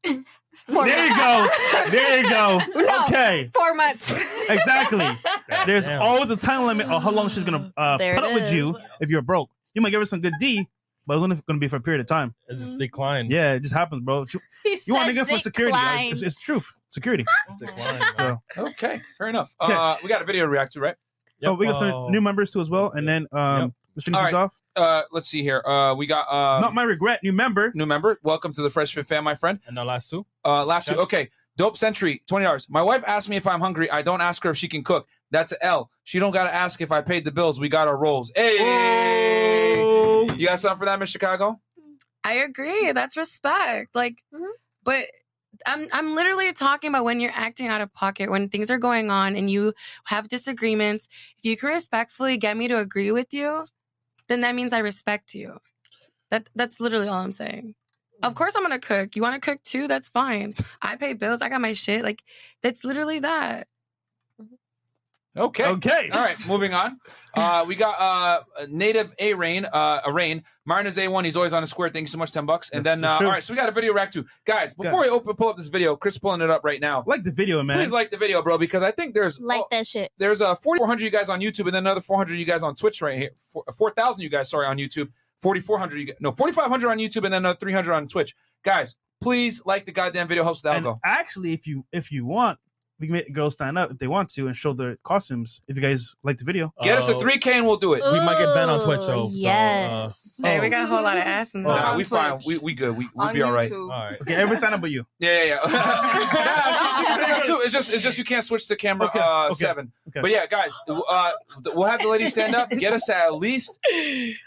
Speaker 11: For
Speaker 2: There you go. There you go.
Speaker 11: No,
Speaker 2: Okay.
Speaker 11: four months.
Speaker 2: Exactly. There's always a time limit on how long she's gonna uh,
Speaker 11: There
Speaker 2: put
Speaker 11: it
Speaker 2: up with you if you're broke. You might give her some good D, but it's only gonna be for a period of time.
Speaker 6: It's
Speaker 13: Mm-hmm.
Speaker 6: just decline.
Speaker 2: Yeah, it just happens, bro. You,
Speaker 11: He
Speaker 2: you want
Speaker 11: said
Speaker 2: to get for security? guys. It's,
Speaker 11: decline.
Speaker 2: it's truth. Security. So,
Speaker 1: Okay, fair enough.
Speaker 2: Okay.
Speaker 1: Uh, we got a video to react to, right?
Speaker 2: oh, we got some new members too as well, and then um, let's finish
Speaker 1: All
Speaker 2: this
Speaker 1: right.
Speaker 2: off.
Speaker 1: Uh, let's see here. Uh, we got uh,
Speaker 2: Not my regret. New member.
Speaker 1: New member. Welcome to the Fresh Fit Fan, my friend.
Speaker 6: And the last two.
Speaker 1: Uh, last two.
Speaker 6: Chefs?
Speaker 1: Okay. Dope Sentry, twenty dollars. My wife asked me if I'm hungry. I don't ask her if she can cook. That's a L. She don't gotta ask if I paid the bills. We got our rolls. Hey, you got something for that, Miss Chicago?
Speaker 12: I agree. That's respect. Like,
Speaker 10: Mm-hmm.
Speaker 12: but I'm I'm literally talking about when you're acting out of pocket, when things are going on, and you have disagreements. If you can respectfully get me to agree with you, then that means I respect you. That that's literally all I'm saying. Of course, I'm gonna cook. You want to cook too? That's fine. I pay bills. I got my shit. Like, that's literally that.
Speaker 1: Okay.
Speaker 2: Okay.
Speaker 1: All right. Moving on. Uh, we got uh, native A Rain. Uh, A Rain. Martin is A one. He's always on a square. Thank you so much. Ten bucks. And then
Speaker 2: for
Speaker 1: uh,
Speaker 2: sure.
Speaker 1: all right. So we got a video rack too, guys. Before I open pull up this video, Chris pulling it up right now.
Speaker 2: Like the video, man.
Speaker 1: Please like the video, bro, because I think there's
Speaker 16: Like that shit.
Speaker 1: there's uh 4400 you guys on youtube and then another 400 you guys on twitch right here Four- 4000 you guys sorry on youtube 4400 you guys, no 4500 on youtube and then another 300 on twitch guys please like the goddamn video helps the algo
Speaker 2: actually if you if you want we can make girls stand up if they want to and show their costumes if you guys like the video
Speaker 1: get us a 3k and we'll do it
Speaker 6: We might get banned on Twitch, so- so,
Speaker 16: yes.
Speaker 2: uh,
Speaker 12: Hey,
Speaker 10: Oh.
Speaker 2: oh.
Speaker 12: we got a whole lot of ass in there.
Speaker 1: Oh, nah, we fine we, we good we, we'll
Speaker 12: On
Speaker 1: be all right
Speaker 12: YouTube.
Speaker 6: all right
Speaker 2: okay everybody stand up but you
Speaker 1: yeah yeah yeah Nah, she- she can stand up too. it's just it's just you can't switch to camera uh seven
Speaker 2: okay.
Speaker 1: but yeah guys uh we'll have the ladies stand up get us at least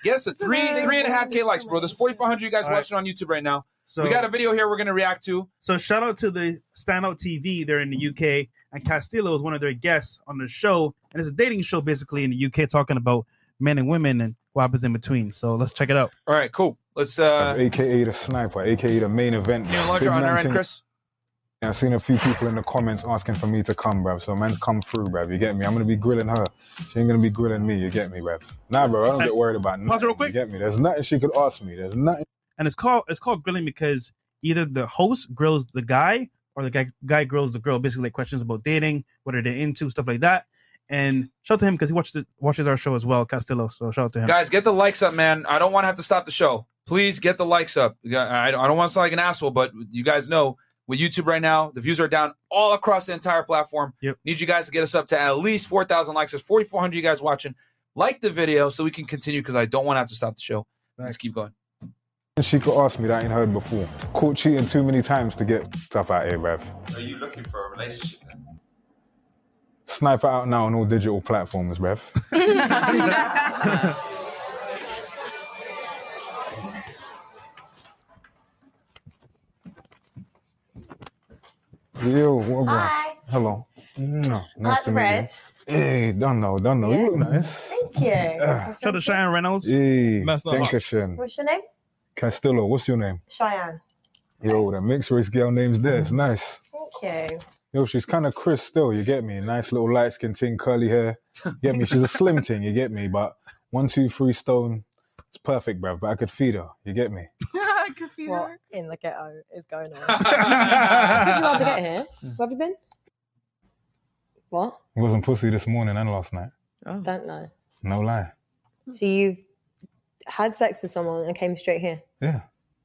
Speaker 1: get us a three three and a half k likes bro there's 4400 you guys
Speaker 2: All right.
Speaker 1: watching on youtube right now
Speaker 2: So-
Speaker 1: we got a video here we're gonna react to
Speaker 2: so shout out to the standout tv they're in the uk and castillo is one of their guests on the show and it's a dating show basically in the uk talking about men and women and what happens in between so let's check it out
Speaker 1: All right, cool. Let's uh
Speaker 20: AKA the sniper, AKA the main event.
Speaker 1: you enlarge
Speaker 20: Big
Speaker 1: your honor
Speaker 20: man
Speaker 1: end,
Speaker 20: seen-
Speaker 1: Chris.
Speaker 20: yeah, I've seen a few people in the comments asking for me to come, bruv. So man's come through, bruv. You get me? I'm gonna be grilling her. She ain't gonna be grilling me. You get me, bruv? Nah, bro. I don't get worried about nothing.
Speaker 2: Pause real quick.
Speaker 20: You get me? There's nothing she could ask me. There's nothing.
Speaker 2: and it's called it's called grilling because either the host grills the guy or the guy guy grills the girl, basically like questions about dating, what are they into, stuff like that. And shout out to him because he watches the, watches our show as well, Castillo. So shout out to him.
Speaker 1: Guys, get the likes up, man. I don't want to have to stop the show. Please get the likes up. Yeah, I I don't want to sound like an asshole, but you guys know with YouTube right now, the views are down all across the entire platform. Need you guys to get us up to at least 4,000 likes. There's 4,400 you guys watching. Like the video so we can continue because I don't want to have to stop the show. Let's keep going.
Speaker 20: she could ask me that I ain't heard before. Caught cheating too many times to get stuff out here, bruv.
Speaker 21: Are you looking for a relationship? Then?
Speaker 20: Sniper out now on all digital platforms, bruv. Yo, what
Speaker 22: Hi.
Speaker 20: Hello. Mwah, Nice
Speaker 22: Lots
Speaker 20: to
Speaker 22: of
Speaker 20: meet you.
Speaker 22: reds.
Speaker 20: Hey, don't know, don't know. You
Speaker 22: Yeah.
Speaker 20: look nice.
Speaker 22: Thank you.
Speaker 2: Shout out to Cheyenne Reynolds.
Speaker 20: Hey,
Speaker 2: Messed up.
Speaker 20: thank you, Shin.
Speaker 22: What's your name?
Speaker 20: Castillo, what's your name?
Speaker 22: Cheyenne.
Speaker 20: Yo, the mixed race girl name's there. It's nice.
Speaker 22: Thank you.
Speaker 20: Yo, she's kind of Chris still, you get me? Nice little light skin ting, curly hair. You get me? She's a slim ting, you get me? But one, two, three stone, it's perfect, bruv. But I could feed her, you get me?
Speaker 22: what in the ghetto is going on? Took you long to get here. Where have you been? What?
Speaker 20: It wasn't pussy this morning and last night.
Speaker 22: Don't know.
Speaker 20: No lie.
Speaker 22: So you've had sex with someone and came straight here.
Speaker 20: Yeah.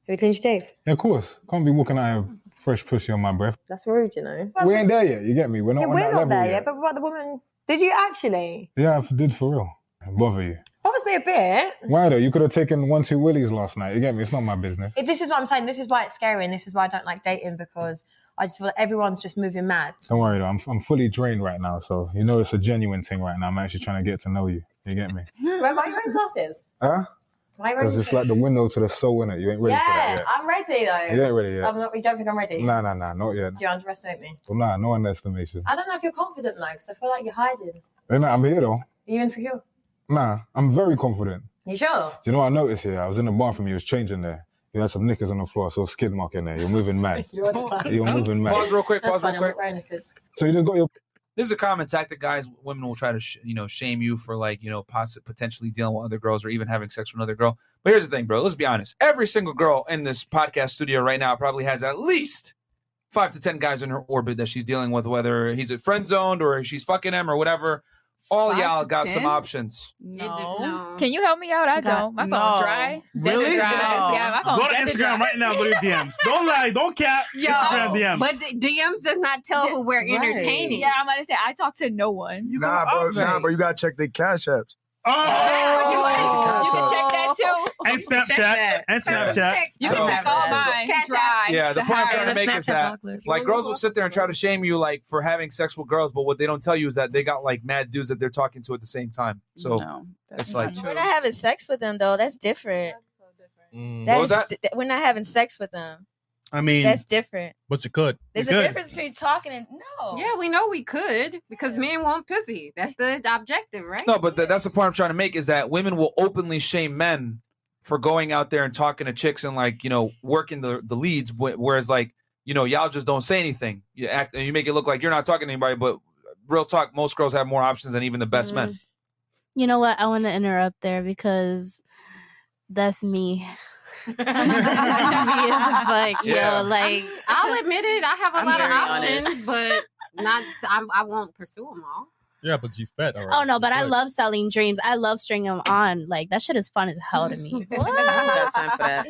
Speaker 22: Have you cleaned your teeth?
Speaker 20: Yeah, of course. Can't be walking out of fresh pussy on my breath.
Speaker 22: That's rude, you know.
Speaker 20: We ain't there yet, you get me? We're not
Speaker 22: yeah,
Speaker 20: on
Speaker 22: we're
Speaker 20: that
Speaker 22: not
Speaker 20: level
Speaker 22: there
Speaker 20: yet.
Speaker 22: yet. But what the woman? Did you actually?
Speaker 20: Yeah, I did for real. Bother you.
Speaker 22: Bothers me a bit.
Speaker 20: Why though? You could have taken one, two willies last night. You get me? It's not my business.
Speaker 22: It- This is what I'm saying. This is why it's scary, and this is why I don't like dating because I just feel like everyone's just moving mad.
Speaker 20: Don't worry though. I'm, I'm fully drained right now. So, you know, it's a genuine thing right now. I'm actually trying to get to know you. You get me?
Speaker 22: Where am I wearing glasses?
Speaker 20: Huh?
Speaker 22: Am I wearing
Speaker 20: Because it's like the window to the soul, innit? You ain't ready
Speaker 22: yeah,
Speaker 20: for that
Speaker 22: I'm ready though.
Speaker 20: You ain't ready yet.
Speaker 22: I'm not, you don't think I'm ready?
Speaker 20: yet. Nah, nah, nah. Not yet.
Speaker 22: Do you underestimate me?
Speaker 20: Well, nah, no underestimation.
Speaker 22: I don't know if you're confident though, because I feel like you're hiding. Are
Speaker 20: Hey, nah, I'm here though.
Speaker 22: you insecure?
Speaker 20: Nah, I'm very confident.
Speaker 22: You sure?
Speaker 20: Do you know what I noticed here? I was in the bathroom. You was changing there. You had some knickers on the floor. I saw a skid mark in there. You're moving mad.
Speaker 22: You're
Speaker 20: You're moving mad.
Speaker 1: Pause real quick.
Speaker 22: That's
Speaker 1: Pause
Speaker 22: fine,
Speaker 1: real
Speaker 22: I'm
Speaker 1: quick.
Speaker 22: not wearing knickers.
Speaker 20: So you just got your.
Speaker 1: This is a common tactic, guys. Women will try to, sh- you know, shame you for like, you know, poss- potentially dealing with other girls or even having sex with another girl. But here's the thing, bro. Let's be honest. Every single girl in this podcast studio right now probably has at least five to ten guys in her orbit that she's dealing with, whether he's at friend zoned or she's fucking him or whatever. All
Speaker 14: Five
Speaker 1: y'all
Speaker 14: to
Speaker 1: got
Speaker 14: 10?
Speaker 1: some options.
Speaker 14: No. Can you help me out? I Got- don't. My phone no. dry. Dead
Speaker 2: Really?
Speaker 14: Dry. Yeah, my phone
Speaker 2: Go to
Speaker 14: dead
Speaker 2: Instagram
Speaker 14: dry.
Speaker 2: right now. Go to your DMs. Don't lie. Don't cap.
Speaker 11: Yo,
Speaker 2: Instagram DMs.
Speaker 11: But the DMs does not tell who we're
Speaker 14: Right.
Speaker 11: entertaining.
Speaker 14: Yeah, I'm gonna say I talk to no one.
Speaker 18: Nah, bro. Nah, bro. You gotta check the cash apps.
Speaker 2: Oh!
Speaker 14: Yeah, you, can, you can check that too.
Speaker 2: And Snapchat. And Snapchat.
Speaker 14: You can
Speaker 1: So-
Speaker 14: check all mine. Dry.
Speaker 1: Yeah, the point I'm trying to make is that like girls will
Speaker 14: will.
Speaker 1: sit there and try to shame you like for having sex with girls, but what they don't tell you is that they got like mad dudes that they're talking to at the same time. So it's like
Speaker 8: We're not having sex with them though. That's different.
Speaker 1: What was
Speaker 8: is
Speaker 1: that?
Speaker 8: di- we're not having sex with them.
Speaker 2: I mean,
Speaker 8: That's different.
Speaker 6: But you could.
Speaker 8: There's a difference between talking and no.
Speaker 11: Yeah, we know we could because men want pussy. That's the objective, right?
Speaker 1: no, but th- that's the point I'm trying to make is that women will openly shame men for going out there and talking to chicks and like you know working the the leads, wh- whereas like you know y'all just don't say anything. You act and you make it look like you're not talking to anybody, but real talk, most girls have more options than even the best men.
Speaker 16: You know what? I want to interrupt there because that's me. Zombie as fuck,
Speaker 11: Yeah.
Speaker 16: yo. Like,
Speaker 11: I'll admit it. I have a
Speaker 16: I'm
Speaker 11: lot of
Speaker 16: very honest.
Speaker 11: options, but not. I'm, I won't pursue them all.
Speaker 6: Yeah, but you fed. All right.
Speaker 16: oh no, but I love selling dreams. I love stringing them on. Like that shit is fun as hell to me.
Speaker 11: At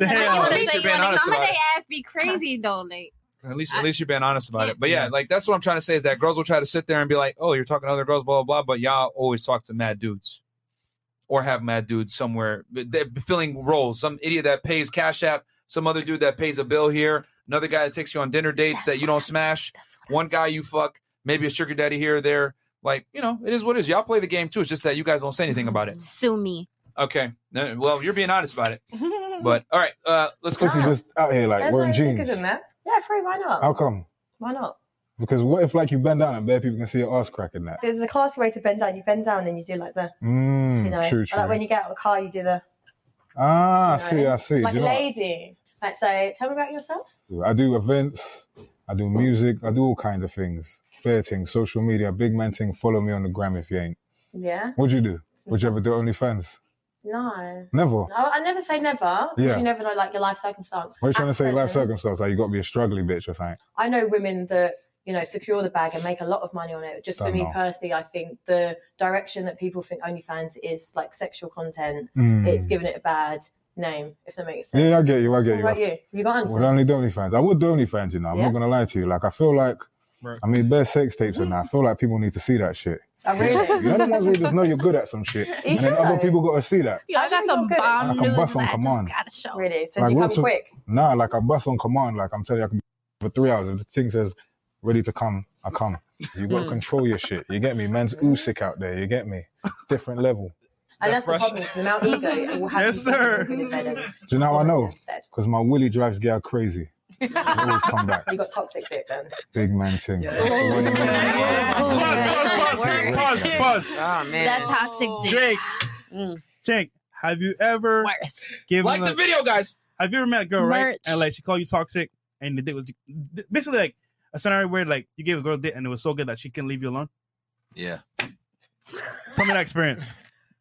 Speaker 1: least
Speaker 11: least
Speaker 1: you're being honest
Speaker 11: Some of
Speaker 1: about
Speaker 11: they
Speaker 1: it.
Speaker 11: ass be crazy though. Like
Speaker 1: At least, at least you're being honest about it. But yeah, like that's what I'm trying to say is that girls will try to sit there and be like, "Oh, you're talking to other girls, blah blah blah," but y'all always talk to mad dudes, or have mad dudes somewhere they're filling roles. Some idiot that pays Cash App, some other dude that pays a bill here, another guy that takes you on dinner dates that you don't smash, one guy you fuck, maybe a sugar daddy here or there. Like you know, it is what it is. Y'all play the game too. It's just that you guys don't say anything about it.
Speaker 16: Sue me.
Speaker 1: Okay, No, well you're being honest about it. But all right, uh, let's go.
Speaker 20: Pussy just out here like
Speaker 1: That's
Speaker 20: wearing
Speaker 1: not
Speaker 20: jeans.
Speaker 1: because of-
Speaker 22: Isn't that? Yeah, free. Why not?
Speaker 20: How come?
Speaker 22: Why not?
Speaker 20: Because what if like you bend down and bare people can see your ass crack in that?
Speaker 22: There's a classy way to bend down. You bend down and you do like that.
Speaker 20: Mm,
Speaker 22: you know,
Speaker 20: true,
Speaker 22: Or
Speaker 20: true.
Speaker 22: like when you get out of the car, you do the
Speaker 20: ah, I see, I see.
Speaker 22: like
Speaker 20: do you
Speaker 22: a
Speaker 20: know what
Speaker 22: lady. Like, so tell me about yourself.
Speaker 20: I do? I do events, I do music, I do all kinds of things. Fair thing, social media, big man thing. Follow me on the gram if you ain't.
Speaker 22: Yeah.
Speaker 20: What'd you do? Would you ever do OnlyFans?
Speaker 22: No.
Speaker 20: Never.
Speaker 22: No, I never say never because
Speaker 20: Yeah.
Speaker 22: you never know like your life circumstance.
Speaker 20: What are you trying to say? Life
Speaker 22: circumstance?
Speaker 20: circumstance, like you got to be a struggly bitch or something.
Speaker 22: I know women that you know secure the bag and make a lot of money on it. Just for
Speaker 20: Don't
Speaker 22: me
Speaker 20: know.
Speaker 22: personally, I think the direction that people think OnlyFans is like sexual content.
Speaker 20: Mm.
Speaker 22: It's giving it a bad name, if that makes sense.
Speaker 20: Yeah, I get you. I get
Speaker 22: What
Speaker 20: you.
Speaker 22: about you? Have you got
Speaker 20: Well,
Speaker 22: OnlyFans?
Speaker 20: only do OnlyFans. I would do OnlyFans, you know. I'm
Speaker 22: Yeah.
Speaker 20: not gonna lie to you. Like, I feel like, I mean, bare sex tapes and that. I feel like people need to see that shit.
Speaker 22: Oh,
Speaker 13: I read it.
Speaker 20: You know the ones where you just know you're good at some shit, and then other
Speaker 13: Yeah.
Speaker 20: people got to see that.
Speaker 13: Yo, I got some
Speaker 20: I
Speaker 13: bomb
Speaker 20: can bust on command.
Speaker 13: gotta show. Really? So you
Speaker 20: real
Speaker 13: come
Speaker 20: talk-
Speaker 13: quick.
Speaker 20: Nah, like I bust on command. Like I'm telling you, I can be for three hours. If the thing says ready to come, I come. You got to
Speaker 13: Mm.
Speaker 20: control your shit. You get me? Man's oosic out there. You get me? Different level.
Speaker 13: And that's the problem. It's the amount of ego. It will have
Speaker 20: Yes,
Speaker 13: people
Speaker 20: sir.
Speaker 13: who are better.
Speaker 20: Do you know how I know? Because my Willie drives gal crazy. always come back.
Speaker 13: You got toxic dick then.
Speaker 20: Big man thing.
Speaker 2: Pause, pause.
Speaker 16: That toxic dick.
Speaker 2: Jake, Jake, have you ever given
Speaker 1: Like the video, guys?
Speaker 2: Have you ever met a girl right
Speaker 1: Merch.
Speaker 2: and like she called you toxic and the dick was basically like a scenario where like you gave a girl a dick and it was so good that she couldn't leave you alone?
Speaker 17: Yeah.
Speaker 2: Tell me that experience.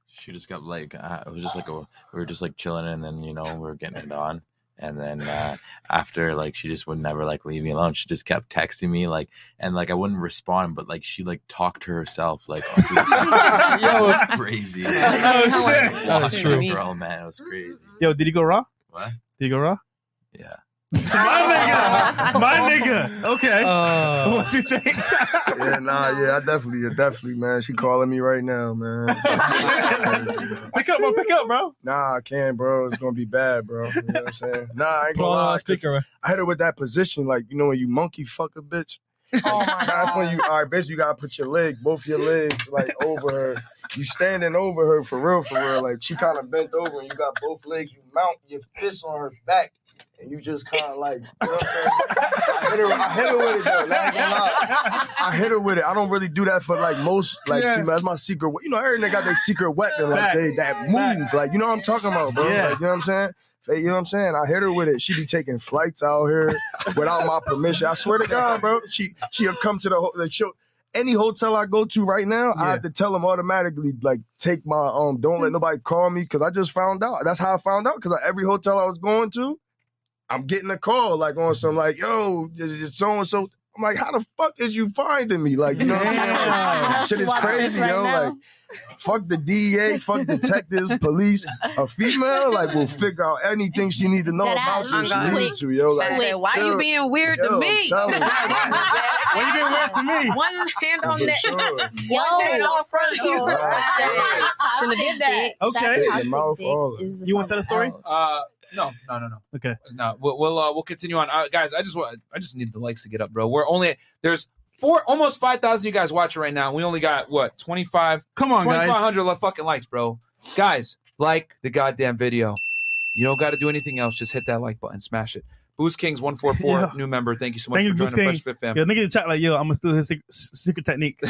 Speaker 17: She just got like uh, it was just like a, we were just like chilling and then you know we were getting it on and then uh, after like she just would never like leave me alone. She just kept texting me like and like I wouldn't respond, but like she like talked to herself like on the- That was crazy.
Speaker 2: Oh, That was true.
Speaker 17: bro, man. It was crazy.
Speaker 2: Yo, did you go raw?
Speaker 17: What?
Speaker 2: Did you go raw?
Speaker 17: Yeah.
Speaker 2: My nigga. Okay. what you think?
Speaker 18: yeah, nah, yeah, I definitely, yeah, definitely, man. She calling me right now, man.
Speaker 2: pick up, bro, pick up, bro.
Speaker 18: Nah, I can't, bro. It's gonna be bad, bro. You know what I'm saying? Nah, I ain't
Speaker 6: Put
Speaker 18: gonna
Speaker 6: on
Speaker 18: lie. 'cause
Speaker 6: speaker.
Speaker 18: I hit her with that position, like you know when you monkey fuck a bitch.
Speaker 2: Oh
Speaker 18: That's when you all right, bitch. You gotta put your leg, both your legs, like over her. You standing over her for real, for real. Like she kind of bent over, and you got both legs. You mount your fist on her back, and you just kind of like, you know what I'm saying? I hit her, I hit her with it though. Not gonna lie. I hit her with it. I don't really do that for like most like
Speaker 19: Yeah.
Speaker 18: females. That's my secret. we- You know, every nigga got their secret weapon, like they that moves. Like you know what I'm talking about, bro.
Speaker 19: Yeah.
Speaker 18: Like, you know what I'm saying. Fa- You know what I'm saying? I hit her with it. She be taking flights out here without my permission. I swear to God, bro. She she'll come to the ho- like she'll, any hotel I go to right now. I have to tell them automatically like take my um. Don't let nobody call me because I just found out. That's how I found out because every hotel I was going to, I'm getting a call like on some like yo, so and so. I'm like, how the fuck is you finding me? Like, you know, what I'm saying? shit is
Speaker 19: Watching this
Speaker 18: crazy,
Speaker 19: right
Speaker 18: yo.
Speaker 19: now.
Speaker 18: Like, fuck the DEA, fuck detectives, police. A female like will figure out anything she need to know
Speaker 12: That
Speaker 18: about you.
Speaker 12: ass
Speaker 18: She
Speaker 12: quick.
Speaker 18: need to, yo. Like,
Speaker 12: Wait, why you
Speaker 18: chill.
Speaker 12: being weird
Speaker 18: Yo,
Speaker 12: to
Speaker 18: I'm
Speaker 12: me?
Speaker 18: telling you.
Speaker 12: why
Speaker 2: you being weird to me?
Speaker 12: One hand on
Speaker 18: For
Speaker 12: that.
Speaker 18: sure.
Speaker 12: Yo, one hand on front
Speaker 18: Yo,
Speaker 12: door.
Speaker 18: right.
Speaker 12: Shouldn't have did that.
Speaker 18: Spit
Speaker 1: Okay.
Speaker 18: in your mouth, all of it.
Speaker 1: You want that story? Uh, no, no, no, no.
Speaker 2: Okay.
Speaker 1: No, we'll we'll, uh, we'll continue on, uh, guys. I just want I just need the likes to get up, bro. We're only there's four almost five thousand you guys watching right now. We only got what twenty five.
Speaker 2: Come on, guys.
Speaker 1: twenty five hundred fucking likes, bro. Guys, like the goddamn video. You don't got to do anything else. Just hit that like button, smash it. Booze Kings one four four
Speaker 2: Yeah.
Speaker 1: new member. Thank you so much
Speaker 2: Thank you,
Speaker 1: for
Speaker 2: Bruce
Speaker 1: joining
Speaker 2: King.
Speaker 1: the Fresh Fit fam.
Speaker 2: Yo, nigga in the chat like, yo, I'm gonna steal his secret, secret technique.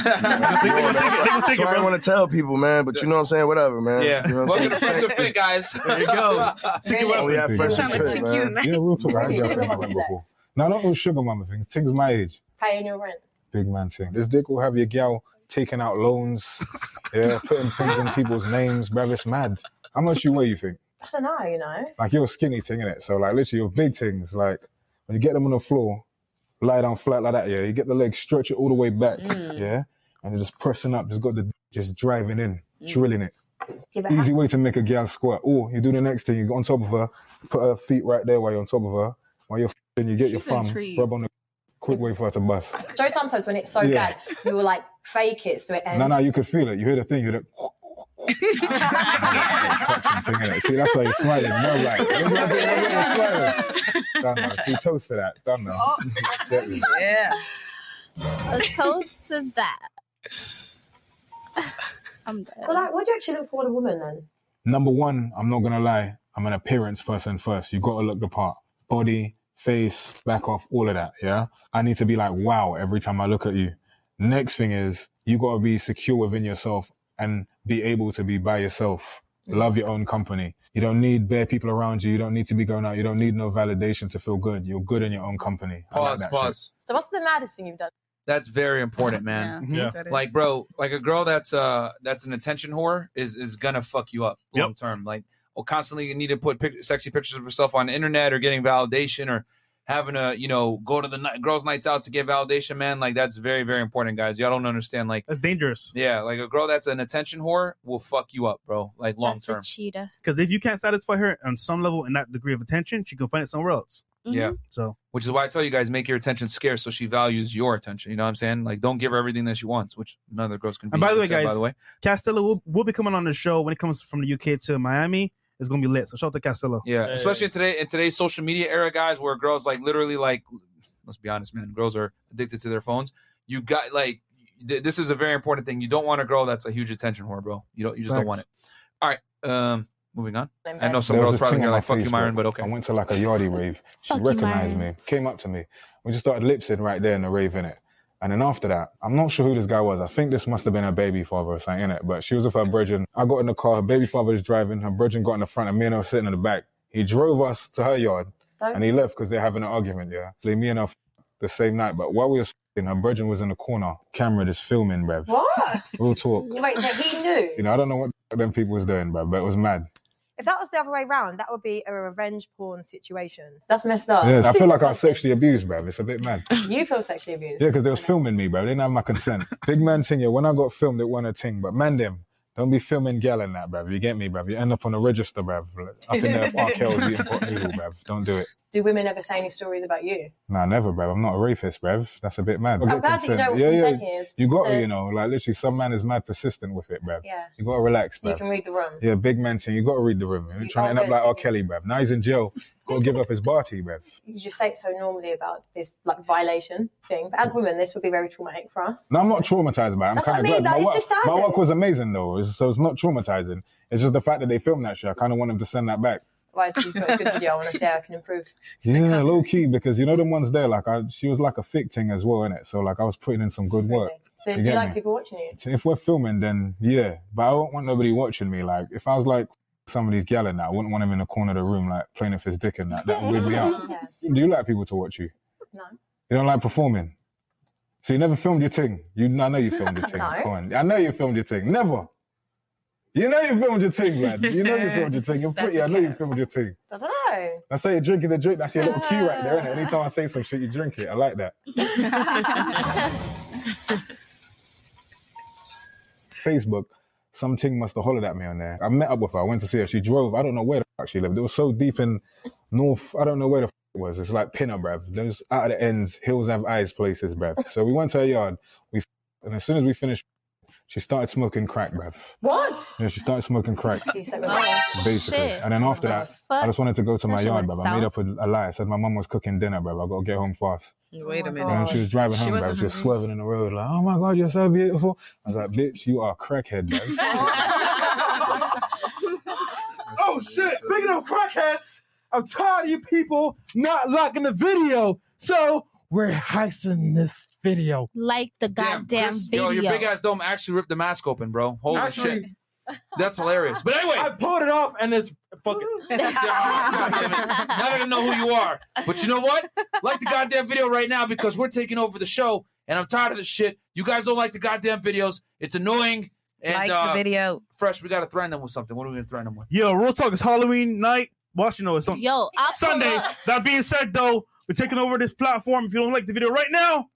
Speaker 18: That's why I want to tell people, man. But you know what I'm saying? Whatever, man.
Speaker 1: Yeah.
Speaker 18: You know what
Speaker 1: Welcome
Speaker 18: I'm
Speaker 1: to Fresh and Fit, guys.
Speaker 2: There you go.
Speaker 1: Stick it
Speaker 18: Oh,
Speaker 1: up.
Speaker 18: yeah, fresh
Speaker 20: Yeah,
Speaker 18: and fit, man.
Speaker 20: real talk. I had a girlfriend I went before. No, not all sugar mama things. Things my age.
Speaker 13: Pioneer rent.
Speaker 20: Big man thing. This dick will have your gal taking out loans, yeah, putting things in people's names, bruv. It's mad. How much you weigh, you think?
Speaker 13: I don't know, you know.
Speaker 20: Like you're a skinny thing, innit? So like literally your big things, like when you get them on the floor, lie down flat like that, yeah. You get the legs, stretch it all the way back.
Speaker 13: Mm.
Speaker 20: Yeah. And you're just pressing up, just got the just driving in,
Speaker 13: Mm.
Speaker 20: drilling it.
Speaker 13: Yeah, but
Speaker 20: Easy
Speaker 13: how-
Speaker 20: way to make a gal squat. Or you do the next thing, you go on top of her, put her feet right there while you're on top of her. While you're f***ing, you get your
Speaker 13: She's
Speaker 20: thumb,
Speaker 13: intrigued.
Speaker 20: rub on the quick way for her to bust.
Speaker 13: Joe, sometimes when it's so
Speaker 20: Yeah.
Speaker 13: bad, you will like fake it so it ends.
Speaker 20: No, no, you could feel it. You hear the thing, you hear the thing, innit? See, that's why you're smiling. No, right. That's why you're- that's why you're smiling. Done now. See, toast to that. Done now.
Speaker 13: Oh.
Speaker 20: Get me.
Speaker 16: Yeah. A toast to that. I'm dead.
Speaker 13: So, like, what do you actually look for in a woman then?
Speaker 20: Number one, I'm not gonna lie. I'm an appearance person first. You gotta look the part, body, face, back off, all of that. Yeah, I need to be like wow every time I look at you. Next thing is you gotta be secure within yourself and be able to be by yourself. Love your own company. You don't need bare people around you. You don't need to be going out. You don't need no validation to feel good. You're good in your own company. I like
Speaker 1: Pause.
Speaker 20: that shit.
Speaker 1: Pause.
Speaker 13: So, what's the maddest thing you've done?
Speaker 1: That's very important,
Speaker 2: Mm-hmm.
Speaker 1: man.
Speaker 20: Yeah, Yeah. that is.
Speaker 1: Like, bro, like a girl that's uh that's an attention whore is is gonna fuck you up long term. Like, oh, constantly need to put pic- sexy pictures of herself on the internet or getting validation or having to you know go to the night, girls' nights out to get validation, man. Like, that's very very important, guys. Y'all don't understand. Like,
Speaker 2: That's dangerous.
Speaker 1: yeah, like a girl that's an attention whore will fuck you up, bro. Like long
Speaker 16: That's
Speaker 1: term.
Speaker 16: a cheetah.
Speaker 2: Because if you can't satisfy her on some level and that degree of attention, she can find it somewhere else.
Speaker 1: Yeah.
Speaker 2: So
Speaker 1: Which is why I tell you guys, make your attention scarce so she values your attention. You know what I'm saying? Like, don't give her everything that she wants, which none of the girls can.
Speaker 2: And by the way,
Speaker 1: said,
Speaker 2: guys,
Speaker 1: by the way,
Speaker 2: Castella will, will be coming on the show when it comes from the UK to Miami. It's gonna be lit. So shout out to Castella.
Speaker 1: yeah, especially in today in today's social media era, guys, where girls like literally like, let's be honest, man, girls are addicted to their phones. You got like, th- this is a very important thing. You don't want a girl that's a huge attention whore, bro. You don't. You just don't want it. All right. Um, moving on. I know some
Speaker 20: There was
Speaker 1: girls
Speaker 20: this
Speaker 1: probably
Speaker 20: thing
Speaker 1: are
Speaker 20: on my
Speaker 1: like, "Fuck you,
Speaker 20: Facebook.
Speaker 1: Myron," but okay.
Speaker 20: I went to like a yardie rave. She
Speaker 1: Fuck you,
Speaker 20: recognized
Speaker 1: Myron.
Speaker 20: me, came up to me. We just started lipsing right there in the rave, innit? And then after that, I'm not sure who this guy was. I think this must have been her baby father or something, innit? But she was with her brethren. I got in the car, her baby father was driving, her brethren got in the front, and me and her were sitting in the back. He drove us to her yard and he left because they're having an argument, yeah? So me and her f- the same night, but while we was f***ing, her brethren was in the corner, camera just filming, rev.
Speaker 22: What?
Speaker 20: Real talk.
Speaker 22: Wait, so he knew.
Speaker 20: You know, I don't know what the f- them people was doing, bruv, but it was mad.
Speaker 22: If that was the other way round, that would be a revenge porn situation. That's messed up.
Speaker 20: Yes, I feel like I was sexually abused, bruv. It's a bit mad.
Speaker 22: you feel sexually abused.
Speaker 20: Yeah, because they was filming me, bro. They didn't have my consent. Big man thing, yeah. When I got filmed, it wasn't a thing. But man, them, don't be filming gal and that, bruv. You get me, bruv. You end up on a register, bruv. Up in there with R. Kelly's eating pot noodle, bruv. Don't do it.
Speaker 22: Do women ever say any stories about you?
Speaker 20: Nah, never, bruv. I'm not a rapist, bruv. That's a bit mad.
Speaker 22: I'm glad that you know what
Speaker 20: yeah,
Speaker 22: consent
Speaker 20: yeah.
Speaker 22: is.
Speaker 20: You got
Speaker 22: So-
Speaker 20: to, you know, like literally, some man is mad persistent with it, bruv.
Speaker 22: Yeah.
Speaker 20: You got to relax,
Speaker 22: So you
Speaker 20: bruv.
Speaker 22: can read the room.
Speaker 20: Yeah, big man thing. You got to read the room. You're
Speaker 22: You
Speaker 20: trying to end up
Speaker 22: gotta
Speaker 20: like R. Kelly, bruv. Now he's in jail. Got to give up his barty, bruv.
Speaker 22: You just say it so normally about this like violation thing. But as women, this would be very traumatic for us.
Speaker 20: No, I'm not traumatized by it. I'm
Speaker 22: That's
Speaker 20: kind of
Speaker 22: what I mean,
Speaker 20: glad.
Speaker 22: that
Speaker 20: my,
Speaker 22: is
Speaker 20: work,
Speaker 22: just
Speaker 20: my work
Speaker 22: standards.
Speaker 20: was amazing, though, it's- so it's not traumatizing. It's just the fact that they filmed that shit. I kind of want them to send that back.
Speaker 22: Like you've got a good video, I want to say I can improve.
Speaker 20: Yeah, low key, because you know them ones there. Like, I, she was like a thick thing as well, innit? So like, I was putting in some good work.
Speaker 22: So do
Speaker 20: get
Speaker 22: you like
Speaker 20: me?
Speaker 22: people watching you?
Speaker 20: So if we're filming, then yeah. But I don't want nobody watching me. Like, if I was like somebody's gal and that, I wouldn't want him in the corner of the room, like playing with his dick and that. That would weird me out.
Speaker 22: Yeah.
Speaker 20: Do you like people to watch you?
Speaker 22: No.
Speaker 20: You don't like performing. So you never filmed your thing. You, I know you filmed your thing.
Speaker 22: No.
Speaker 20: Come on. I know you filmed your thing. Never. You know you filmed your thing, man. You know you filmed your thing. You're pretty. I know you filmed your thing.
Speaker 22: I don't know.
Speaker 20: That's how you're drinking the drink. That's your little cue right there, isn't it? Anytime I say some shit, you drink it. I like that. Facebook, something must have hollered at me on there. I met up with her. I went to see her. She drove. I don't know where the fuck she lived. It was so deep in North. I don't know where the fuck it was. It's like Pinner, bruv. Those out of the ends, hills have eyes places, bruv. So we went to her yard. We f- and as soon as we finished, she started smoking crack, bruv.
Speaker 22: What?
Speaker 20: Yeah, she started smoking crack. Basically,
Speaker 22: Shit.
Speaker 20: and then after that,
Speaker 22: fuck?
Speaker 20: I just wanted to go to my
Speaker 22: That shit
Speaker 20: yard,
Speaker 22: was
Speaker 20: bruv. I made up
Speaker 22: south.
Speaker 20: a, a lie. I said my mum was cooking dinner, bruv. I gotta get home fast.
Speaker 12: Oh
Speaker 9: Wait a minute.
Speaker 20: And she was driving
Speaker 9: She
Speaker 20: home,
Speaker 9: wasn't
Speaker 20: bruv. She was
Speaker 9: hungry.
Speaker 20: swerving in the road, like, oh my God, you're so beautiful. I was like, bitch, you are a crackhead, bruv.
Speaker 19: oh shit! Speaking of crackheads, I'm tired of you people not liking the video, so we're heisting this video.
Speaker 5: Like the goddamn
Speaker 1: Chris,
Speaker 5: video.
Speaker 1: Yo, your big ass dome actually ripped the mask open, bro. Holy
Speaker 19: Actually-
Speaker 1: shit. That's hilarious. But anyway,
Speaker 19: I pulled it off and it's fucking.
Speaker 1: now that I know who you are. But you know what? Like the goddamn video right now because we're taking over the show and I'm tired of this shit. You guys don't like the goddamn videos. It's annoying. And,
Speaker 2: Like the
Speaker 1: uh,
Speaker 2: video.
Speaker 1: Fresh, we got to threaten them with something. What are we going to threaten them with?
Speaker 2: Yo, real talk. It's Halloween night. Well, you know it's on
Speaker 5: Yo, I'll pull
Speaker 2: Sunday.
Speaker 5: up.
Speaker 2: That being said, though, we're taking over this platform. If you don't like the video right now,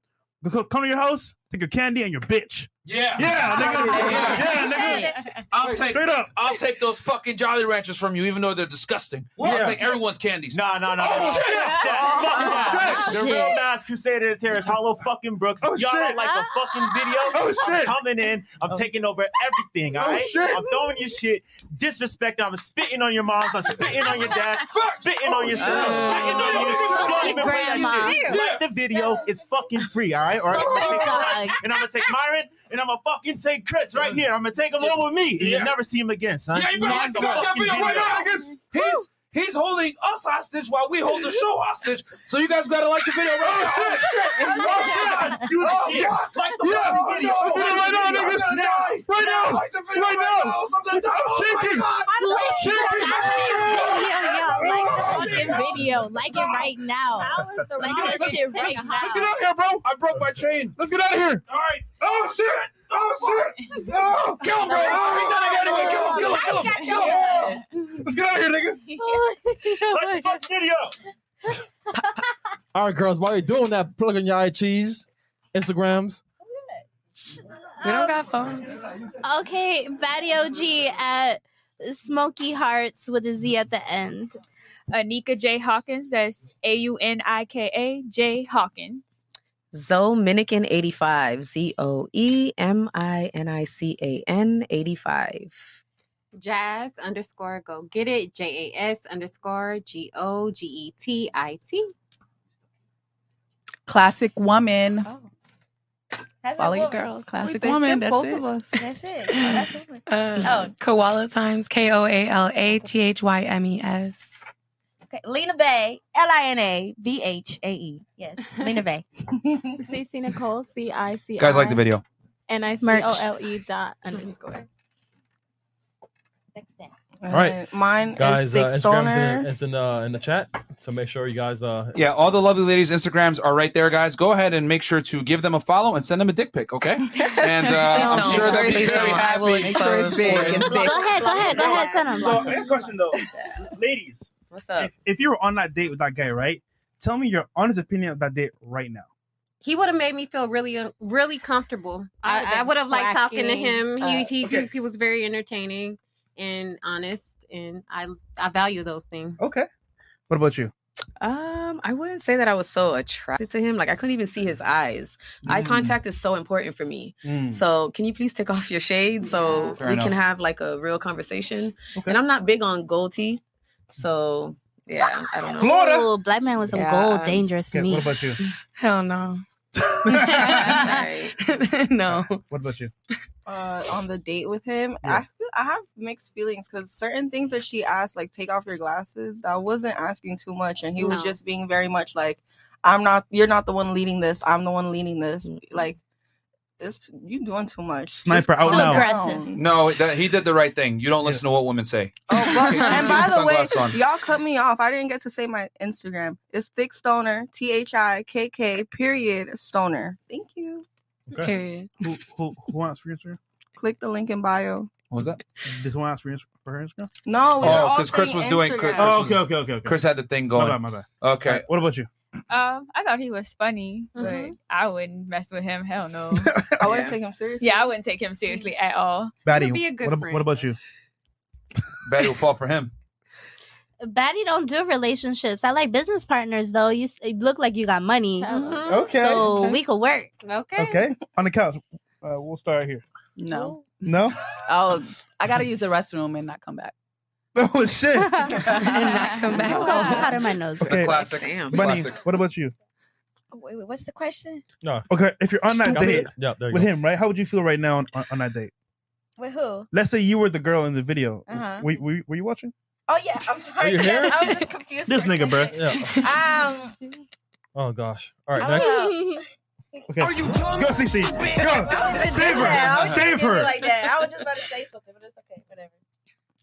Speaker 2: go- go- come to your house, take your candy and your bitch.
Speaker 1: Yeah.
Speaker 2: Yeah, nigga. Yeah,
Speaker 1: nigga. I'll take,
Speaker 2: Straight up.
Speaker 1: I'll take those fucking Jolly Ranchers from you, even though they're disgusting.
Speaker 19: Yeah.
Speaker 1: I'll take everyone's candies.
Speaker 19: Nah, nah, nah.
Speaker 1: Oh,
Speaker 19: nah.
Speaker 1: shit!
Speaker 19: That fucking mask.
Speaker 1: Oh, shit.
Speaker 19: The real mass crusader is here. It's Hollow fucking Brooks.
Speaker 1: Oh,
Speaker 19: Y'all
Speaker 1: shit.
Speaker 19: don't like the fucking video?
Speaker 1: Oh,
Speaker 19: I'm
Speaker 1: shit.
Speaker 19: coming in.
Speaker 3: Oh.
Speaker 19: I'm taking over everything, all
Speaker 1: Oh,
Speaker 19: right?
Speaker 1: shit.
Speaker 19: I'm throwing your shit, disrespecting. I'm spitting on your moms. I'm spitting on your dad. spitting on your
Speaker 1: Oh.
Speaker 19: sister. I'm spitting on you.
Speaker 3: Oh,
Speaker 19: Don't even play that shit.
Speaker 3: grandma.
Speaker 19: Like the video. It's fucking free, all right? Or I'm
Speaker 3: Oh,
Speaker 19: going to take
Speaker 3: God.
Speaker 19: Chris, and I'm going to take Myron, and I'm going to fucking take Chris right here. I'm going to take him home with me, and
Speaker 1: Yeah.
Speaker 19: you'll never see him again, son.
Speaker 1: Yeah, you better like the goddamn video right now, niggas. He's he's holding us hostage while we hold the show hostage. So you guys gotta like the video right now.
Speaker 3: Oh, shit.
Speaker 1: Oh shit!
Speaker 19: You
Speaker 1: Oh,
Speaker 19: shit.
Speaker 1: God.
Speaker 19: Like the
Speaker 1: Yeah.
Speaker 19: fucking
Speaker 1: Oh,
Speaker 19: video.
Speaker 1: no. Video right now,
Speaker 19: I'm
Speaker 1: niggas.
Speaker 19: gonna die.
Speaker 1: Right now.
Speaker 19: Yeah, like the video
Speaker 1: Right now.
Speaker 19: so I'm gonna die.
Speaker 1: I'm
Speaker 19: Oh, my
Speaker 1: shaking. Oh,
Speaker 19: God.
Speaker 5: I'm
Speaker 19: I'm
Speaker 5: like
Speaker 19: shaking.
Speaker 5: the fucking video. Like it right now. Like that shit right now.
Speaker 1: Let's get out of here, bro. I broke my chain. Let's get out of here. All right. Oh shit! Oh shit! No! Kill him, bro. He done it anyway. Kill him. Kill him. Kill him. Kill him. Let's get out of here, nigga.
Speaker 8: Oh,
Speaker 19: Like the fucking video.
Speaker 6: All right, girls, while you're doing that, plug in your IGs, Instagrams.
Speaker 16: We don't got phones. Okay, Batty OG at Smoky Hearts with a Z at the end.
Speaker 14: Anika J. Hawkins. That's A U N I K A J Hawkins.
Speaker 9: Zominican 85. Z O E M I N I C A N 85.
Speaker 11: Jazz underscore go get it. J A S underscore G O G E T I T.
Speaker 10: Classic woman.
Speaker 11: Has
Speaker 10: Follow
Speaker 11: it
Speaker 10: your
Speaker 11: worked?
Speaker 10: girl. Classic
Speaker 11: They
Speaker 10: woman.
Speaker 11: skipped
Speaker 10: That's
Speaker 11: both
Speaker 10: it.
Speaker 11: of
Speaker 10: us.
Speaker 8: That's it. Oh, that's over.
Speaker 12: Uh,
Speaker 8: Oh.
Speaker 12: Koala Times, K O A L A T H Y M E S.
Speaker 8: Okay. Lena Bay, L I N A B H A E. Yes, Lena Bay.
Speaker 7: CC Nicole, C I C.
Speaker 1: Guys like the video.
Speaker 7: And I C O L E dot underscore.
Speaker 6: All right,
Speaker 7: Uh, mine is
Speaker 6: guys,
Speaker 7: Thick
Speaker 6: uh, Instagram's in,
Speaker 7: Stoner.
Speaker 6: it's in the in the chat, so make sure you guys. Uh,
Speaker 1: Yeah, all the lovely ladies' Instagrams are right there, guys. Go ahead and make sure to give them a follow and send them a dick pic, okay? And uh, I'm
Speaker 2: don't.
Speaker 1: sure they'll be
Speaker 2: Please
Speaker 1: very
Speaker 2: don't.
Speaker 1: happy.
Speaker 2: I will expose
Speaker 1: for
Speaker 2: big
Speaker 1: it.
Speaker 2: and
Speaker 16: Go ahead, go ahead, go ahead, send them.
Speaker 2: So, I have a question though, ladies.
Speaker 9: What's
Speaker 2: up? If, if you were on that date with that guy, right? Tell me your honest opinion of that date right now.
Speaker 11: He would have made me feel really, uh, really comfortable.
Speaker 5: I would've
Speaker 11: I, I
Speaker 5: been
Speaker 11: would have liked talking to
Speaker 5: cracking
Speaker 11: him. He,
Speaker 5: up.
Speaker 11: he,
Speaker 5: Okay.
Speaker 11: he was very entertaining and honest, and I I value those things.
Speaker 2: Okay. What about you?
Speaker 9: Um, I wouldn't say that I was so attracted to him. Like I couldn't even see his eyes. Eye
Speaker 11: Mm.
Speaker 9: contact is so important for me.
Speaker 11: Mm.
Speaker 9: So can you please take off your shade so
Speaker 11: Fair
Speaker 9: we can
Speaker 11: enough.
Speaker 9: have like a real conversation? And I'm not big on gold teeth, so yeah, I don't know.
Speaker 16: Ooh, black man with some
Speaker 9: Yeah.
Speaker 16: gold, dangerous meat.
Speaker 2: What about you?
Speaker 12: Hell no.
Speaker 9: no.
Speaker 2: What about you?
Speaker 13: uh, on the date with him, I feel I have mixed feelings because certain things that she asked, like take off your glasses, that wasn't asking too much, and he was
Speaker 10: No.
Speaker 13: just being very much like, "I'm not, you're not the one leading this. I'm the one leading this." Like, it's you doing too much.
Speaker 1: Mm-hmm. Sniper
Speaker 13: Just
Speaker 1: out now.
Speaker 13: calm down.
Speaker 1: No, that, he did the right thing. You don't listen to what women say.
Speaker 13: Oh, but- and by the
Speaker 1: Sunglass on.
Speaker 13: way, y'all cut me off. I didn't get to say my Instagram. It's thick stoner, T H I K K period stoner. Thank you.
Speaker 6: Okay.
Speaker 13: Period.
Speaker 2: Who who, who wants for Instagram?
Speaker 13: Click the link in bio.
Speaker 1: What was that?
Speaker 2: Does one ask for, Inst- for her Instagram?
Speaker 13: No, we were
Speaker 1: Oh,
Speaker 13: all
Speaker 1: because Chris
Speaker 13: saying
Speaker 1: was doing.
Speaker 13: Instagram.
Speaker 1: Chris
Speaker 2: Oh,
Speaker 1: was-
Speaker 2: okay, okay, okay, okay.
Speaker 1: Chris had the thing going.
Speaker 2: My bad, my bad.
Speaker 1: Okay.
Speaker 2: Alright, what about you?
Speaker 14: Um, I thought he was funny,
Speaker 11: Mm-hmm.
Speaker 14: but I wouldn't mess with him. Hell no.
Speaker 13: I wouldn't take him seriously.
Speaker 14: Yeah, I wouldn't take him seriously at all.
Speaker 2: Batty. E. what, ab- what about you?
Speaker 1: Betty will fall for him.
Speaker 16: Batty don't do relationships. I like business partners though. You s- it look like you got money.
Speaker 2: Okay.
Speaker 16: So
Speaker 2: Okay.
Speaker 16: we could work.
Speaker 11: Mm-hmm. Okay.
Speaker 2: Okay. On the couch. Uh, we'll start here.
Speaker 10: No.
Speaker 2: No?
Speaker 10: Oh, I gotta use the restroom and not come back.
Speaker 2: Oh shit.
Speaker 10: come back.
Speaker 8: Uh,
Speaker 16: Out of my nose.
Speaker 2: Okay.
Speaker 1: Classic.
Speaker 2: Bunny,
Speaker 1: Classic.
Speaker 2: what about you?
Speaker 8: Wait, wait, what's the question?
Speaker 6: No.
Speaker 2: Okay, if you're on that
Speaker 6: Stupid.
Speaker 2: date
Speaker 6: Yeah, there you
Speaker 2: with
Speaker 6: go.
Speaker 2: him, right? How would you feel right now on, on, on that date?
Speaker 8: With who?
Speaker 2: Let's say you were the girl in the video.
Speaker 8: Uh-huh.
Speaker 2: Were, were, were you watching?
Speaker 8: Oh yeah, I'm sorry.
Speaker 2: you here?
Speaker 8: I was just confused.
Speaker 2: This
Speaker 8: for a
Speaker 2: nigga, bruh.
Speaker 8: second.
Speaker 6: Yeah.
Speaker 8: Um,
Speaker 6: Oh gosh. All right,
Speaker 8: I
Speaker 6: next.
Speaker 8: don't know.
Speaker 2: Okay. Are you go, CC.
Speaker 8: I
Speaker 2: Go.
Speaker 8: was just
Speaker 2: Save
Speaker 8: thinking that. I
Speaker 2: her.
Speaker 8: was just
Speaker 2: Save
Speaker 8: thinking
Speaker 2: her.
Speaker 8: Like that. I was just about to say something, but it's okay. Whatever.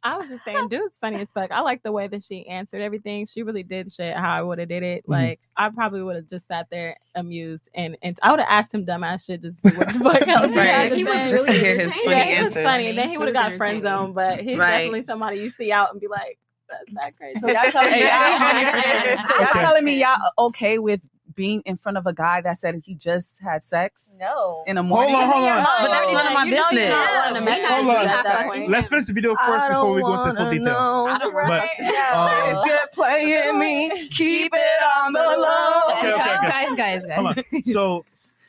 Speaker 7: I was just saying, dude's funny as fuck. I like the way that she answered everything. She really did shit how I would have did it.
Speaker 16: Mhm.
Speaker 7: Like I probably would have just sat there amused and and I would have asked him dumbass shit just to see what the fuck else.
Speaker 16: Right.
Speaker 7: had to
Speaker 16: He was
Speaker 7: say.
Speaker 16: really Just to hear his
Speaker 7: Yeah,
Speaker 16: funny
Speaker 7: he was
Speaker 16: answers.
Speaker 7: funny. Then
Speaker 16: He
Speaker 7: he would
Speaker 16: was
Speaker 7: have got friend
Speaker 16: entertaining.
Speaker 7: zone, but he's
Speaker 16: Right.
Speaker 7: definitely somebody you see out and be like, that's not crazy.
Speaker 10: So y'all telling me y'all, so y'all
Speaker 7: Okay.
Speaker 10: telling me y'all okay with being in front of a guy that said he just had sex?
Speaker 8: No.
Speaker 10: In the morning.
Speaker 2: on, hold on.
Speaker 10: But that's none of my
Speaker 14: You know you're not
Speaker 10: business.
Speaker 14: wanting to mess
Speaker 2: Hold
Speaker 14: with him at that
Speaker 2: on.
Speaker 14: point.
Speaker 2: Let's finish the video first before we go into full detail.
Speaker 14: I don't
Speaker 2: But,
Speaker 14: right?
Speaker 2: um,
Speaker 10: if you're playing me, keep it on the low.
Speaker 2: Okay, okay, okay.
Speaker 10: Guys, guys, guys.
Speaker 2: Hold on. So,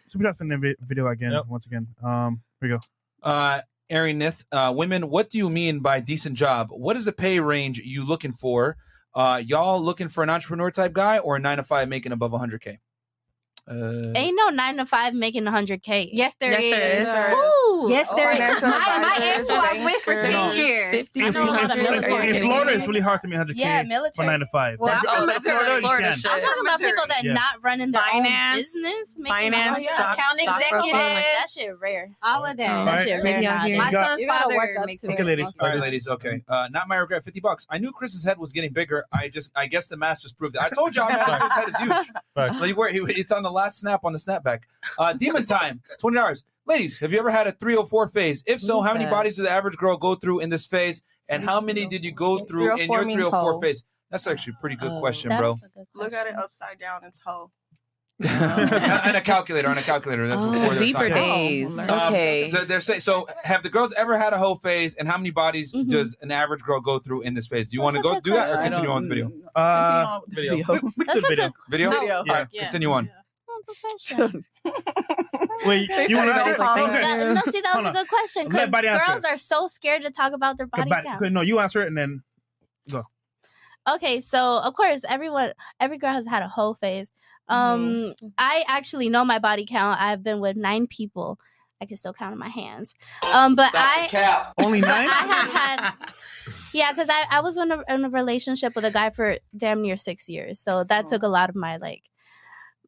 Speaker 2: Super Chat's in the vi- video again, once again. Um, here we go.
Speaker 1: Uh, Ari Nith, uh, women, what do you mean by decent job? What is the pay range you looking for? Uh, y'all looking for an entrepreneur type guy or a nine to five making above 100K? Uh,
Speaker 16: Ain't no nine to five making hundred K. Yes,
Speaker 11: there
Speaker 16: yes,
Speaker 11: is.
Speaker 16: There is.
Speaker 11: Yes, there is. Oh, My, my ex who I was with for
Speaker 2: They don't.
Speaker 11: ten years.
Speaker 2: In,
Speaker 11: I know how
Speaker 2: Florida-
Speaker 11: to
Speaker 2: in
Speaker 11: look for
Speaker 2: Florida,
Speaker 11: it.
Speaker 2: in Florida, it's really hard to meet 100K
Speaker 16: Yeah,
Speaker 2: for
Speaker 16: military.
Speaker 2: 9 to 5.
Speaker 16: Well,
Speaker 2: But if you're
Speaker 16: I'm
Speaker 2: outside
Speaker 16: talking about
Speaker 2: you
Speaker 16: Florida
Speaker 2: can.
Speaker 16: shit. I'm talking about people that
Speaker 2: Yeah.
Speaker 16: not running their
Speaker 12: Finance.
Speaker 16: own business, making
Speaker 12: Finance,
Speaker 16: money.
Speaker 12: stock-
Speaker 16: account
Speaker 12: stockbroker.
Speaker 16: executive. Like, that shit rare.
Speaker 11: All of
Speaker 1: All
Speaker 11: that.
Speaker 1: right.
Speaker 11: That shit
Speaker 1: Maybe
Speaker 11: really
Speaker 1: I'll hear
Speaker 11: My
Speaker 1: you.
Speaker 11: son's
Speaker 1: You
Speaker 11: father makes it.
Speaker 1: All right, ladies. Okay. Uh, not my regret. Fifty bucks. I knew Chris's head was getting bigger. I just, I guess the math just proved it. I told you, man, Chris's head is huge. So you were, he, it's on the last snap on the snapback. Uh, Demon time. Twenty dollars. Ladies, have you ever had a 304 phase? If so,
Speaker 17: Who's
Speaker 1: how many
Speaker 17: that?
Speaker 1: bodies did the average girl go through in this phase? And how many did you go through in
Speaker 13: 304
Speaker 1: your
Speaker 13: means
Speaker 1: 304
Speaker 13: hoe.
Speaker 1: phase? That's actually a pretty good question, bro.
Speaker 13: Look at it upside down. It's hoe.
Speaker 1: and a calculator, on a calculator. That's
Speaker 9: Oh,
Speaker 1: before their time.
Speaker 9: Beeper days.
Speaker 1: Um,
Speaker 9: Okay.
Speaker 1: so they're saying. So, have the girls ever had a whole phase, and how many bodies does an average girl go through in this phase? Do you want to go do that, or
Speaker 2: question.
Speaker 1: continue on with video?
Speaker 3: Um,
Speaker 2: Uh,
Speaker 1: Video.
Speaker 2: We, we can do video.
Speaker 1: Video. All right,
Speaker 2: Yeah.
Speaker 1: Continue on.
Speaker 2: Wait,
Speaker 16: They
Speaker 2: you
Speaker 16: said
Speaker 2: want
Speaker 16: no
Speaker 2: to
Speaker 16: problem. That- no, see, that was a good question because
Speaker 2: Let body answer.
Speaker 16: girls are so scared to talk about their body count.
Speaker 2: No, you answer it and then go.
Speaker 16: Okay, so of course everyone every girl has had a whole phase. Um I actually know my body count. I've been with nine people. I can still count on my hands. Um but I
Speaker 2: Only
Speaker 16: but
Speaker 2: nine.
Speaker 16: I have had Yeah, cuz I I was in a, in a relationship with a guy for damn near 6 years. So that
Speaker 1: Oh.
Speaker 16: took a lot of my like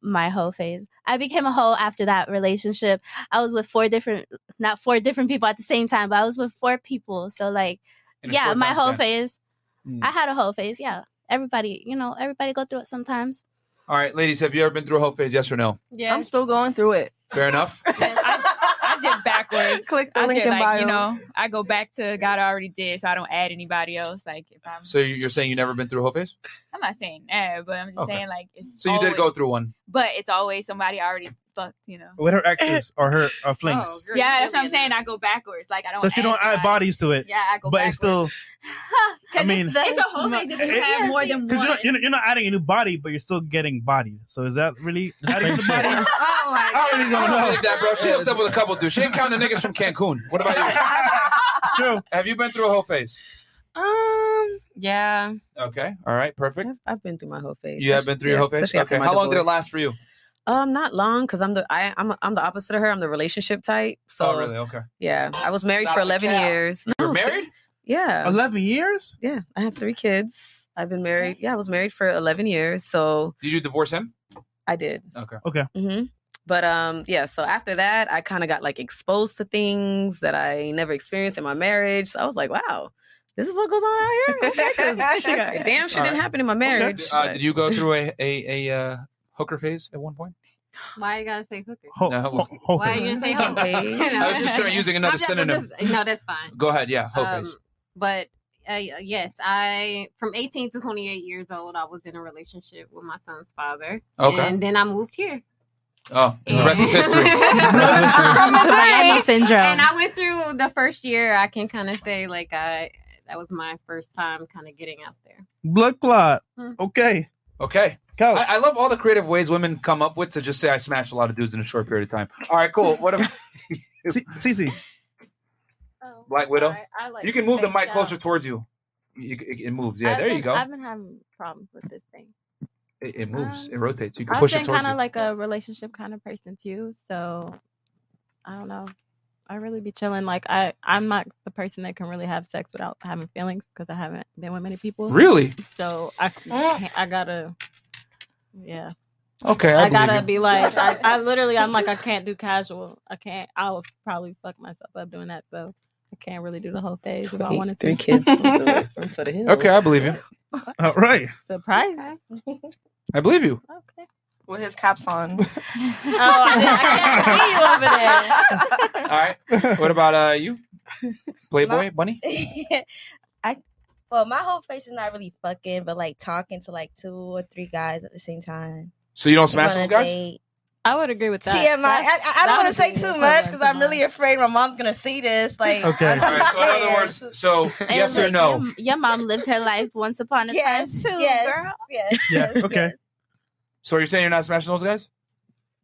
Speaker 16: my hoe phase. I became a hoe after that relationship. I was with four different, not four different people at the same time, but I was with four people. So like,
Speaker 7: In a
Speaker 16: yeah,
Speaker 7: short
Speaker 16: my
Speaker 7: time
Speaker 16: hoe
Speaker 7: span.
Speaker 16: phase.
Speaker 1: Mm.
Speaker 16: I had a hoe phase. Yeah, everybody, you know, everybody go through it sometimes.
Speaker 1: All right, ladies, have you ever been through a whole phase? Yes or no?
Speaker 16: Yeah,
Speaker 13: I'm still going through it.
Speaker 1: Fair enough.
Speaker 14: I did backwards.
Speaker 13: Click the
Speaker 14: I
Speaker 13: link
Speaker 14: did,
Speaker 13: in
Speaker 14: like, You
Speaker 13: bio.
Speaker 14: know, I go back to God I already did, so I don't add anybody else. Like if I'm,
Speaker 1: So you- you're saying you never been through a whole phase?
Speaker 14: I'm not saying that, but I'm just
Speaker 1: Okay.
Speaker 14: saying like it's.
Speaker 1: So you did
Speaker 14: always-
Speaker 1: go through one.
Speaker 14: but it's always somebody already fucked. You know.
Speaker 2: With her exes or her
Speaker 16: Oh,
Speaker 2: uh,
Speaker 1: Oh,
Speaker 2: flings.
Speaker 14: yeah, that's what I'm saying. I go backwards. Like I don't.
Speaker 2: so she don't add bodies to it.
Speaker 14: Yeah, I go
Speaker 2: But it's still. I mean,
Speaker 14: it's a whole phase if you
Speaker 2: it-
Speaker 14: have more than
Speaker 2: Because you're
Speaker 14: one.
Speaker 2: not, you're, not, you're not adding a new body, but you're still getting bodied. So is that really adding to the body?
Speaker 14: oh my
Speaker 2: I don't even
Speaker 1: I don't
Speaker 2: know.
Speaker 1: believe that, bro. She hooked up with a couple dudes. She ain't counting niggas from Cancun. What about you?
Speaker 2: It's true.
Speaker 1: Have you been through a whole phase?
Speaker 9: Um. Yeah.
Speaker 1: Okay. All right. Perfect.
Speaker 9: I've been through my whole phase.
Speaker 1: You have been through your
Speaker 9: Yeah,
Speaker 1: whole phase.
Speaker 9: especially after
Speaker 1: Okay.
Speaker 9: my
Speaker 1: How long did it
Speaker 9: divorce.
Speaker 1: last for you?
Speaker 9: Um, not long, cause I'm the I I'm I'm the opposite of her. I'm the relationship type. So
Speaker 1: oh, really? Okay.
Speaker 9: yeah, I was married
Speaker 1: Stop
Speaker 9: for
Speaker 1: the
Speaker 9: 11
Speaker 1: cap.
Speaker 9: years.
Speaker 1: You were
Speaker 9: si-
Speaker 1: married?
Speaker 9: Yeah.
Speaker 2: 11 years?
Speaker 9: Yeah, I have three kids. I've been married. Yeah, I was married for 11 years. So
Speaker 1: Did you divorce him?
Speaker 9: I did.
Speaker 1: Okay.
Speaker 2: Okay.
Speaker 9: hmm But um, yeah. So after that, I kind of got like exposed to things that I never experienced in my marriage. So I was like, wow, this is what goes on out here. Okay, 'cause shit, damn, shit
Speaker 1: All
Speaker 9: didn't
Speaker 1: right.
Speaker 9: happen in my
Speaker 1: Okay.
Speaker 9: marriage.
Speaker 1: Uh, did you go through a a, a uh, hooker phase at one point?
Speaker 11: Why you gotta say hooker?
Speaker 1: no.
Speaker 11: Why you gonna say
Speaker 1: Whole
Speaker 11: hooker?
Speaker 1: phase. I was just trying- using another
Speaker 11: I'm just-
Speaker 1: synonym.
Speaker 11: I'm just- Uh, Um, no, that's fine.
Speaker 1: Go ahead. Yeah. Whole phase.
Speaker 11: But uh, yes, I from 18 to 28 years old, I was in a relationship with my son's father.
Speaker 1: Okay.
Speaker 11: And then I moved here.
Speaker 1: Oh, the rest is history.
Speaker 11: From Missouri.
Speaker 16: Havana syndrome.
Speaker 11: And I went through the first year. I can kind of say like I that was my first time kind of getting out there.
Speaker 2: Blood clot.
Speaker 11: Hmm.
Speaker 2: Okay.
Speaker 1: Okay.
Speaker 2: Go.
Speaker 1: I, I love all the creative ways women come up with to just say I smashed a lot of dudes in a short period of time. All right, cool. What about
Speaker 2: Cece?
Speaker 1: Black Widow?
Speaker 7: sorry. Oh, I like
Speaker 1: you can move the
Speaker 7: spaced
Speaker 1: mic closer
Speaker 7: out.
Speaker 1: towards you. You- It, it moves. Yeah,
Speaker 7: I've
Speaker 1: there you
Speaker 7: been-
Speaker 1: go.
Speaker 7: I've been having problems with this thing.
Speaker 1: it, it moves. it rotates. You can
Speaker 7: um, I've
Speaker 1: push
Speaker 7: been
Speaker 1: it towards you.
Speaker 7: kind of like a relationship kind of person too, so I don't know. I really be chilling. Like I, I'm not the person that can really have sex without having feelings because I haven't been with many people.
Speaker 1: Really?
Speaker 7: So I,
Speaker 8: Mm.
Speaker 7: can't, I gotta, yeah.
Speaker 1: Okay, I
Speaker 7: I,
Speaker 1: believe
Speaker 7: gotta
Speaker 1: you.
Speaker 7: be like, I, I literally, I'm like, I can't do casual. I can't. I would probably fuck myself up doing that. So I can't really do the whole phase if I
Speaker 9: Three-
Speaker 7: wanted to.
Speaker 9: three kids. for the hill.
Speaker 1: Okay, I believe you.
Speaker 2: All right.
Speaker 7: Surprise. oh,
Speaker 1: I believe you.
Speaker 13: With his caps on.
Speaker 11: Oh,
Speaker 7: I, didn't- I can't see you over there.
Speaker 1: All right. What about uh you? Playboy bunny?
Speaker 8: I well, my whole face is not really fucking, but like talking to like two or three guys at the same time.
Speaker 1: So you don't
Speaker 8: Go
Speaker 1: smash
Speaker 8: on
Speaker 1: those
Speaker 8: a
Speaker 1: guys?
Speaker 8: date.
Speaker 7: I would agree with that.
Speaker 8: TMI. I, I
Speaker 7: That-
Speaker 8: don't
Speaker 7: that
Speaker 8: want to
Speaker 7: would
Speaker 8: say
Speaker 7: be
Speaker 8: too
Speaker 7: equivalent
Speaker 8: much because
Speaker 7: to
Speaker 8: I'm
Speaker 7: mine.
Speaker 8: really afraid my mom's gonna see this. Like,
Speaker 1: All right. So in other words, so yes or
Speaker 16: look,
Speaker 1: no?
Speaker 16: Your, your mom lived her life once upon a
Speaker 8: Yes,
Speaker 16: time too,
Speaker 8: yes,
Speaker 16: girl.
Speaker 8: Yes.
Speaker 1: Yes.
Speaker 2: Okay.
Speaker 1: So you're saying you're not smashing those guys?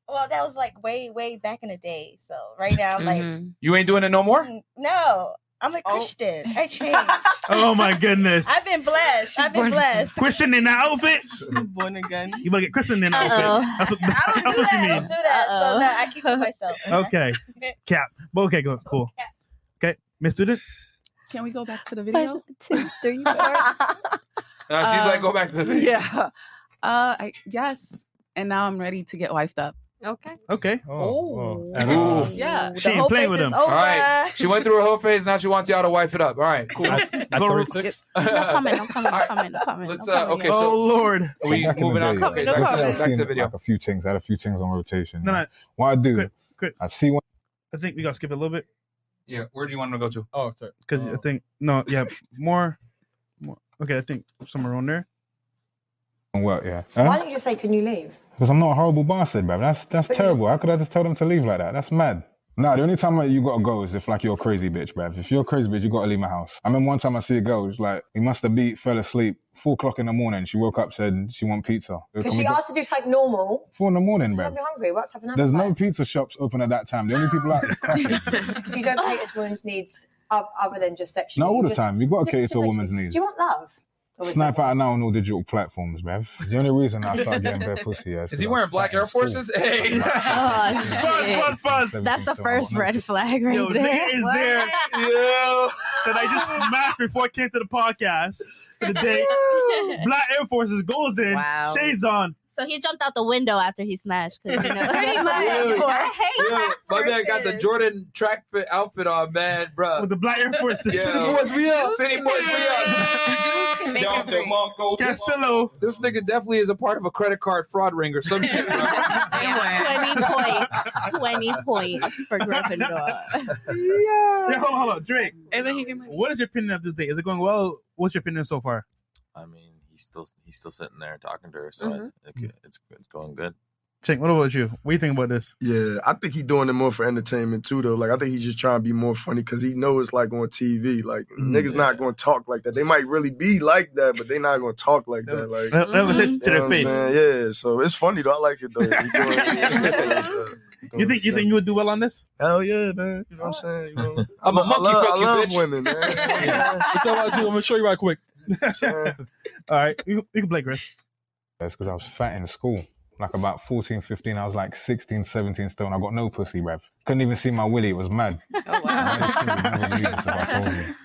Speaker 8: Well, that was like way, way back in the day. So right now, like, "Mm,
Speaker 1: You ain't doing it no
Speaker 7: Mm-hmm.
Speaker 1: more?
Speaker 8: no, I'm
Speaker 1: Oh.
Speaker 8: a Christian. I changed.
Speaker 2: Oh my goodness.
Speaker 8: I've been blessed. I've been blessed.
Speaker 2: Christian in that outfit.
Speaker 13: Born again.
Speaker 2: You better get Christian in that
Speaker 8: Uh-oh.
Speaker 2: outfit. That's what, that's what you
Speaker 8: I
Speaker 2: mean.
Speaker 8: don't do that.
Speaker 16: Uh-oh.
Speaker 8: So no, I keep to myself.
Speaker 2: Okay. Cap. But okay, go. Cool. Okay. Miss Student?
Speaker 13: Can we go back to the video?
Speaker 16: two, three,
Speaker 1: Uh, she's like,
Speaker 14: Um,
Speaker 1: go back to the video.
Speaker 13: Yeah. Uh, I, yes. And now I'm ready to get wifed up.
Speaker 11: Okay.
Speaker 2: Okay.
Speaker 13: Oh.
Speaker 1: Ooh.
Speaker 13: Yeah.
Speaker 2: She ain't playing with him.
Speaker 1: All right. She went through her whole phase. Now she wants y'all to wife it up. All right. Cool.
Speaker 16: No comment. No comment. No comment. No comment.
Speaker 1: Let's,
Speaker 16: no
Speaker 1: uh,
Speaker 16: comment.
Speaker 1: okay, so-
Speaker 2: Oh, Lord.
Speaker 1: Are we
Speaker 20: Back in the
Speaker 1: moving on?
Speaker 20: day,
Speaker 1: Okay,
Speaker 20: yeah.
Speaker 1: back to,
Speaker 20: I've
Speaker 1: back
Speaker 20: seen,
Speaker 1: to video.
Speaker 20: Like a few things. I had a few things on rotation.
Speaker 2: No, no.
Speaker 20: What I do, I see one.
Speaker 2: I think we got to skip a little bit
Speaker 1: Yeah. Where do you want to go to?
Speaker 6: Oh, sorry.
Speaker 2: because I think, no, yeah, more, more. Okay, I think somewhere on there.
Speaker 20: and work, yeah.
Speaker 22: Why
Speaker 20: Huh?
Speaker 22: don't you just say, can you leave?
Speaker 20: Because I'm not a horrible bastard, bruv. That's that's
Speaker 22: But you-
Speaker 20: terrible. How could I just tell them to leave like that? That's mad. Nah, the only time that you gotta go is if like you're a crazy bitch, bruv. If you're a crazy bitch, you gotta leave my house. I remember one time I see a girl, she's like, we must have beat, fell asleep, four o'clock in the morning. She woke up, said she want pizza.
Speaker 22: Because
Speaker 20: Can we
Speaker 22: she
Speaker 20: go-
Speaker 22: asked to do something normal.
Speaker 20: four in the morning,
Speaker 22: I'd
Speaker 20: bruv.
Speaker 22: be hungry. What's happening?
Speaker 20: There's no pizza shops open at that time. The only people out is crackers.
Speaker 22: So you don't cater to women's needs o- other than just sexual.
Speaker 20: Not all the
Speaker 22: just-
Speaker 20: time. You gotta
Speaker 22: just-
Speaker 20: cater
Speaker 22: just
Speaker 20: to a
Speaker 22: like-
Speaker 20: woman's needs.
Speaker 22: Do you want love? Or is
Speaker 20: Snipe out now on all digital platforms, bruv. It's the only reason I started getting bare pussy. Yeah,
Speaker 1: Is he wearing black Air Forces? Hey.
Speaker 5: Oh, shit.
Speaker 20: Buzz, buzz, buzz.
Speaker 5: That's the first red flag right
Speaker 2: Yo,
Speaker 5: there.
Speaker 2: nigga is
Speaker 5: What?
Speaker 2: there. Yo. Said I just smashed before I came to the podcast for the day. Black Air Forces goes in.
Speaker 16: Wow.
Speaker 2: Shades on.
Speaker 16: So he jumped out the window after he smashed. 'cause, You know,
Speaker 5: Pretty much. I hate
Speaker 1: Yo, my man got the Jordan track fit outfit on, man, bro. With
Speaker 2: the black Air Forces.
Speaker 1: City
Speaker 2: boys, we up.
Speaker 1: City boys, we up. Dom DeMarco.
Speaker 2: Castillo.
Speaker 1: This nigga definitely is a part of a credit card fraud ring or some shit. Bro.
Speaker 16: 20 points. 20 points for Gryffindor.
Speaker 2: Yeah. hold on, hold on. Drake. What is your opinion of this date? Is it going well? What's your opinion so far?
Speaker 17: I mean, he's still he's still sitting there talking to her, so
Speaker 2: Mhm.
Speaker 17: I, it, it's it's going good.
Speaker 2: Chink, what about you? What do you think about this?
Speaker 18: Yeah, I think he doing it more for entertainment too, though. Like I think he's just trying to be more funny because he knows it's like on TV. Like
Speaker 2: Mm.
Speaker 18: niggas not going to talk like that. They might really be like that, but they not going to talk like that. Like
Speaker 2: That- that
Speaker 12: Mm-hmm.
Speaker 2: was it to
Speaker 18: You know
Speaker 2: their
Speaker 18: what I'm
Speaker 2: face.
Speaker 18: saying? Yeah, so it's funny though. I like it though. He doing-
Speaker 2: You think you think you would do well on this?
Speaker 18: Hell yeah, man. You know what I'm saying? You know,
Speaker 2: I'm a
Speaker 18: I
Speaker 2: monkey
Speaker 18: love-
Speaker 2: fuck
Speaker 18: I
Speaker 2: you,
Speaker 18: love
Speaker 2: bitch.
Speaker 18: women, man.
Speaker 6: That's all I do. I'm gonna show you right quick.
Speaker 2: All right, you, you can play, Chris.
Speaker 20: That's because I was fat in school. Like about 14, 15, I was like 16, 17 stone. I got no pussy, bruv. Couldn't even see my willy. It was mad. I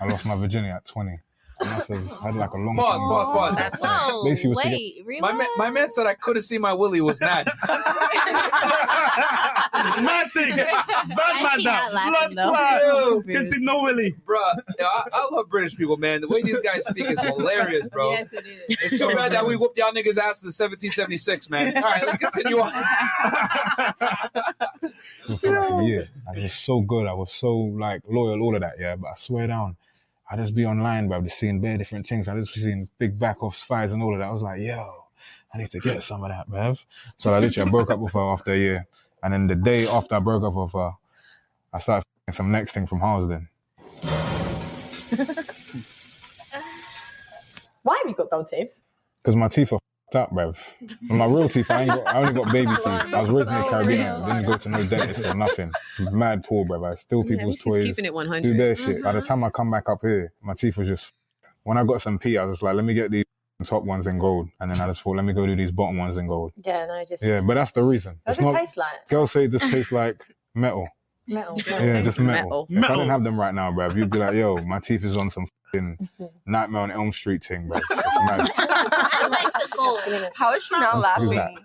Speaker 20: lost my virginity at 20. I must have had like a long
Speaker 1: Pause,
Speaker 20: time.
Speaker 1: pause, pause.
Speaker 20: Whoa, Basically, was to get- wait,
Speaker 1: my, man, my man said I couldn't see my willy was mad.
Speaker 2: Nothing.
Speaker 5: Why she not laughing, though?
Speaker 2: Can see no willy.
Speaker 1: Bruh, yo, I, I love British people, man. The way these guys speak is hilarious, bro.
Speaker 5: Yes,
Speaker 1: it is. It's so bad that we whooped y'all niggas' ass in 1776, man. All right, let's continue on.
Speaker 20: for like a year. Like, it was so good. I was so like loyal, all of that, yeah. But I swear down, I just be online, bruv, just seeing bare different things. I just be seeing big back off fires and all of that. I was like, yo, I need to get some of that, bruv. So I literally I broke up with her after a year. And then the day after I broke up with her, I started f***ing some next thing from Harsden.
Speaker 22: Why have you got gold teeth?
Speaker 20: Because my teeth are f***ed up, bruv. And my real teeth, I, ain't got, I only got baby teeth. I was raised in
Speaker 9: oh,
Speaker 20: the Caribbean. Didn't go to no dentist or nothing. Mad poor, bruv. I steal
Speaker 9: Yeah,
Speaker 20: people's
Speaker 9: he's
Speaker 20: toys.
Speaker 9: keeping it 100.
Speaker 20: Do their shit. By the
Speaker 9: Mhm.
Speaker 20: time I come back up here, my teeth was just. f***ed. When I got some pee, I was just like, let me get these top ones in gold. And then I just thought, let me go do these bottom ones in gold.
Speaker 22: Yeah, no, just.
Speaker 20: Yeah, but that's the reason.
Speaker 22: What does it taste like?
Speaker 20: Girls say this tastes like metal.
Speaker 22: Metal.
Speaker 20: Yeah, just metal. If I didn't have them right now, bruv, you'd be like, yo, my teeth is on some fing Nightmare on Elm Street thing, bruv. It's mad.
Speaker 13: How is she not
Speaker 20: Let's do
Speaker 13: laughing?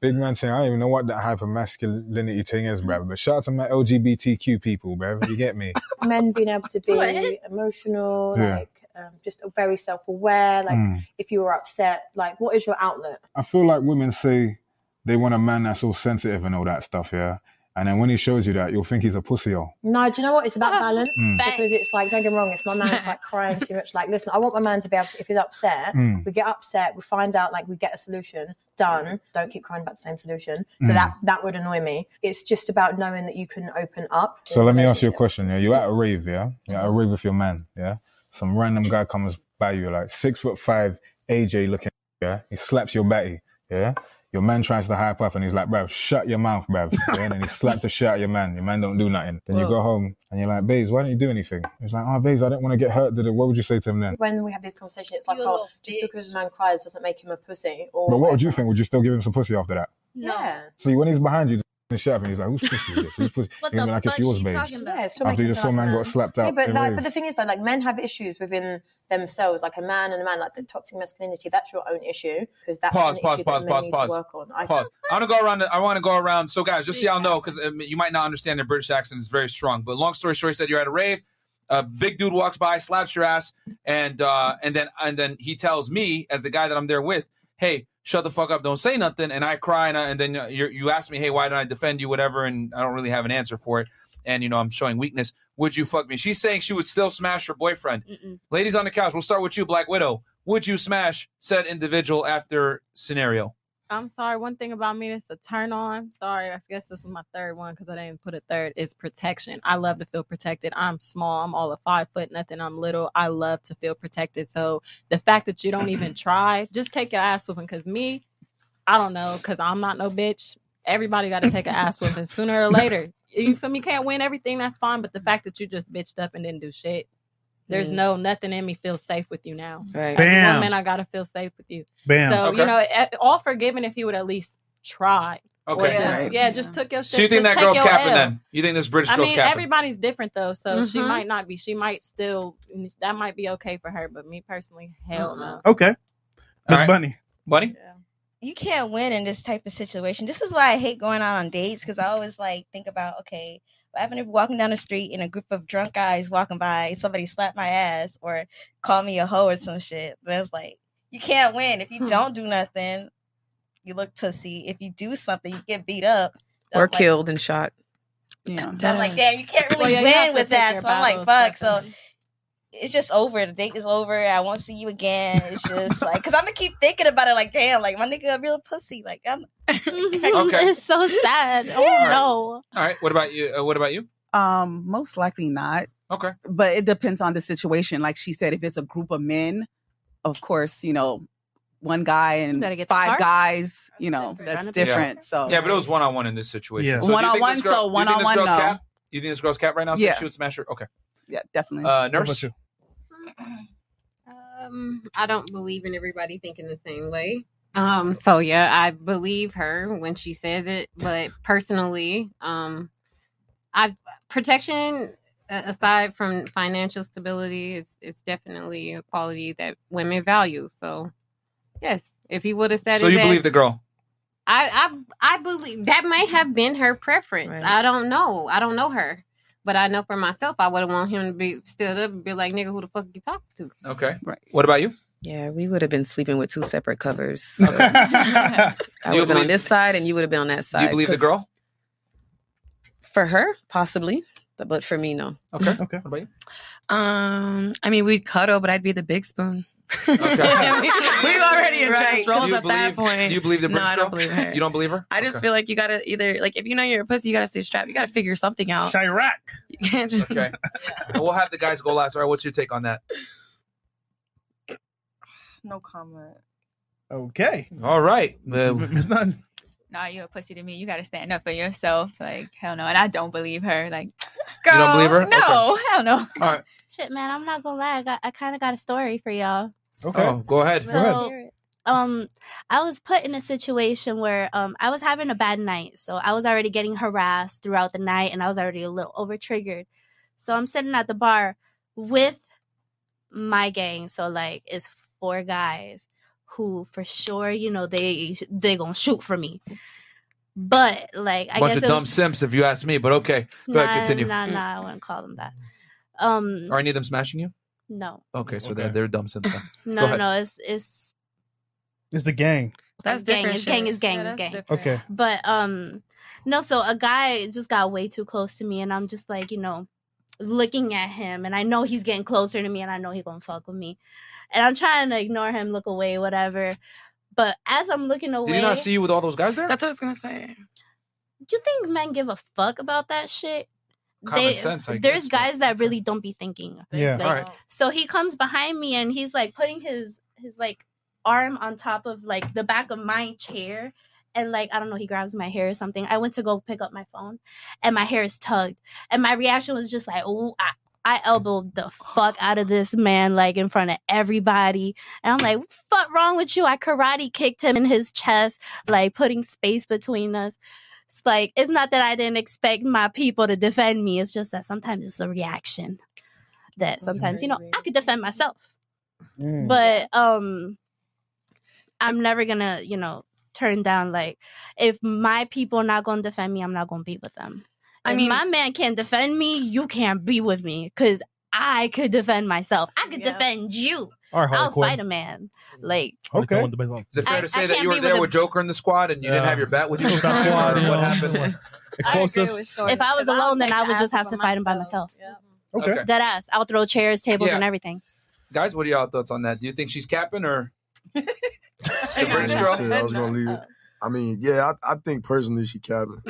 Speaker 20: Big man saying, I don't even know what that hyper masculinity thing is, bruv. But shout out to my LGBTQ people, bruv. You get me?
Speaker 22: Men being able to be emotional,
Speaker 20: Yeah.
Speaker 22: like um, just very self-aware. Like
Speaker 20: Mm.
Speaker 22: if you were upset, like what is your outlet?
Speaker 20: I feel like women say they want a man that's all sensitive and all that stuff, yeah? And then when he shows you that, you'll think he's a pussy, yo.
Speaker 22: No, do you know what? It's about balance
Speaker 20: Mm.
Speaker 22: because it's like, don't get me wrong, if my man's like crying too much, like, listen, I want my man to be able to, if he's upset,
Speaker 20: Mm.
Speaker 22: we get upset, we find out, like, we get a solution done. Don't keep crying about the same solution. So
Speaker 20: Mm.
Speaker 22: that that would annoy me. It's just about knowing that you can open up.
Speaker 20: So let me ask you a question, yeah? You're at a rave, yeah? You're at a rave with your man, yeah? Some random guy comes by you, like six foot five, AJ looking, yeah? He slaps your batty, yeah? Your man tries to hype up and he's like, bruv, shut your mouth, bruv. Yeah? And then he slapped the shit out of your man. Your man don't do nothing. Then you
Speaker 22: Whoa.
Speaker 20: go home and you're like, babes, why don't you do anything? He's like, oh, babes, I don't want to get hurt. did it?" What would you say to him then?
Speaker 22: When we have these conversations, it's like, oh, just because a man cries doesn't make him a pussy. Or
Speaker 20: But what would you think? Would you still give him some pussy after that?
Speaker 22: No.
Speaker 20: So when he's behind you, just the shit up, and he's like, "Who's pussy is this? Who's pussy?"
Speaker 22: What
Speaker 20: You're gonna
Speaker 22: the
Speaker 20: be like, "It's
Speaker 22: fuck
Speaker 20: yours,
Speaker 22: she
Speaker 20: babe."
Speaker 22: talking about? Yeah, it's still
Speaker 20: After you
Speaker 22: making
Speaker 20: just saw
Speaker 22: it
Speaker 20: man got slapped
Speaker 22: Yeah,
Speaker 20: out,
Speaker 22: but,
Speaker 20: in
Speaker 22: like,
Speaker 20: rave.
Speaker 22: but the thing is, though, like men have issues within themselves, like a man and a man, like the toxic masculinity. That's your own issue because that's
Speaker 1: Pause,
Speaker 22: an
Speaker 1: pause,
Speaker 22: issue that
Speaker 1: pause,
Speaker 22: men
Speaker 1: pause,
Speaker 22: need to
Speaker 1: pause.
Speaker 22: work on. I-
Speaker 1: Pause. I want to go around. The, I want to go around. So, guys, just so y'all know, because you might not understand their British accent is very strong. But long story short, he said you're at a rave. A big dude walks by, slaps your ass, and uh, and then and then he tells me, as the guy that I'm there with, "Hey, shut the fuck up, don't say nothing." And I cry, and, I, and then you you ask me, "Hey, why didn't I defend you?" Whatever, and I don't really have an answer for it. And you know, I'm showing weakness. Would you fuck me? She's saying she would still smash her boyfriend. Ladies on the couch, we'll start with you, Black Widow. would you smash said individual after scenario?
Speaker 7: I'm sorry. One thing about me that's a turn on. Sorry, I guess this was my third one because I didn't put a third. Is protection. I love to feel protected. I'm small. I'm all of five foot nothing. I'm little. I love to feel protected. So the fact that you don't even try, just take your ass whooping. Because me, I don't know. Because I'm not no bitch. Everybody got to take an ass whooping sooner or later. You feel me? Can't win everything. That's fine. But the fact that you just bitched up and didn't do shit. There's
Speaker 9: Mm.
Speaker 7: no nothing in me feels safe with you now.
Speaker 9: Right.
Speaker 7: As a
Speaker 9: Bam.
Speaker 7: woman, I gotta feel safe with you.
Speaker 1: Bam.
Speaker 7: So you
Speaker 1: Okay.
Speaker 7: know, at- all forgiven if he would at least try. Or
Speaker 1: Okay.
Speaker 7: just-
Speaker 1: Right.
Speaker 7: Yeah, just took your shit.
Speaker 1: So you think
Speaker 7: just
Speaker 1: that
Speaker 7: take
Speaker 1: girl's
Speaker 7: your
Speaker 1: capping
Speaker 7: L.
Speaker 1: then? You think this British
Speaker 7: I
Speaker 1: girl's
Speaker 7: mean,
Speaker 1: capping?
Speaker 7: everybody's different though, so she
Speaker 9: Mhm.
Speaker 7: might not be. She might still. That might be okay for her, but me personally, hell no.
Speaker 2: Okay. Miss Bunny.
Speaker 1: Bunny?
Speaker 8: you can't win in this type of situation. This is why I hate going out on dates because I always like think about okay, what happened if walking down the street and a group of drunk guys walking by, somebody slapped my ass or called me a hoe or some shit. But it's like you can't win if you don't do nothing. You look pussy. If you do something, you get beat up.
Speaker 9: or killed and shot.
Speaker 10: Yeah,
Speaker 8: So I'm like, damn, you can't
Speaker 7: Well,
Speaker 8: really
Speaker 7: yeah, you have
Speaker 8: win
Speaker 7: to
Speaker 8: with
Speaker 7: pick
Speaker 8: that.
Speaker 7: your
Speaker 8: So I'm like,
Speaker 7: battles,
Speaker 8: fuck. So it's just over. The date is over. I won't see you again. It's just like, cause I'm gonna keep thinking about it. Like, damn, like my nigga a real pussy. Like, I'm. Mm-hmm.
Speaker 10: Okay.
Speaker 16: It's so sad.
Speaker 1: Yeah.
Speaker 16: Oh
Speaker 1: All right.
Speaker 16: no.
Speaker 1: All right. What about you? Uh, what about you?
Speaker 10: Um, most likely not.
Speaker 1: Okay.
Speaker 10: But it depends on the situation. Like she said, if it's a group of men, of course, you know, one guy and
Speaker 9: Gotta get the
Speaker 10: five
Speaker 9: car?
Speaker 10: guys, you know, that's different.
Speaker 1: Yeah.
Speaker 10: So
Speaker 1: yeah, but it was one on one in this situation.
Speaker 10: Yeah.
Speaker 1: So do you think
Speaker 10: One-on-one,
Speaker 1: this girl-
Speaker 10: so
Speaker 1: do you think
Speaker 10: one-on-one,
Speaker 1: this girl's
Speaker 10: no.
Speaker 1: Cap? You think this girl's cap right now?
Speaker 10: Yeah.
Speaker 1: She would smash her. Okay.
Speaker 10: Yeah, definitely.
Speaker 1: Uh, nurse.
Speaker 11: Um, I don't believe in everybody thinking the same way. Um, so yeah, I believe her when she says it, but personally, um, I protection a- aside from financial stability is it's definitely a quality that women value. So yes, if he would have said,
Speaker 1: So
Speaker 11: his
Speaker 1: you believe
Speaker 11: ass-
Speaker 1: the girl?
Speaker 11: I I I believe that may have been her preference. I don't know. I don't know her, but I know for myself, I would have want him to be stood up and be like, "Nigga, who the fuck you talking to?"
Speaker 1: Okay.
Speaker 10: Right.
Speaker 1: What about you?
Speaker 9: Yeah, we would have been sleeping with two separate covers. So. I would have been on this side, and you would have been on that side.
Speaker 1: Do you believe the
Speaker 9: 'cause
Speaker 1: girl?
Speaker 9: For her, possibly, but for me, no.
Speaker 1: Okay. Okay. What about you?
Speaker 12: Um, I mean, we'd cuddle, but I'd be the big spoon.
Speaker 1: Okay.
Speaker 12: We've already
Speaker 1: Right.
Speaker 12: addressed
Speaker 1: Do
Speaker 12: roles
Speaker 1: you
Speaker 12: at that
Speaker 1: believe-
Speaker 12: point.
Speaker 1: Do you believe the
Speaker 12: no,
Speaker 1: British
Speaker 12: I
Speaker 1: girl?
Speaker 12: don't believe her.
Speaker 1: You don't believe her?
Speaker 12: I just feel like you gotta either like if you know you're a pussy, you gotta stay strapped. You gotta figure something out.
Speaker 2: Chirac.
Speaker 12: You can't just
Speaker 1: okay. And we'll have the guys go last. All right. What's your take on that?
Speaker 13: No comment.
Speaker 2: Okay.
Speaker 1: All right.
Speaker 2: Miss Nunn.
Speaker 14: Nah, you a pussy to me. You gotta stand up for yourself. Like hell no, and I don't believe her. Like
Speaker 1: You
Speaker 14: girl,
Speaker 1: don't believe her?
Speaker 14: No, hell no.
Speaker 1: All right.
Speaker 16: Shit, man, I'm not gonna lie. I got I kind of got a story for y'all.
Speaker 1: Okay. Oh, go ahead.
Speaker 16: So, um, I was put in a situation where um I was having a bad night, so I was already getting harassed throughout the night, and I was already a little over triggered. So I'm sitting at the bar with my gang. So like, it's four guys who, for sure, you know they they gonna shoot for me. But like, I
Speaker 1: Bunch
Speaker 16: guess
Speaker 1: of
Speaker 16: it
Speaker 1: dumb
Speaker 16: was,
Speaker 1: simps, if you ask me. But okay. Go
Speaker 16: nah,
Speaker 1: ahead. Continue.
Speaker 16: Nah, nah, I wouldn't call them that. Um,
Speaker 1: Are any of them smashing you?
Speaker 16: no,
Speaker 1: Okay. So they're they're dumb simps. then. Go
Speaker 16: no, no,
Speaker 1: ahead.
Speaker 16: no. It's it's
Speaker 2: It's the gang.
Speaker 16: That's gang.
Speaker 12: different
Speaker 16: It's gang.
Speaker 12: shit.
Speaker 16: It's gang.
Speaker 12: Yeah,
Speaker 16: It's
Speaker 12: that's
Speaker 16: gang.
Speaker 2: different. Okay.
Speaker 16: But um, no. So a guy just got way too close to me, and I'm just like, you know, looking at him, and I know he's getting closer to me, and I know he gonna fuck with me, and I'm trying to ignore him, look away, whatever. But as I'm looking away,
Speaker 1: Did he not see you with all those guys there?
Speaker 12: That's what I was gonna say.
Speaker 16: you think men give a fuck about that shit?
Speaker 1: Common sense, I
Speaker 16: there's guys that really don't be thinking.
Speaker 1: Yeah.
Speaker 16: Like,
Speaker 1: All right.
Speaker 16: So he comes behind me and he's like putting his his like arm on top of like the back of my chair. And like I don't know, he grabs my hair or something. I went to go pick up my phone, and my hair is tugged. And my reaction was just like, "Oh, I, I elbowed the fuck out of this man, like in front of everybody." And I'm like, "Fuck wrong with you?" I karate kicked him in his chest, like putting space between us. It's like it's not that I didn't expect my people to defend me. It's just that sometimes it's a reaction. That sometimes you know I could defend myself,
Speaker 3: Mm.
Speaker 20: Mm.
Speaker 16: but um, I'm never gonna you know turn down like if my people not gonna defend me, I'm not gonna be with them.
Speaker 12: I
Speaker 16: I
Speaker 12: mean-
Speaker 16: mean, my man can't defend me. You can't be with me because I could defend myself. I could defend you.
Speaker 1: All right,
Speaker 16: I'll
Speaker 1: hardcore.
Speaker 16: fight a man. Like
Speaker 1: Okay.
Speaker 6: Is
Speaker 1: it fair
Speaker 16: I-
Speaker 1: to
Speaker 16: I
Speaker 1: say that
Speaker 16: can't
Speaker 1: you were
Speaker 16: be
Speaker 1: there
Speaker 16: with
Speaker 1: with,
Speaker 16: a-
Speaker 1: Joker in the squad and you didn't
Speaker 6: Yeah.
Speaker 1: have your bat with you?
Speaker 6: Squad, you
Speaker 1: or
Speaker 6: know.
Speaker 1: what happened?
Speaker 6: Explosives.
Speaker 16: if I was alone, then I would just have to fight him by myself.
Speaker 1: Okay.
Speaker 16: Dead ass. I'll throw chairs, tables,
Speaker 1: Yeah.
Speaker 16: and everything.
Speaker 1: Guys, what are y'all thoughts on that? Do you think she's capping or the British
Speaker 18: Yeah,
Speaker 1: girl?
Speaker 18: shit, I was gonna leave it. I mean, yeah, I, I think personally she capping.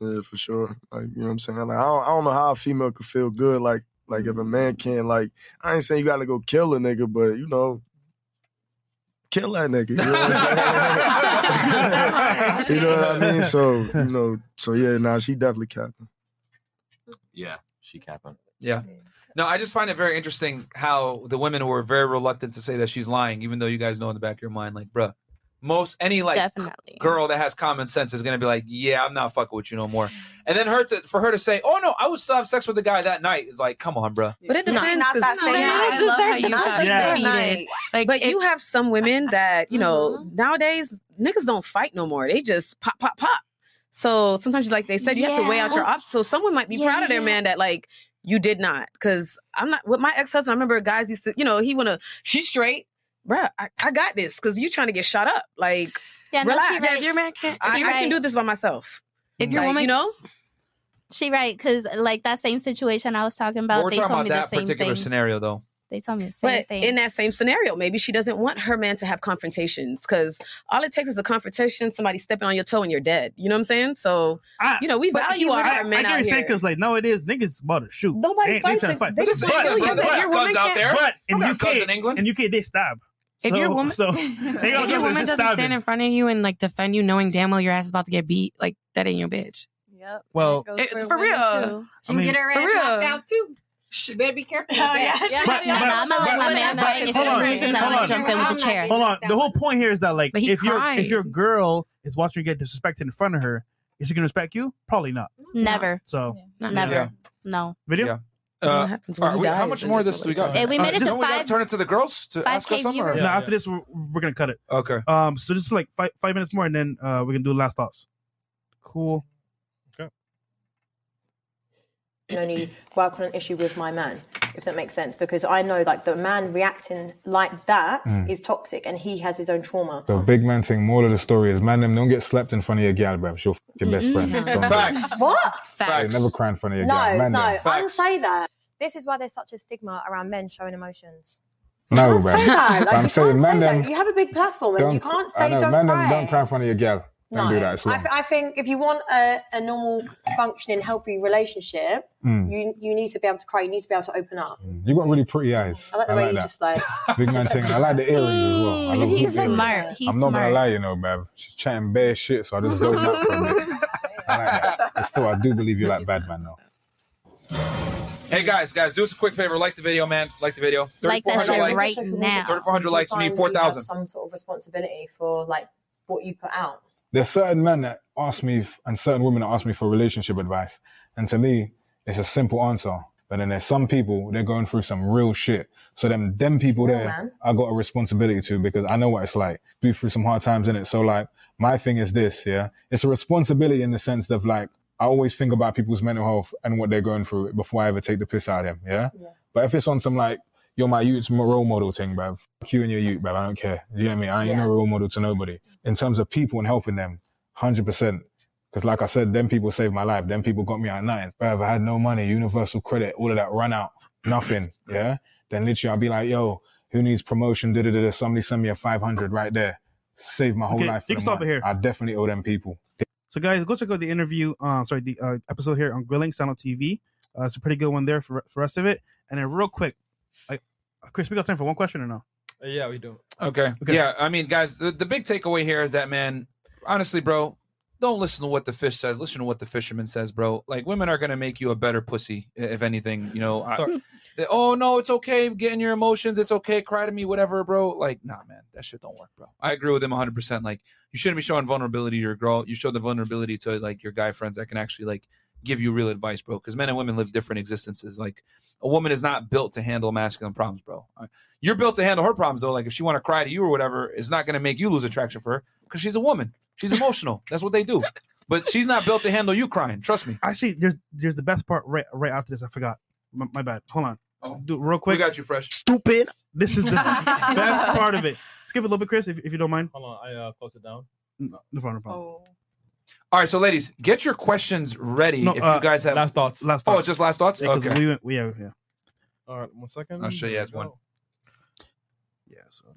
Speaker 18: Yeah, for sure. Like, you know what I'm saying? Like, I don't, I don't know how a female could feel good. Like, like if a man can't, like, I ain't saying you gotta go kill a nigga, but you know, kill that nigga. You know what I'm saying? You know what I mean? So, you know, so yeah, nah, she definitely capping.
Speaker 17: Yeah, she capping.
Speaker 1: Yeah. No, I just find it very interesting how the women were very reluctant to say that she's lying, even though you guys know in the back of your mind, like, bruh, most any like
Speaker 7: Definitely.
Speaker 1: girl that has common sense is gonna be like, yeah, I'm not fucking with you no more. And then her to for her to say, oh no, I would still have sex with the guy that night is like, come on, bruh.
Speaker 9: But it
Speaker 22: No,
Speaker 9: depends.
Speaker 22: not
Speaker 9: 'cause
Speaker 22: that
Speaker 9: some
Speaker 22: same
Speaker 9: women
Speaker 22: night. I love how you
Speaker 9: don't
Speaker 22: got
Speaker 9: think
Speaker 22: that.
Speaker 9: they're
Speaker 22: Yeah.
Speaker 9: needed. but you have some women that you know
Speaker 22: Mm-hmm.
Speaker 9: nowadays niggas don't fight no more. They just pop, pop, pop. So sometimes, like they said, you have to weigh out your
Speaker 22: Yeah.
Speaker 9: options. So someone might be
Speaker 22: Yeah,
Speaker 9: proud of their
Speaker 22: yeah.
Speaker 9: man that like you did not. Because I'm not with my ex husband. I remember guys used to, you know, he wanna she's straight, bruh. I, I got this because you trying to get shot up. Like,
Speaker 16: Yeah, no,
Speaker 9: relax.
Speaker 16: she right. Your man can't-
Speaker 9: I,
Speaker 16: she
Speaker 9: I
Speaker 16: right.
Speaker 9: can do this by myself.
Speaker 16: If your
Speaker 9: Like,
Speaker 16: woman-
Speaker 9: you know,
Speaker 16: She right because like that same situation I was talking
Speaker 1: But
Speaker 16: about.
Speaker 1: we're
Speaker 16: They
Speaker 1: talking
Speaker 16: told
Speaker 1: about
Speaker 16: me the
Speaker 1: that
Speaker 16: same
Speaker 1: particular
Speaker 16: thing.
Speaker 1: scenario though.
Speaker 16: They told me the same
Speaker 9: But
Speaker 16: thing.
Speaker 9: in that same scenario, maybe she doesn't want her man to have confrontations because all it takes is a confrontation, somebody stepping on your toe, and you're dead. You know what I'm saying? So, you know, we
Speaker 2: But
Speaker 9: value
Speaker 2: I,
Speaker 9: our
Speaker 2: I,
Speaker 9: men out
Speaker 2: can't say
Speaker 9: here.
Speaker 2: because like nowadays niggas about to shoot.
Speaker 9: Nobody
Speaker 2: They- they
Speaker 9: fights
Speaker 2: tryna
Speaker 9: if-
Speaker 2: fight.
Speaker 9: they just
Speaker 2: but,
Speaker 9: kill you.
Speaker 2: but,
Speaker 9: If your woman
Speaker 2: guns out
Speaker 9: can't-
Speaker 2: there. But in
Speaker 9: Don't
Speaker 2: UK, guns in England, in UK they stab.
Speaker 12: If
Speaker 2: so,
Speaker 12: your woman,
Speaker 2: so they
Speaker 12: if
Speaker 2: gotta
Speaker 12: your
Speaker 2: go
Speaker 12: woman doesn't
Speaker 2: just stabbing.
Speaker 12: stand in front of you and like defend you, knowing damn well your ass is about to get beat, like that ain't your bitch.
Speaker 13: Yep.
Speaker 2: Well,
Speaker 12: It- for, real,
Speaker 11: She can get her ass knocked out too. She better be careful. with
Speaker 16: Oh,
Speaker 11: that.
Speaker 16: yeah. Yeah, But- yeah, but- I'ma let my man know, and if
Speaker 2: hold
Speaker 16: he
Speaker 2: on,
Speaker 16: loses, then
Speaker 2: hold
Speaker 16: I'ma
Speaker 2: on.
Speaker 16: jump in with the
Speaker 11: I'm not
Speaker 16: chair.
Speaker 2: Hold on. The whole point here is that like
Speaker 12: he
Speaker 2: if your
Speaker 12: cried.
Speaker 2: if your girl is watching you get disrespected in front of her, is she gonna respect you? Probably not.
Speaker 16: Never.
Speaker 2: So
Speaker 16: Never.
Speaker 2: Yeah.
Speaker 16: No.
Speaker 2: Video.
Speaker 1: Uh, all right,
Speaker 2: he
Speaker 1: we- how
Speaker 2: dies,
Speaker 1: much
Speaker 2: then
Speaker 1: more of
Speaker 2: it's
Speaker 1: this do we got?
Speaker 16: Yeah, we made it
Speaker 1: don't
Speaker 16: to
Speaker 1: we gotta
Speaker 16: five-
Speaker 1: Turn it to the girls to ask us
Speaker 16: 5K
Speaker 1: something. or-
Speaker 2: No, after this we're, we're gonna cut it.
Speaker 1: Okay.
Speaker 2: Um. So just like five five minutes more, and then uh we're gonna do last thoughts. Cool.
Speaker 22: can only work on an issue with my man, if that makes sense. Because I know like the man reacting like that is
Speaker 20: Mm.
Speaker 22: toxic and he has his own trauma.
Speaker 20: The big man thing, moral of the story is, man, them don't get slapped in front of your gal, bruv. It's your f***ing best friend.
Speaker 22: Mm-mm.
Speaker 20: Don't do it.
Speaker 22: What?
Speaker 20: Like, never cry in front of your gal.
Speaker 22: No,
Speaker 20: Man,
Speaker 22: no,
Speaker 20: them-
Speaker 22: unsay that. This is why there's such a stigma around men showing emotions.
Speaker 20: No,
Speaker 22: Don't say
Speaker 20: bruv.
Speaker 22: that. Like,
Speaker 20: But I'm
Speaker 22: you
Speaker 20: saying,
Speaker 22: can't
Speaker 20: man,
Speaker 22: say that.
Speaker 20: them
Speaker 22: You have a big platform and you
Speaker 20: don't.
Speaker 22: can't
Speaker 20: I
Speaker 22: say
Speaker 20: know,
Speaker 22: don't
Speaker 20: man,
Speaker 22: cry.
Speaker 20: them don't cry in front of your gal. Don't do that. It's
Speaker 22: I,
Speaker 20: wrong.
Speaker 22: th- I think if you want a, a normal, functioning, healthy relationship,
Speaker 20: Mm.
Speaker 22: you you need to be able to cry. You need to be able to open up.
Speaker 20: You got really pretty eyes.
Speaker 22: I like the way you just like.
Speaker 20: Big man thing. I like the earrings as well. I love
Speaker 22: He's
Speaker 20: hoop earrings.
Speaker 22: smart. He's
Speaker 20: I'm not
Speaker 22: smart.
Speaker 20: gonna lie, you know, man. She's chatting bare shit, so I just zoned out for a bit. I like that. But still, I do believe you like bad man though.
Speaker 1: Hey guys, guys, do us a quick favor. Like the video, man. Like the video.
Speaker 22: Like that
Speaker 1: 3,400
Speaker 22: shit
Speaker 1: likes.
Speaker 22: right now.
Speaker 1: 3,400 likes
Speaker 22: Find
Speaker 1: mean
Speaker 22: you
Speaker 1: 4,000.
Speaker 22: have Some sort of responsibility for like what you put out.
Speaker 20: There's certain men that ask me f- and certain women that ask me for relationship advice, and to me, it's a simple answer. But then there's some people they're going through some real shit. So them them people
Speaker 22: Real
Speaker 20: there,
Speaker 22: man.
Speaker 20: I got a responsibility to because I know what it's like. Be through some hard times in it. So like my thing is this, yeah. It's a responsibility in the sense of like I always think about people's mental health and what they're going through before I ever take the piss out of them. Yeah. But if it's on some like you're my youth's mo- role model thing, bruv. Fuck you and your youth, bruv. I don't care. You know what I mean? I ain't no role model to nobody. In terms of people and helping them, hundred percent. Because like I said, them people saved my life. Them people got me out of nothing. Bruv, I had no money, universal credit, all of that run out, nothing. Yeah. Then literally I'll be like, yo, who needs promotion? Da da da. da. Somebody send me a five hundred right there. Saved my whole
Speaker 2: Okay,
Speaker 20: life.
Speaker 2: you can stop it here.
Speaker 20: I definitely owe them people.
Speaker 2: So guys, go check out the interview. Uh, sorry, the uh, episode here on Grilling Sound on TV. Uh, it's a pretty good one there for for rest of it. And then real quick, like Chris, we got time for one question or no?
Speaker 6: Yeah, we do.
Speaker 1: Okay. Yeah, I mean, guys, the, the big takeaway here is that, man, honestly, bro, don't listen to what the fish says. Listen to what the fisherman says, bro. Like, women are going to make you a better pussy, i- if anything. You know, I,
Speaker 6: Sorry.
Speaker 1: they- oh, no, it's okay. Get in your emotions. It's okay. Cry to me, whatever, bro. Like, nah, man, that shit don't work, bro. I agree with him 100%. Like, you shouldn't be showing vulnerability to your girl. You show the vulnerability to, like, your guy friends that can actually, like, give you real advice, bro. Because men and women live different existences. Like, a woman is not built to handle masculine problems, bro. Uh, You're built to handle her problems though. Like if she want to cry to you or whatever, it's not going to make you lose attraction for her because she's a woman. She's emotional. That's what they do. But she's not built to handle you crying. Trust me.
Speaker 2: Actually, there's there's the best part right right after this. I forgot. My, my bad. Hold on. Do it real quick.
Speaker 1: Oh. We got you fresh.
Speaker 2: Stupid. This is the best part of it. Skip it a little bit, Chris, if, if you don't mind.
Speaker 6: Hold on, I uh, closed it down.
Speaker 2: No, no problem. No problem.
Speaker 1: All right, so ladies, get your questions ready
Speaker 2: No,
Speaker 1: if
Speaker 2: uh,
Speaker 1: you guys have
Speaker 6: last thoughts.
Speaker 2: Last
Speaker 1: Oh,
Speaker 2: thoughts.
Speaker 1: it's just last thoughts.
Speaker 2: Yeah, 'cause
Speaker 1: okay.
Speaker 2: we went. We, yeah, yeah.
Speaker 6: All right, one second.
Speaker 1: I'll show you guys one.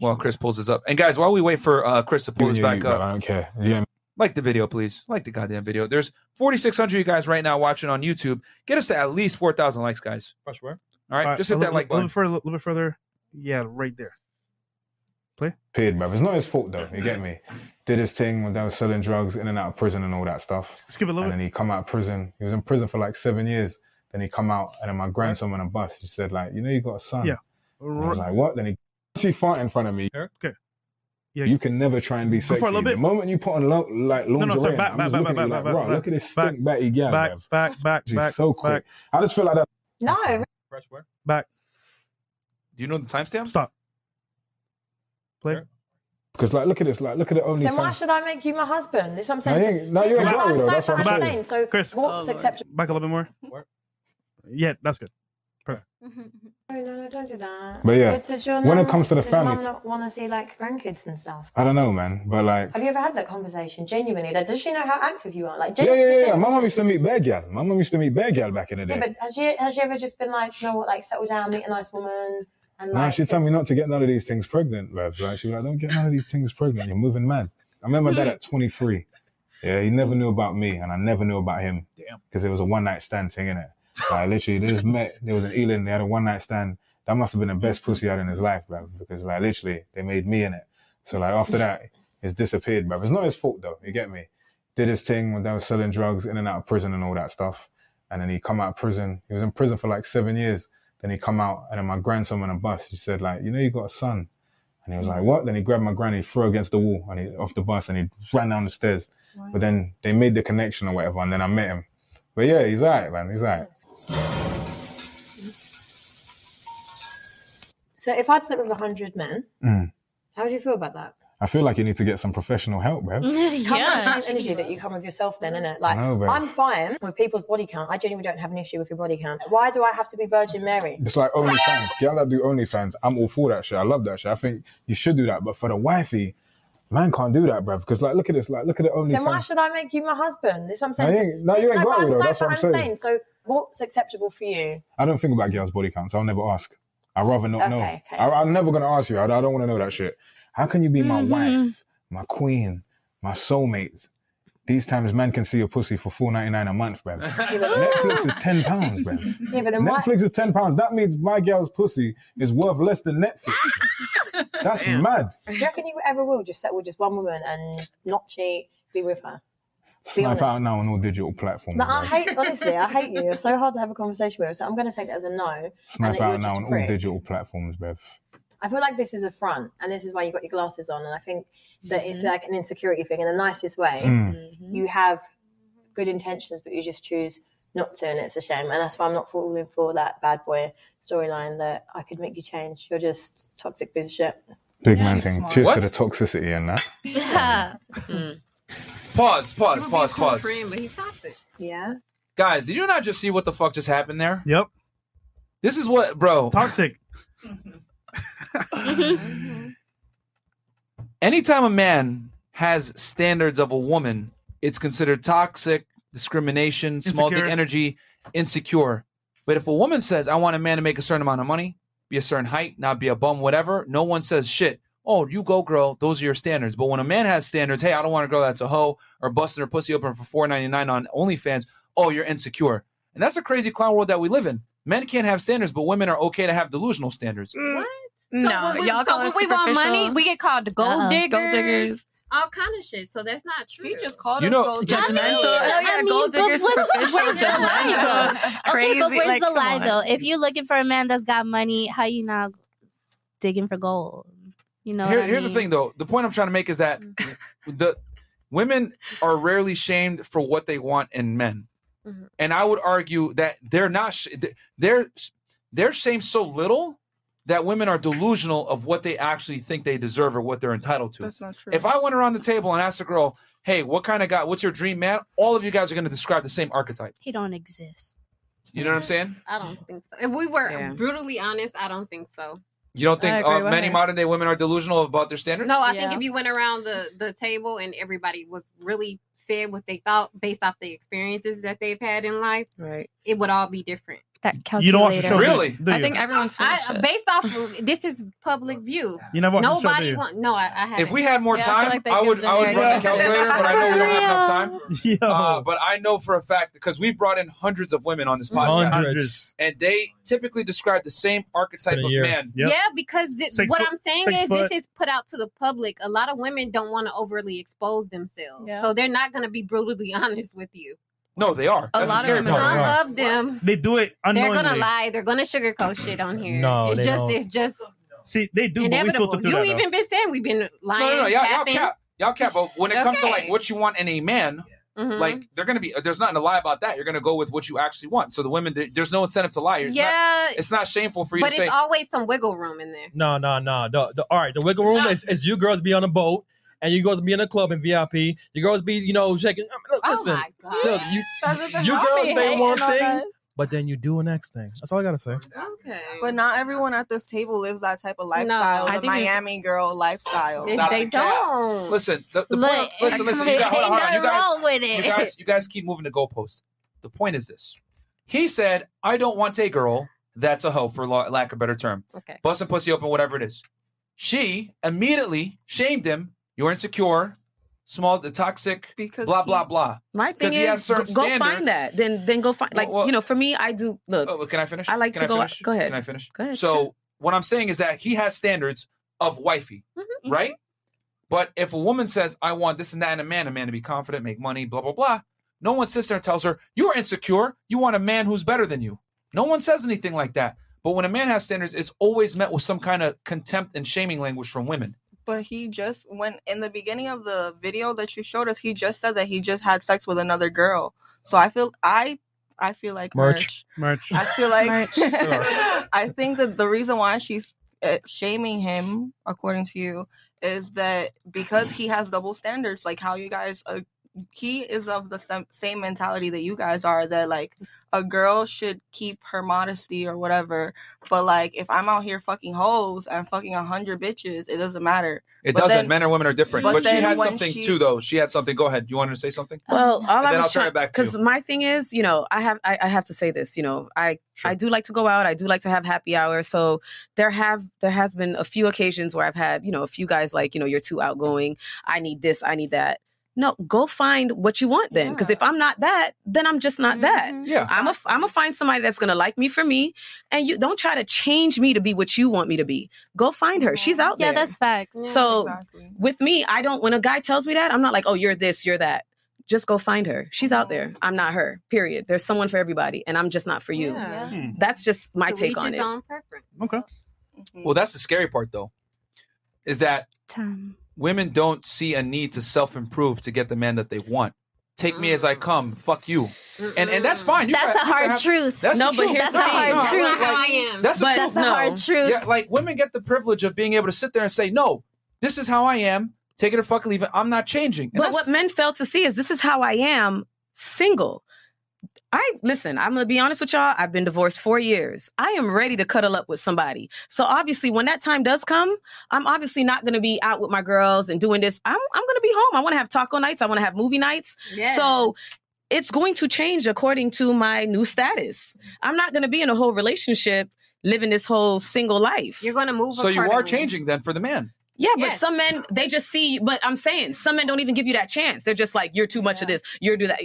Speaker 1: Well, Chris pulls this up. And guys, while we wait for uh, Chris to pull this
Speaker 20: You-
Speaker 1: back
Speaker 20: you-
Speaker 1: up,
Speaker 20: I don't care. Yeah.
Speaker 1: like the video, please. Like the goddamn video. There's 4,600 of you guys right now watching on YouTube. Get us to at least 4,000 likes, guys.
Speaker 6: Fresh where?
Speaker 1: All right, just
Speaker 2: a
Speaker 1: hit
Speaker 2: little-
Speaker 1: that like
Speaker 2: A
Speaker 1: button.
Speaker 2: little bit further. A little bit further. Yeah, right there.
Speaker 20: Paid, bruv. It's not his fault though. You get me? Did his thing when they was selling drugs in and out of prison and all that stuff.
Speaker 2: Skip a little
Speaker 20: And then he come out of prison. He was in prison for like seven years. Then he come out, and then my grandson went on a bus. He said like, you know, you got a son.
Speaker 2: Yeah.
Speaker 20: And I was like, what? Then he she fart in front of me.
Speaker 2: Okay.
Speaker 20: You can never try and be
Speaker 2: Go for a
Speaker 20: sexy.
Speaker 2: little bit.
Speaker 20: The moment you put on lo- like
Speaker 2: No,
Speaker 20: lingerie,
Speaker 2: no, sorry.
Speaker 20: on,
Speaker 2: Back,
Speaker 20: I'm
Speaker 2: back,
Speaker 20: just
Speaker 2: back,
Speaker 20: looking
Speaker 2: back,
Speaker 20: at you
Speaker 2: back,
Speaker 20: like,
Speaker 2: back,
Speaker 20: "Bruh, look at this stink batty gal,
Speaker 2: back,
Speaker 20: bruv."
Speaker 2: back, back,
Speaker 20: She's
Speaker 2: back,
Speaker 20: so quick. I just feel like that.
Speaker 22: No.
Speaker 6: Fresh where?
Speaker 2: back.
Speaker 1: Do you know the timestamp?
Speaker 2: Stop.
Speaker 20: Play. Because like, look at this. Like, look at the only.
Speaker 22: So why should I make you my husband? That's what I'm
Speaker 20: No,
Speaker 22: saying.
Speaker 20: you ain't- no,
Speaker 22: So
Speaker 20: you ain't
Speaker 22: you're
Speaker 20: got me, though. That's what I'm
Speaker 22: outside
Speaker 20: saying.
Speaker 22: for Hussein,
Speaker 2: Chris,
Speaker 22: So
Speaker 20: Oh,
Speaker 22: what's acceptable?
Speaker 2: back a little bit more. Yeah, that's good. Perfect.
Speaker 22: No, no, don't do that.
Speaker 20: But yeah,
Speaker 22: Mm-hmm. does your
Speaker 20: when it
Speaker 22: mum-
Speaker 20: comes to the
Speaker 22: does your mum
Speaker 20: families-
Speaker 22: not want to see like grandkids and stuff.
Speaker 20: I don't know, man. But like,
Speaker 22: Have you ever had that conversation genuinely? Like, does she know how active you are? Like,
Speaker 20: yeah,
Speaker 22: genu-
Speaker 20: yeah,
Speaker 22: just
Speaker 20: yeah.
Speaker 22: genu-
Speaker 20: My mum used to meet bear gal. My mum used to meet bear gal back in the
Speaker 22: Yeah,
Speaker 20: day.
Speaker 22: but has she has she ever just been like, you know what, like settle down, meet a nice woman, and
Speaker 20: Nah,
Speaker 22: like
Speaker 20: she told me not to get none of these things pregnant, bruv. Like, she was like, don't get none of these things pregnant. You're moving mad. I met my dad at 23. Yeah, he never knew about me, and I never knew about him.
Speaker 1: Damn.
Speaker 20: Because it was a one night stand thing, innit? Like, literally, they just met. There was an Ealing, they had a one night stand. That must have been the best pussy out in his life, bruv. Because, like, literally, they made me in it. So, like, after that, it's disappeared, bruv. It's not his fault, though. You get me? Did his thing when they were selling drugs in and out of prison and all that stuff. And then he come out of prison. He was in prison for like seven years. Then he come out, and then my grandson on a bus. He said, like, you know, you got a son. And he was like, what? Then he grabbed my granny, threw her against the wall, and he off the bus, and he ran down the stairs. But then they made the connection or whatever, and then I met him. But yeah, he's alright, man. He's alright.
Speaker 22: So if I'd slept with a hundred men,
Speaker 20: Mm.
Speaker 22: how would you feel about that?
Speaker 20: I feel like you need to get some professional help, bro.
Speaker 22: Come with the same energy that you come with yourself, then, innit? Like,
Speaker 20: know, babe.
Speaker 22: I'm fine with people's body count. I genuinely don't have an issue with your body count. Why do I have to be Virgin Mary?
Speaker 20: It's like OnlyFans. Y'all that do OnlyFans, I'm all for that shit. I love that shit. I think you should do that. But for the wifey, man can't do that, bruv. Because like, look at this. Like, look at the
Speaker 22: So why
Speaker 20: OnlyFans.
Speaker 22: should I make you my husband? That's what I'm
Speaker 20: No,
Speaker 22: saying.
Speaker 20: you ain't- no, you ain't
Speaker 22: but
Speaker 20: got me,
Speaker 22: I'm
Speaker 20: though.
Speaker 22: saying-
Speaker 20: That's what
Speaker 22: but
Speaker 20: I'm
Speaker 22: saying. So what's acceptable for you?
Speaker 20: I don't think about girls' body counts. I'll never ask. I'd rather not know.
Speaker 22: Okay, okay.
Speaker 20: I, I'm never gonna ask you. I, I don't want to know that shit. How can you be my
Speaker 22: Mm-hmm.
Speaker 20: wife, my queen, my soulmate? These times, man can see your pussy for four ninety nine a month, bruv. Netflix is ten pounds, bruv.
Speaker 22: Yeah, but then why?
Speaker 20: Netflix is ten pounds. That means my girl's pussy is worth less than Netflix. That's mad.
Speaker 22: Do you reckon you ever will just settle with just one woman and not cheat, be with her?
Speaker 20: Snipe
Speaker 22: honest.
Speaker 20: out now on all digital platforms.
Speaker 22: No,
Speaker 20: bruv.
Speaker 22: I hate honestly, I hate you. You're so hard to have a conversation with. So I'm going to take it as a no. and that
Speaker 20: Snipe
Speaker 22: you're
Speaker 20: out
Speaker 22: just
Speaker 20: now
Speaker 22: a
Speaker 20: on all
Speaker 22: prick.
Speaker 20: digital platforms, bruv.
Speaker 22: I feel like this is a front, and this is why you got your glasses on. And I think that it's like an insecurity thing in the nicest way.
Speaker 20: Mm.
Speaker 22: You have good intentions, but you just choose not to, and it's a shame. And that's why I'm not falling for that bad boy storyline that I could make you change. You're just toxic biz shit.
Speaker 20: Big man thing.
Speaker 22: smart.
Speaker 20: Cheers to
Speaker 22: What?
Speaker 20: the toxicity and that.
Speaker 1: Pause, pause, pause, pause.
Speaker 11: but he's toxic.
Speaker 22: Yeah.
Speaker 1: Guys, did you not just see what the fuck just happened there?
Speaker 2: Yep.
Speaker 1: This is what, bro.
Speaker 2: Toxic.
Speaker 1: Anytime a man has standards of a woman, it's considered toxic, discrimination, small dick
Speaker 2: Insecure.
Speaker 1: energy, insecure. But if a woman says, I want a man to make a certain amount of money, be a certain height, not be a bum, whatever, no one says shit. Oh, you go, girl. Those are your standards. But when a man has standards, hey, I don't want a girl that's a hoe or busting her pussy open for four ninety nine on OnlyFans. Oh, you're insecure. And that's a crazy clown world that we live in. Men can't have standards, but women are okay to have delusional standards.
Speaker 12: What?
Speaker 11: So
Speaker 12: No,
Speaker 11: when we,
Speaker 12: y'all
Speaker 11: so
Speaker 12: call
Speaker 11: when
Speaker 12: us
Speaker 11: we want money,
Speaker 12: superficial.
Speaker 11: we get called the gold
Speaker 16: Uh-huh.
Speaker 12: Uh-uh. Gold
Speaker 11: diggers,
Speaker 12: diggers.
Speaker 11: all kind of shit. So that's not true. He just called
Speaker 12: You us know- gold diggers. Judgmental. Oh, yeah, gold diggers, superficial, judgmental.
Speaker 16: Okay, but
Speaker 12: Crazy,
Speaker 16: where's
Speaker 12: like,
Speaker 16: the
Speaker 12: come
Speaker 16: lie
Speaker 12: on.
Speaker 16: though? If you're looking for a man that's got money, how you not digging for gold? You know.
Speaker 1: Here-
Speaker 16: what I
Speaker 1: here's
Speaker 16: mean?
Speaker 1: the thing, though. The point I'm trying to make is that
Speaker 11: Mm.
Speaker 1: the women are rarely shamed for what they want in men,
Speaker 13: Mm-hmm.
Speaker 1: and I would argue that they're not. Sh- they're they're shamed so little that women are delusional of what they actually think they deserve or what they're entitled to.
Speaker 13: That's not true.
Speaker 1: If I went around the table and asked a girl, "Hey, what kind of guy? What's your dream man?" All of you guys are going to describe the same archetype.
Speaker 16: He don't exist.
Speaker 1: You know what I'm
Speaker 11: Mm-hmm.
Speaker 1: saying?
Speaker 11: I don't think so. If we were
Speaker 1: Yeah.
Speaker 11: brutally honest, I don't think so.
Speaker 1: You don't
Speaker 11: I
Speaker 1: think
Speaker 11: agree
Speaker 1: uh,
Speaker 11: with
Speaker 1: many
Speaker 11: her.
Speaker 1: modern day women are delusional about their standards?
Speaker 11: No, I think if you went around the the table and everybody was really said what they thought based off the experiences that they've had in life,
Speaker 9: right?
Speaker 11: It would all be different.
Speaker 12: that calculator.
Speaker 2: You don't watch the show, do you? Really? Do
Speaker 12: I
Speaker 2: you?
Speaker 12: think
Speaker 11: everyone's I, based off. of- This is public view.
Speaker 2: You never watched the show, do
Speaker 11: Nobody
Speaker 2: you?
Speaker 11: want. No, I, I haven't.
Speaker 1: If we had more
Speaker 11: Yeah, I feel
Speaker 1: time,
Speaker 11: like they
Speaker 1: I
Speaker 11: give
Speaker 1: would I would run the
Speaker 11: generic
Speaker 1: calculator,
Speaker 11: answers.
Speaker 1: but I know we don't have enough time. Uh, but I know for a fact because we brought in hundreds of women on this podcast,
Speaker 6: Hundreds.
Speaker 1: and they typically describe the same archetype
Speaker 6: It's been a
Speaker 1: of
Speaker 6: year.
Speaker 1: man.
Speaker 11: Yeah, because thi-
Speaker 1: Six
Speaker 11: what
Speaker 1: foot-
Speaker 11: I'm saying
Speaker 1: six
Speaker 11: is
Speaker 1: foot.
Speaker 11: this is put out to the public. A lot of women don't want to overly expose themselves, so they're not going to be brutally honest with you.
Speaker 1: No, they are.
Speaker 11: A
Speaker 1: That's the
Speaker 11: lot
Speaker 1: scary
Speaker 11: of
Speaker 1: part.
Speaker 11: some of them,
Speaker 2: They do it
Speaker 11: they're
Speaker 2: unknowingly.
Speaker 11: going to lie. They're going to sugarcoat shit on here.
Speaker 2: No,
Speaker 11: it's
Speaker 2: they
Speaker 11: just
Speaker 2: don't.
Speaker 11: it's just
Speaker 2: See, they do,
Speaker 11: inevitable.
Speaker 2: but we filter
Speaker 11: You
Speaker 2: through that.
Speaker 11: even been saying we've been lying.
Speaker 1: no, no, no, y'all, y'all
Speaker 11: capping.
Speaker 1: cap, y'all cap. But when it comes to like
Speaker 11: Okay.
Speaker 1: what you want in a man,
Speaker 11: Mhm.
Speaker 1: like they're gonna be. There's nothing to lie about that. You're gonna go with what you actually want. So the women, there- there's no incentive to lie. It's
Speaker 11: Yeah.
Speaker 1: not, it's not shameful for you
Speaker 11: but
Speaker 1: to
Speaker 11: it's
Speaker 1: say.
Speaker 11: always some wiggle room in there.
Speaker 6: No, no, no. The, the all right, the wiggle room is, is you girls be on a boat and you girls be in a club in VIP. You girls be, you know, shaking. I
Speaker 13: Oh
Speaker 11: Oh
Speaker 6: mean, listen, look, you, you girls say one thing, but then you do the next thing. That's all I gotta say.
Speaker 11: Okay.
Speaker 13: But not everyone at this table lives that type of lifestyle.
Speaker 11: I
Speaker 13: the
Speaker 11: think it's-
Speaker 13: Miami girl lifestyle.
Speaker 11: If Stop they the cap. don't.
Speaker 1: Listen, the, the
Speaker 13: Look,
Speaker 1: point of- listen,
Speaker 13: come
Speaker 1: listen.
Speaker 13: on,
Speaker 1: You guys, hold on, hold on.
Speaker 13: ain't
Speaker 1: You guys,
Speaker 13: nothing wrong with it.
Speaker 1: you guys, you guys keep moving the goalpost. The point is this: he said, "I don't want a girl that's a hoe, for la- lack of a better term,
Speaker 11: Okay.
Speaker 1: busting pussy open, whatever it is." She immediately shamed him. You're insecure, small, toxic,
Speaker 9: Because
Speaker 1: blah
Speaker 9: he-
Speaker 1: blah blah.
Speaker 9: My
Speaker 1: Because
Speaker 9: thing
Speaker 1: he has
Speaker 9: is, go,
Speaker 1: certain
Speaker 9: go
Speaker 1: standards.
Speaker 9: find that. Then, then go find. Like
Speaker 1: Well, well-
Speaker 9: you know, for me, I do. Look,
Speaker 1: Oh, can I finish?
Speaker 9: I like
Speaker 1: Can
Speaker 9: to go.
Speaker 1: finish?
Speaker 9: Go ahead.
Speaker 1: Can I finish?
Speaker 9: Go ahead.
Speaker 1: So what I'm saying is that he has standards of wifey,
Speaker 13: Mm-hmm,
Speaker 1: right? But if a woman says, "I want this and that," and a man, a man to be confident, make money, blah blah blah, no one sits there and tells her you're insecure. You want a man who's better than you. No one says anything like that. But when a man has standards, it's always met with some kind of contempt and shaming language from women.
Speaker 13: But he just when in the beginning of the video that you showed us, he just said that he just had sex with another girl. So I feel I I feel like merch.
Speaker 2: merch.
Speaker 13: I feel like I think that the reason why she's uh, shaming him, according to you, is that because he has double standards, like how you guys. Uh, he is of the sem- same mentality that you guys are that like a girl should keep her modesty or whatever but like if i'm out here fucking hoes and fucking a hundred bitches it doesn't matter
Speaker 1: It
Speaker 13: But
Speaker 1: doesn't.
Speaker 13: then-
Speaker 1: men and women are different.
Speaker 13: but
Speaker 1: But, she
Speaker 13: then
Speaker 1: had
Speaker 13: when
Speaker 1: something
Speaker 13: she-
Speaker 1: too, though. She had something. Go ahead. You wanted to say something?
Speaker 9: Well, all
Speaker 1: And
Speaker 9: I
Speaker 1: then I'll
Speaker 9: was
Speaker 1: turn it back to you.
Speaker 9: because my thing is, you know, I have I, I have to say this, you know, I I do like to go out, I do like to have happy hour, so there have there has been a few occasions where I've had you know a few guys like you know you're too outgoing, I need this, I need that. No, go find what you want then, because if I'm not that, then I'm just not
Speaker 16: Mm-hmm.
Speaker 9: that.
Speaker 1: Yeah,
Speaker 9: I'm a I'm gonna find somebody that's gonna like me for me, and you don't try to change me to be what you want me to be. Go find her. She's out
Speaker 16: Yeah,
Speaker 9: there.
Speaker 16: that's facts. Yeah,
Speaker 9: so
Speaker 16: exactly.
Speaker 9: with me, I don't. When a guy tells me that, I'm not like, oh, you're this, you're that. Just go find her. She's out there. I'm not her. Period. There's someone for everybody, and I'm just not for you.
Speaker 11: Yeah. Hmm.
Speaker 9: That's just my
Speaker 11: To
Speaker 9: take
Speaker 11: each
Speaker 9: on
Speaker 11: his
Speaker 9: it.
Speaker 11: own preference.
Speaker 2: Okay.
Speaker 1: Well, that's the scary part, though, is that women don't see a need to self improve to get the man that they want. Take me as I come. Fuck you. And and that's fine. You
Speaker 16: That's
Speaker 1: can-
Speaker 16: a
Speaker 1: you can
Speaker 16: hard
Speaker 1: have-
Speaker 16: truth.
Speaker 1: That's
Speaker 16: No,
Speaker 1: the
Speaker 16: but
Speaker 1: truth.
Speaker 16: here's the That's a thing. hard
Speaker 1: No,
Speaker 16: truth.
Speaker 1: like,
Speaker 16: How I am.
Speaker 1: That's the
Speaker 16: But
Speaker 1: truth.
Speaker 16: that's a hard truth.
Speaker 1: Yeah, like women get the privilege of being able to sit there and say, "No, this is how I am. Take it or fuck it. Leave it. I'm not changing." And
Speaker 9: But what men fail to see is this is how I am single. I listen, I'm gonna be honest with y'all. I've been divorced four years. I am ready to cuddle up with somebody. So obviously, when that time does come, I'm obviously not gonna be out with my girls and doing this. I'm I'm gonna be home. I wanna have taco nights, I wanna have movie nights.
Speaker 16: Yes.
Speaker 9: So it's going to change according to my new status. I'm not gonna be in a whole relationship living this whole single life. You're
Speaker 11: gonna move
Speaker 1: so you are changing then for the man.
Speaker 9: yeah, but some men they just see. But I'm saying some men don't even give you that chance. They're just like, you're too much of this. You're do that.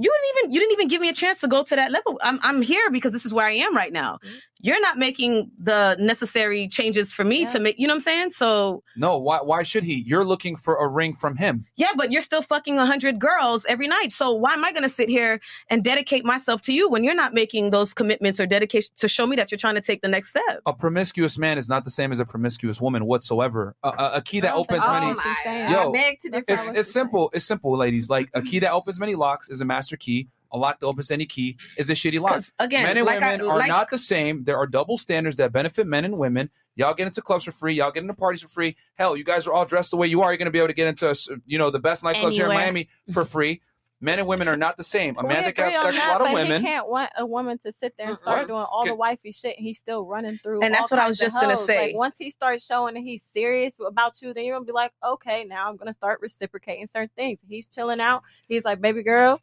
Speaker 9: You didn't even you didn't even give me a chance to go to that level. I'm I'm here because this is where I am right now. You're not making the necessary changes for me to make. You know what I'm saying? So
Speaker 1: No, why why should he? You're looking for a ring from him.
Speaker 9: yeah, but you're still fucking hundred girls every night. So why am I gonna sit here and dedicate myself to you when you're not making those commitments or dedication to show me that you're trying to take the next step?
Speaker 1: A promiscuous man is not the same as a promiscuous woman whatsoever. A, a, a key that opens
Speaker 11: oh
Speaker 1: many.
Speaker 11: My,
Speaker 1: Yo,
Speaker 11: I beg to differ.
Speaker 1: It's it's simple. It's simple, ladies. Like a key that opens many locks is a master key. A lock that opens any key is a shitty lock.
Speaker 9: 'Cause, again,
Speaker 1: men and
Speaker 9: like I-
Speaker 1: women are
Speaker 9: like-
Speaker 1: not the same. There are double standards that benefit men and women. Y'all get into clubs for free. Y'all get into parties for free. Hell, you guys are all dressed the way you are. You're going to be able to get into you know the best nightclubs here in
Speaker 7: Anywhere.
Speaker 1: Miami for free. Men and women are not the same. A
Speaker 7: We
Speaker 1: man that can
Speaker 7: agree
Speaker 1: have
Speaker 7: on
Speaker 1: sex with a
Speaker 7: that,
Speaker 1: lot of
Speaker 7: but
Speaker 1: women. Mm,
Speaker 7: He can't want a woman to sit there and start doing all the wifey shit, and he's still running through.
Speaker 9: And
Speaker 7: all
Speaker 9: that's what I
Speaker 7: kinds
Speaker 9: was
Speaker 7: of
Speaker 9: just gonna
Speaker 7: hoes.
Speaker 9: say.
Speaker 7: Like once he starts showing that he's serious about you, then you're gonna be like, okay, now I'm gonna start reciprocating certain things. He's chilling out. He's like, baby girl,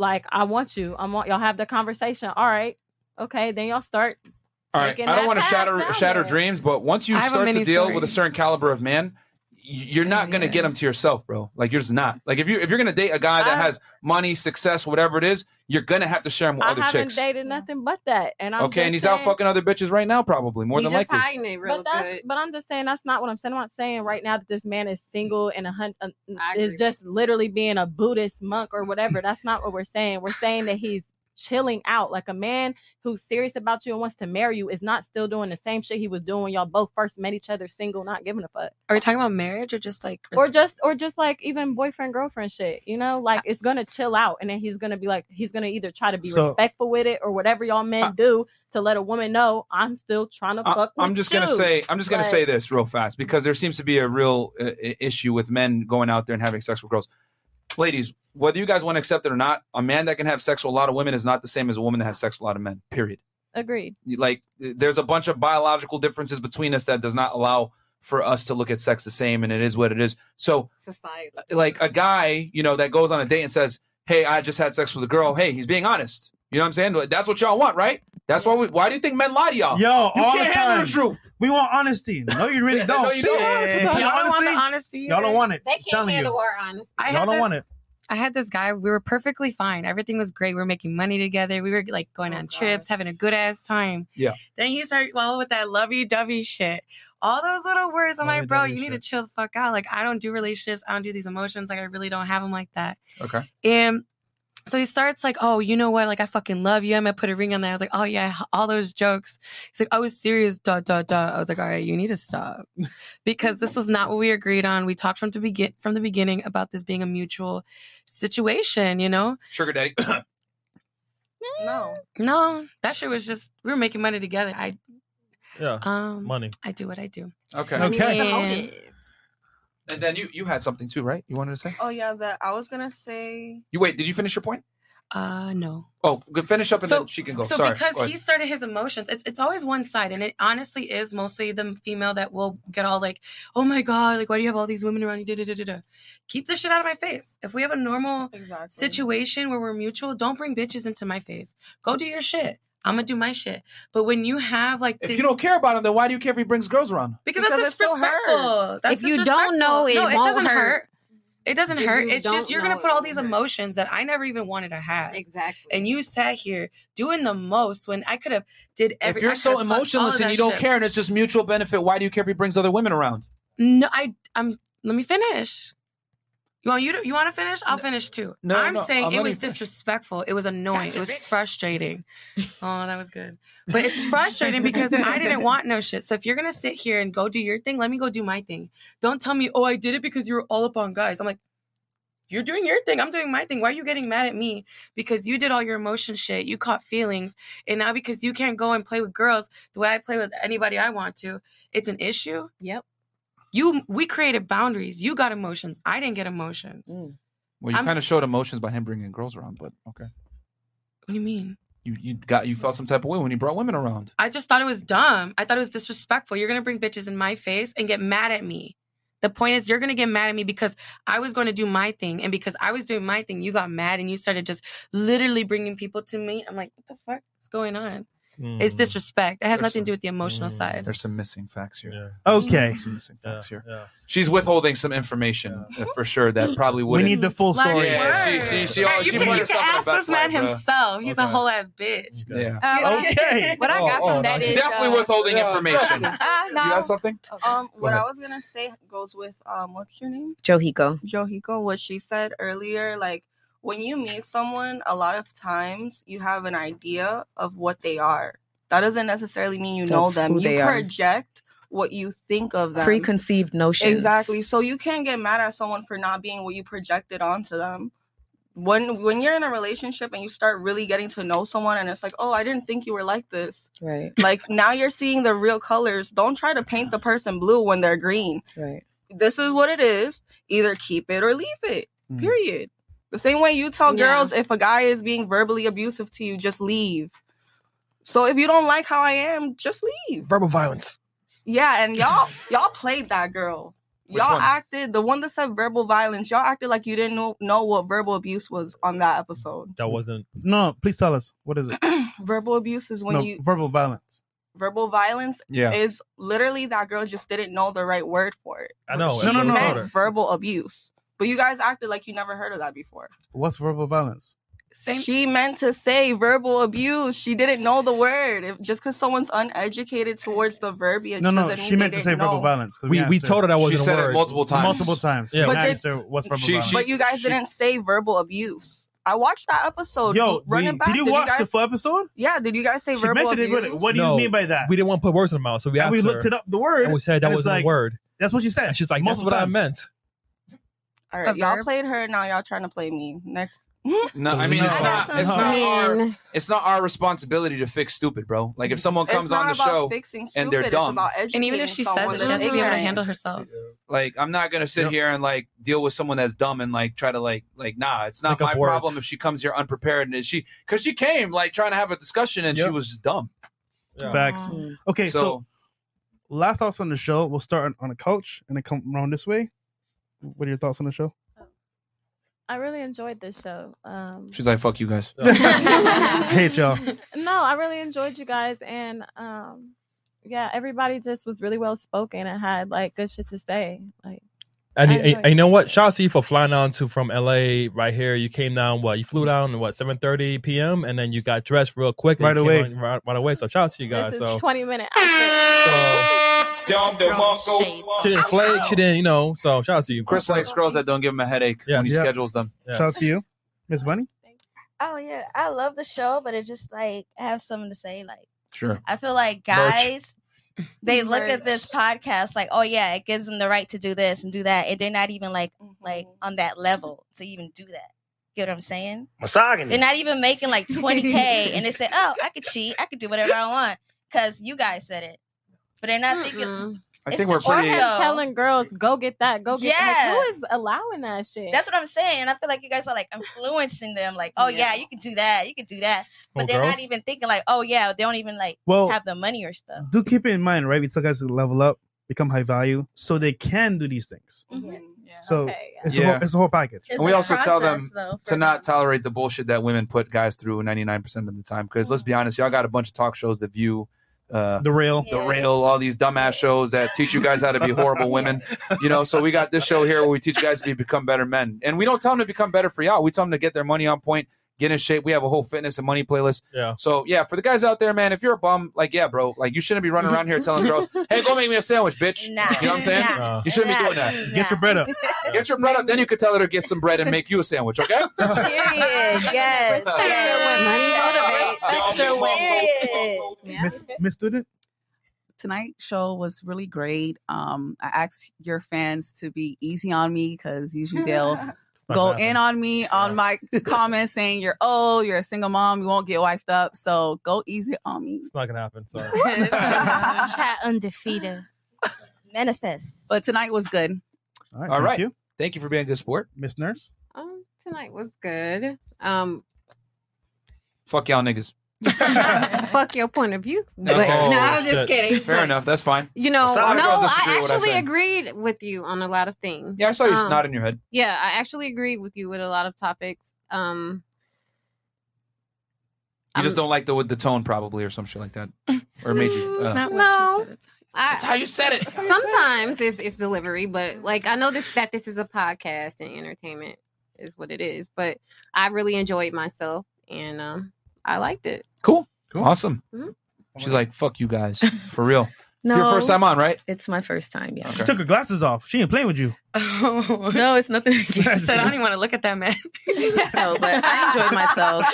Speaker 7: like I want you. I want y'all have the conversation. All right, Okay, then y'all start.
Speaker 1: All right.
Speaker 7: taking
Speaker 1: I don't
Speaker 7: that
Speaker 1: want to
Speaker 7: path
Speaker 1: shatter
Speaker 7: down
Speaker 1: shatter
Speaker 7: there.
Speaker 1: dreams, but once you
Speaker 7: I have a
Speaker 1: start to
Speaker 7: mini
Speaker 1: deal
Speaker 7: story.
Speaker 1: with a certain caliber of man, y- you're not gonna get him to yourself, bro. Like you're just not. Like if you if you're gonna date a guy that
Speaker 7: I-
Speaker 1: has money, success, whatever it is, you're gonna have to share him with
Speaker 7: I
Speaker 1: other
Speaker 7: haven't
Speaker 1: chicks.
Speaker 7: dated nothing but that, and I'm
Speaker 1: okay, and he's
Speaker 7: just
Speaker 1: out
Speaker 7: saying-
Speaker 1: fucking other bitches right now, probably more than likely.
Speaker 7: it but that's, But I'm just saying that's not what I'm saying. I'm not saying right now that this man is single and a hun- uh, is just literally being a Buddhist monk or whatever. that's not what we're saying. We're saying that he's chilling out. Like a man who's serious about you and wants to marry you is not still doing the same shit he was doing when y'all both first met each other single, not giving a fuck.
Speaker 12: Are we talking about marriage or just like
Speaker 7: Or just or just like even boyfriend girlfriend shit, you know, like it's gonna chill out and then he's gonna be like he's gonna either try to be
Speaker 1: So-
Speaker 7: respectful with it or whatever y'all men do to let a woman know I'm still trying to
Speaker 1: I,
Speaker 7: fuck.
Speaker 1: am
Speaker 7: with
Speaker 1: just gonna
Speaker 7: you."
Speaker 1: say I'm just gonna
Speaker 7: Like-
Speaker 1: say this real fast because there seems to be a real uh, i- issue with men going out there and having sex with girls. Ladies, whether you guys want to accept it or not, a man that can have sex with a lot of women is not the same as a woman that has sex with a lot of men. Period.
Speaker 7: Agreed.
Speaker 1: You- Like th- there's a bunch of biological differences between us that does not allow for us to look at sex the same, and it is what it is. So uh,
Speaker 11: Society.
Speaker 1: like a guy, you know, that goes on a date and says, "Hey, I just had sex with a girl." Hey, he's being honest. You know what I'm saying? That's what y'all want, right? That's why we. Why do you think men lie to y'all?
Speaker 2: Yo,
Speaker 1: you
Speaker 2: all
Speaker 1: can't
Speaker 2: the
Speaker 1: handle
Speaker 2: time.
Speaker 1: the truth.
Speaker 2: We want honesty. No, you really don't.
Speaker 1: No, you don't.
Speaker 2: Shit.
Speaker 1: Y'all
Speaker 2: Y'all
Speaker 1: don't want the
Speaker 12: honesty.
Speaker 2: Y'all don't want it.
Speaker 11: They
Speaker 2: I'm telling
Speaker 11: can't
Speaker 2: you.
Speaker 11: handle our honesty.
Speaker 12: I
Speaker 2: Y'all
Speaker 12: had
Speaker 2: don't
Speaker 12: this-
Speaker 2: want it.
Speaker 12: I had this guy. We were perfectly fine. Everything was great. We were making money together. We were like going on trips, having a good ass time.
Speaker 1: Yeah.
Speaker 12: Then he started well with that lovey dovey shit. All those little words. I'm like, bro, you need to chill the fuck out. Like, I don't do relationships. I don't do these emotions. Like, I really don't have them like that.
Speaker 1: Okay.
Speaker 12: And so he starts like, oh, you know what? Like, I fucking love you. I'm gonna put a ring on that. I was like, oh yeah, all those jokes. He's like, I was serious. Dot dot dot. I was like, all right, you need to stop because this was not what we agreed on. We talked from the begin from the beginning about this being a mutual situation. You know,
Speaker 1: Sugar daddy.
Speaker 12: no, no, that shit was just we were making money together. I
Speaker 6: Yeah.
Speaker 12: um
Speaker 6: Money.
Speaker 12: I do what I do.
Speaker 1: Okay.
Speaker 12: And-
Speaker 1: And then you you had something too, right? You wanted to say?
Speaker 13: Oh yeah, that I was gonna say.
Speaker 1: You wait. Did you finish your point?
Speaker 12: Uh, no.
Speaker 1: Oh, good. Finish up, and then she can go.
Speaker 12: So
Speaker 1: Sorry.
Speaker 12: because
Speaker 1: Go ahead.
Speaker 12: he started his emotions, it's it's always one side, and it honestly is mostly the female that will get all like, "Oh my god, like why do you have all these women around you?" Da, da, da, da, da. Keep this shit out of my face. If we have a normal situation where we're mutual, don't bring bitches into my face. Go do your shit. I'm gonna do my shit. But when you have like,
Speaker 1: if
Speaker 12: this-
Speaker 1: you don't care about him, then why do you care if he brings girls around?
Speaker 12: because,
Speaker 11: Because
Speaker 12: that's
Speaker 11: it still
Speaker 12: disrespectful.
Speaker 11: hurts.
Speaker 12: That's
Speaker 11: If you don't
Speaker 12: disrespectful.
Speaker 11: know, it
Speaker 12: no,
Speaker 11: won't
Speaker 12: it doesn't
Speaker 11: hurt.
Speaker 12: It doesn't
Speaker 11: If
Speaker 12: hurt.
Speaker 11: you
Speaker 12: It's just
Speaker 11: don't
Speaker 12: you're gonna
Speaker 11: know,
Speaker 12: put all these emotions that I never even wanted to have.
Speaker 11: Exactly.
Speaker 12: And you sat here doing the most when I could have did every.
Speaker 1: if you're
Speaker 12: I
Speaker 1: so
Speaker 12: could've fucked all of
Speaker 1: emotionless and
Speaker 12: that
Speaker 1: you don't
Speaker 12: shit.
Speaker 1: care, and it's just mutual benefit, why do you care if he brings other women around?
Speaker 12: No, I. I'm. Let me finish. You want you to, you want to finish? I'll finish too.
Speaker 1: no,
Speaker 12: I'm
Speaker 1: no,
Speaker 12: saying
Speaker 1: I'm
Speaker 12: it
Speaker 1: letting
Speaker 12: was
Speaker 1: you finish.
Speaker 12: disrespectful. It was annoying.
Speaker 1: Gotcha,
Speaker 12: it was
Speaker 1: bitch.
Speaker 12: frustrating. oh, that was good. But it's frustrating because I didn't want no shit. So if you're gonna sit here and go do your thing, let me go do my thing. Don't tell me, oh, I did it because you were all up on guys. I'm like, you're doing your thing. I'm doing my thing. Why are you getting mad at me? Because you did all your emotion shit. You caught feelings. And now because you can't go and play with girls the way I play with anybody I want to, it's an issue. Yep. You we created boundaries. You got emotions. I didn't get emotions.
Speaker 1: Well, you
Speaker 12: I'm-
Speaker 1: kind of showed emotions by him bringing girls around, but okay.
Speaker 12: What do you mean?
Speaker 1: You you got you felt some type of way when he brought women around.
Speaker 12: I just thought it was dumb. I thought it was disrespectful. You're gonna bring bitches in my face and get mad at me. The point is, you're gonna get mad at me because I was going to do my thing, and because I was doing my thing, you got mad and you started just literally bringing people to me. I'm like, what the fuck is going on? It's
Speaker 1: Mm.
Speaker 12: disrespect. It has
Speaker 1: There's some-
Speaker 12: nothing to do with the emotional side.
Speaker 1: There's some missing facts here.
Speaker 2: Okay.
Speaker 1: Some missing facts here. She's withholding some information uh, for sure that probably
Speaker 2: We
Speaker 1: wouldn't.
Speaker 2: need the full Like, story.
Speaker 1: Yeah, she she she
Speaker 12: Hey,
Speaker 1: always
Speaker 12: you
Speaker 1: she
Speaker 12: can,
Speaker 1: wanted
Speaker 12: you can
Speaker 1: herself in
Speaker 12: ask
Speaker 1: the best
Speaker 12: this man
Speaker 1: light, bro.
Speaker 12: himself. He's a
Speaker 1: uh, Okay. Oh,
Speaker 12: whole ass bitch.
Speaker 1: Yeah.
Speaker 12: Uh,
Speaker 2: Okay.
Speaker 12: what I got from that
Speaker 1: She's
Speaker 12: is,
Speaker 1: definitely
Speaker 12: uh,
Speaker 1: withholding
Speaker 12: yeah.
Speaker 1: information.
Speaker 13: Ah,
Speaker 1: You got something?
Speaker 13: Um, what
Speaker 1: ahead.
Speaker 13: I was gonna say goes with um, what's your name?
Speaker 9: Johiko.
Speaker 13: Johiko, what she said earlier, like when you meet someone, a lot of times you have an idea of what they are. That doesn't necessarily mean you know
Speaker 9: That's
Speaker 13: them.
Speaker 9: who
Speaker 13: You
Speaker 9: they are.
Speaker 13: project what you think of them.
Speaker 9: Preconceived notions.
Speaker 13: Exactly. So you can't get mad at someone for not being what you projected onto them. When when you're in a relationship and you start really getting to know someone and it's like, "Oh, I didn't think you were like this."
Speaker 9: Right.
Speaker 13: Like now you're seeing the real colors. Don't try to paint the person blue when they're green.
Speaker 9: Right.
Speaker 13: This is what it is. Either keep it or leave it. Period. The same way you tell
Speaker 9: Yeah.
Speaker 13: girls if a guy is being verbally abusive to you, just leave. So if you don't like how I am, just leave.
Speaker 19: Verbal violence.
Speaker 13: Yeah, and y'all y'all played that girl.
Speaker 1: Which
Speaker 13: y'all
Speaker 1: one?
Speaker 13: acted the one that said verbal violence. Y'all acted like you didn't know, know what verbal abuse was on that episode.
Speaker 6: That wasn't
Speaker 2: No, please tell us what is it?
Speaker 13: Verbal abuse is when
Speaker 2: no,
Speaker 13: you
Speaker 2: verbal violence.
Speaker 13: verbal violence
Speaker 2: Yeah.
Speaker 13: is literally that girl just didn't know the right word for it.
Speaker 2: I know,
Speaker 13: She
Speaker 2: no, no, no.
Speaker 13: meant verbal abuse. But you guys acted like you never heard of that before.
Speaker 2: What's verbal violence?
Speaker 13: She meant to say verbal abuse. She didn't know the word. If, just because someone's uneducated towards the verbiage,
Speaker 2: No, no,
Speaker 13: doesn't
Speaker 2: she
Speaker 13: mean
Speaker 2: meant
Speaker 13: they
Speaker 2: to say
Speaker 13: didn't
Speaker 2: verbal
Speaker 13: know.
Speaker 2: violence. 'cause
Speaker 6: We- we
Speaker 2: asked
Speaker 6: told her that wasn't
Speaker 1: She said a it word. multiple times.
Speaker 2: Multiple times.
Speaker 6: Yeah.
Speaker 2: Yeah, we
Speaker 6: But
Speaker 2: asked
Speaker 6: did-
Speaker 2: her what's verbal
Speaker 6: She-
Speaker 2: violence.
Speaker 13: but you guys didn't say verbal abuse. I watched that episode.
Speaker 2: Yo,
Speaker 13: run
Speaker 2: did-
Speaker 13: it
Speaker 2: did
Speaker 13: back.
Speaker 2: you watch the
Speaker 13: guys-
Speaker 2: full episode?
Speaker 13: Yeah, did you guys say
Speaker 2: She
Speaker 13: verbal
Speaker 2: mentioned it,
Speaker 13: abuse?
Speaker 2: but what do you mean by that?
Speaker 6: We didn't want to put words in her mouth, so we
Speaker 2: And
Speaker 6: asked
Speaker 2: we
Speaker 6: her,
Speaker 2: looked it up, the word,
Speaker 6: and we said that
Speaker 2: and it's
Speaker 6: wasn't
Speaker 2: like-
Speaker 6: a word.
Speaker 2: That's what she said.
Speaker 6: she's like, that's
Speaker 2: Multiple
Speaker 6: what I
Speaker 2: times.
Speaker 6: meant.
Speaker 13: All right, y'all played her. Now y'all trying to play me. Next.
Speaker 1: No, I mean it's not. It's not our. It's not our responsibility to fix stupid, bro. Like if someone
Speaker 13: It's
Speaker 1: comes on the
Speaker 13: not about
Speaker 1: show
Speaker 13: fixing
Speaker 1: and
Speaker 13: stupid,
Speaker 1: they're
Speaker 13: it's
Speaker 1: dumb,
Speaker 13: about
Speaker 12: And even if she says it, she has to be able to handle herself.
Speaker 1: like I'm not gonna sit here and like deal with someone that's dumb and like try to like like nah, it's not
Speaker 6: Make up
Speaker 1: my
Speaker 6: words.
Speaker 1: problem if she comes here unprepared and she because she came like trying to have a discussion and she was just dumb.
Speaker 2: Facts. Okay, so,
Speaker 1: So-
Speaker 2: last thoughts on the show. We'll start on, on a couch and then come around this way. What are your thoughts on the show?
Speaker 7: I really enjoyed this show. Um,
Speaker 1: She's like, fuck you guys.
Speaker 2: Hate y'all.
Speaker 7: no, I really enjoyed you guys, and um, yeah, everybody just was really well spoken and had like good shit to say. Like,
Speaker 6: And,
Speaker 7: I
Speaker 6: you-
Speaker 7: enjoyed
Speaker 6: and you know what? Shout out to you for flying down to from LA right here. You came down what? You flew down at what 7:30 p.m. and then you got dressed real quick and
Speaker 2: Right
Speaker 6: you
Speaker 2: away.
Speaker 6: came on right, right away. So shout out to you guys.
Speaker 7: this
Speaker 6: So
Speaker 7: is twenty minutes.
Speaker 6: she didn't flake. She didn't, you know. So shout out to you.
Speaker 1: Chris likes girls that don't give him a headache when he
Speaker 6: Yes.
Speaker 1: schedules them.
Speaker 6: Yes.
Speaker 2: Shout out to you, Miss Bunny.
Speaker 8: Oh yeah, I love the show, but it just like I have something to say. Like
Speaker 1: Sure.
Speaker 8: I feel like
Speaker 1: Merch.
Speaker 8: guys, they look at this podcast like, oh yeah, it gives them the right to do this and do that, and they're not even like like
Speaker 7: Mm-hmm.
Speaker 8: on that level to even do that. Get what I'm saying?
Speaker 3: Misogyny.
Speaker 8: They're not even making like 20k, and they say, oh, I could cheat, I could do whatever I want, cause you guys said it, but they're not thinking.
Speaker 1: I
Speaker 8: It's
Speaker 1: think we're
Speaker 8: the
Speaker 1: pretty.
Speaker 8: order, though.
Speaker 7: Telling girls, go get that, go get.
Speaker 8: Yeah.
Speaker 7: Like, who is allowing that shit?
Speaker 8: That's what I'm saying. and I feel like you guys are like influencing them, like, oh yeah, you can do that, you can do that. But
Speaker 2: Oh,
Speaker 8: they're not
Speaker 2: girls?
Speaker 8: even thinking like, oh yeah, they don't even like
Speaker 2: Well-
Speaker 8: have the money or stuff.
Speaker 2: Do keep it in mind, right? We tell guys to level up, become high value, so they can do these things.
Speaker 7: Mm-hmm.
Speaker 2: So it's, a whole, it's a whole package.
Speaker 1: and we also tell them to not tolerate the bullshit that women put guys through 99% of the time. Because let's be honest, y'all got a bunch of talk shows, The View, uh,
Speaker 2: The Rail,
Speaker 1: The Rail, all these dumbass shows that teach you guys how to be horrible women. You know, so we got this show here where we teach you guys to be, become better men. And we don't tell them to become better for y'all. We tell them to get their money on point, get in shape. We have a whole fitness and money playlist.
Speaker 6: Yeah.
Speaker 1: So, yeah, for the guys out there, man, if you're a bum, like, yeah, bro, like you shouldn't be running around here telling girls, hey, go make me a sandwich, bitch. you know what I'm saying?
Speaker 3: Nah.
Speaker 1: You shouldn't be doing that.
Speaker 2: Get your bread up.
Speaker 1: Get your bread up, then you could tell her to get some bread and make you a sandwich, okay?
Speaker 8: Period. Yes.
Speaker 3: Money motivate.
Speaker 2: Miss Miss Student.
Speaker 10: Tonight's show was really great. Um, I asked your fans to be easy on me because usually they'll
Speaker 13: not
Speaker 10: go
Speaker 13: happening.
Speaker 10: in on me on my comments saying you're old, you're a single mom, you won't get wifed up. So go easy on me.
Speaker 6: It's not gonna happen. Sorry.
Speaker 10: Chat undefeated.
Speaker 8: Manifest.
Speaker 10: But tonight was good.
Speaker 2: All right.
Speaker 1: All right. Thank you. for being a good sport.
Speaker 2: Miss Nurse.
Speaker 11: Um, tonight was good. Um,
Speaker 1: Fuck y'all niggas.
Speaker 11: fuck your point of view. But- no, I'm just kidding.
Speaker 1: Fair
Speaker 11: But,
Speaker 1: enough. That's fine.
Speaker 11: You know, no,
Speaker 1: Some girls disagree
Speaker 11: I
Speaker 1: with what
Speaker 11: actually
Speaker 1: said.
Speaker 11: agreed with you on a lot of things.
Speaker 1: Yeah, I saw you
Speaker 11: Um,
Speaker 1: nodding your head.
Speaker 11: Yeah, I actually agree with you with a lot of topics. Um,
Speaker 1: You just don't like the the tone, probably, or some shit like that, or it made you. uh,
Speaker 11: no, I-
Speaker 1: That's how you said it.
Speaker 11: Sometimes it's it's delivery, but like I know this that this is a podcast and entertainment is what it is. But I really enjoyed myself and um, I liked it.
Speaker 1: Cool. Awesome.
Speaker 11: Mhm.
Speaker 1: She's like, "Fuck you guys, for real."
Speaker 11: No.
Speaker 1: Your first time on, right?
Speaker 9: It's my first time, yeah.
Speaker 2: She took her glasses off. She ain't playing with you.
Speaker 9: Oh no, it's nothing against. So I don't even want to look at that man. no, but I enjoyed myself.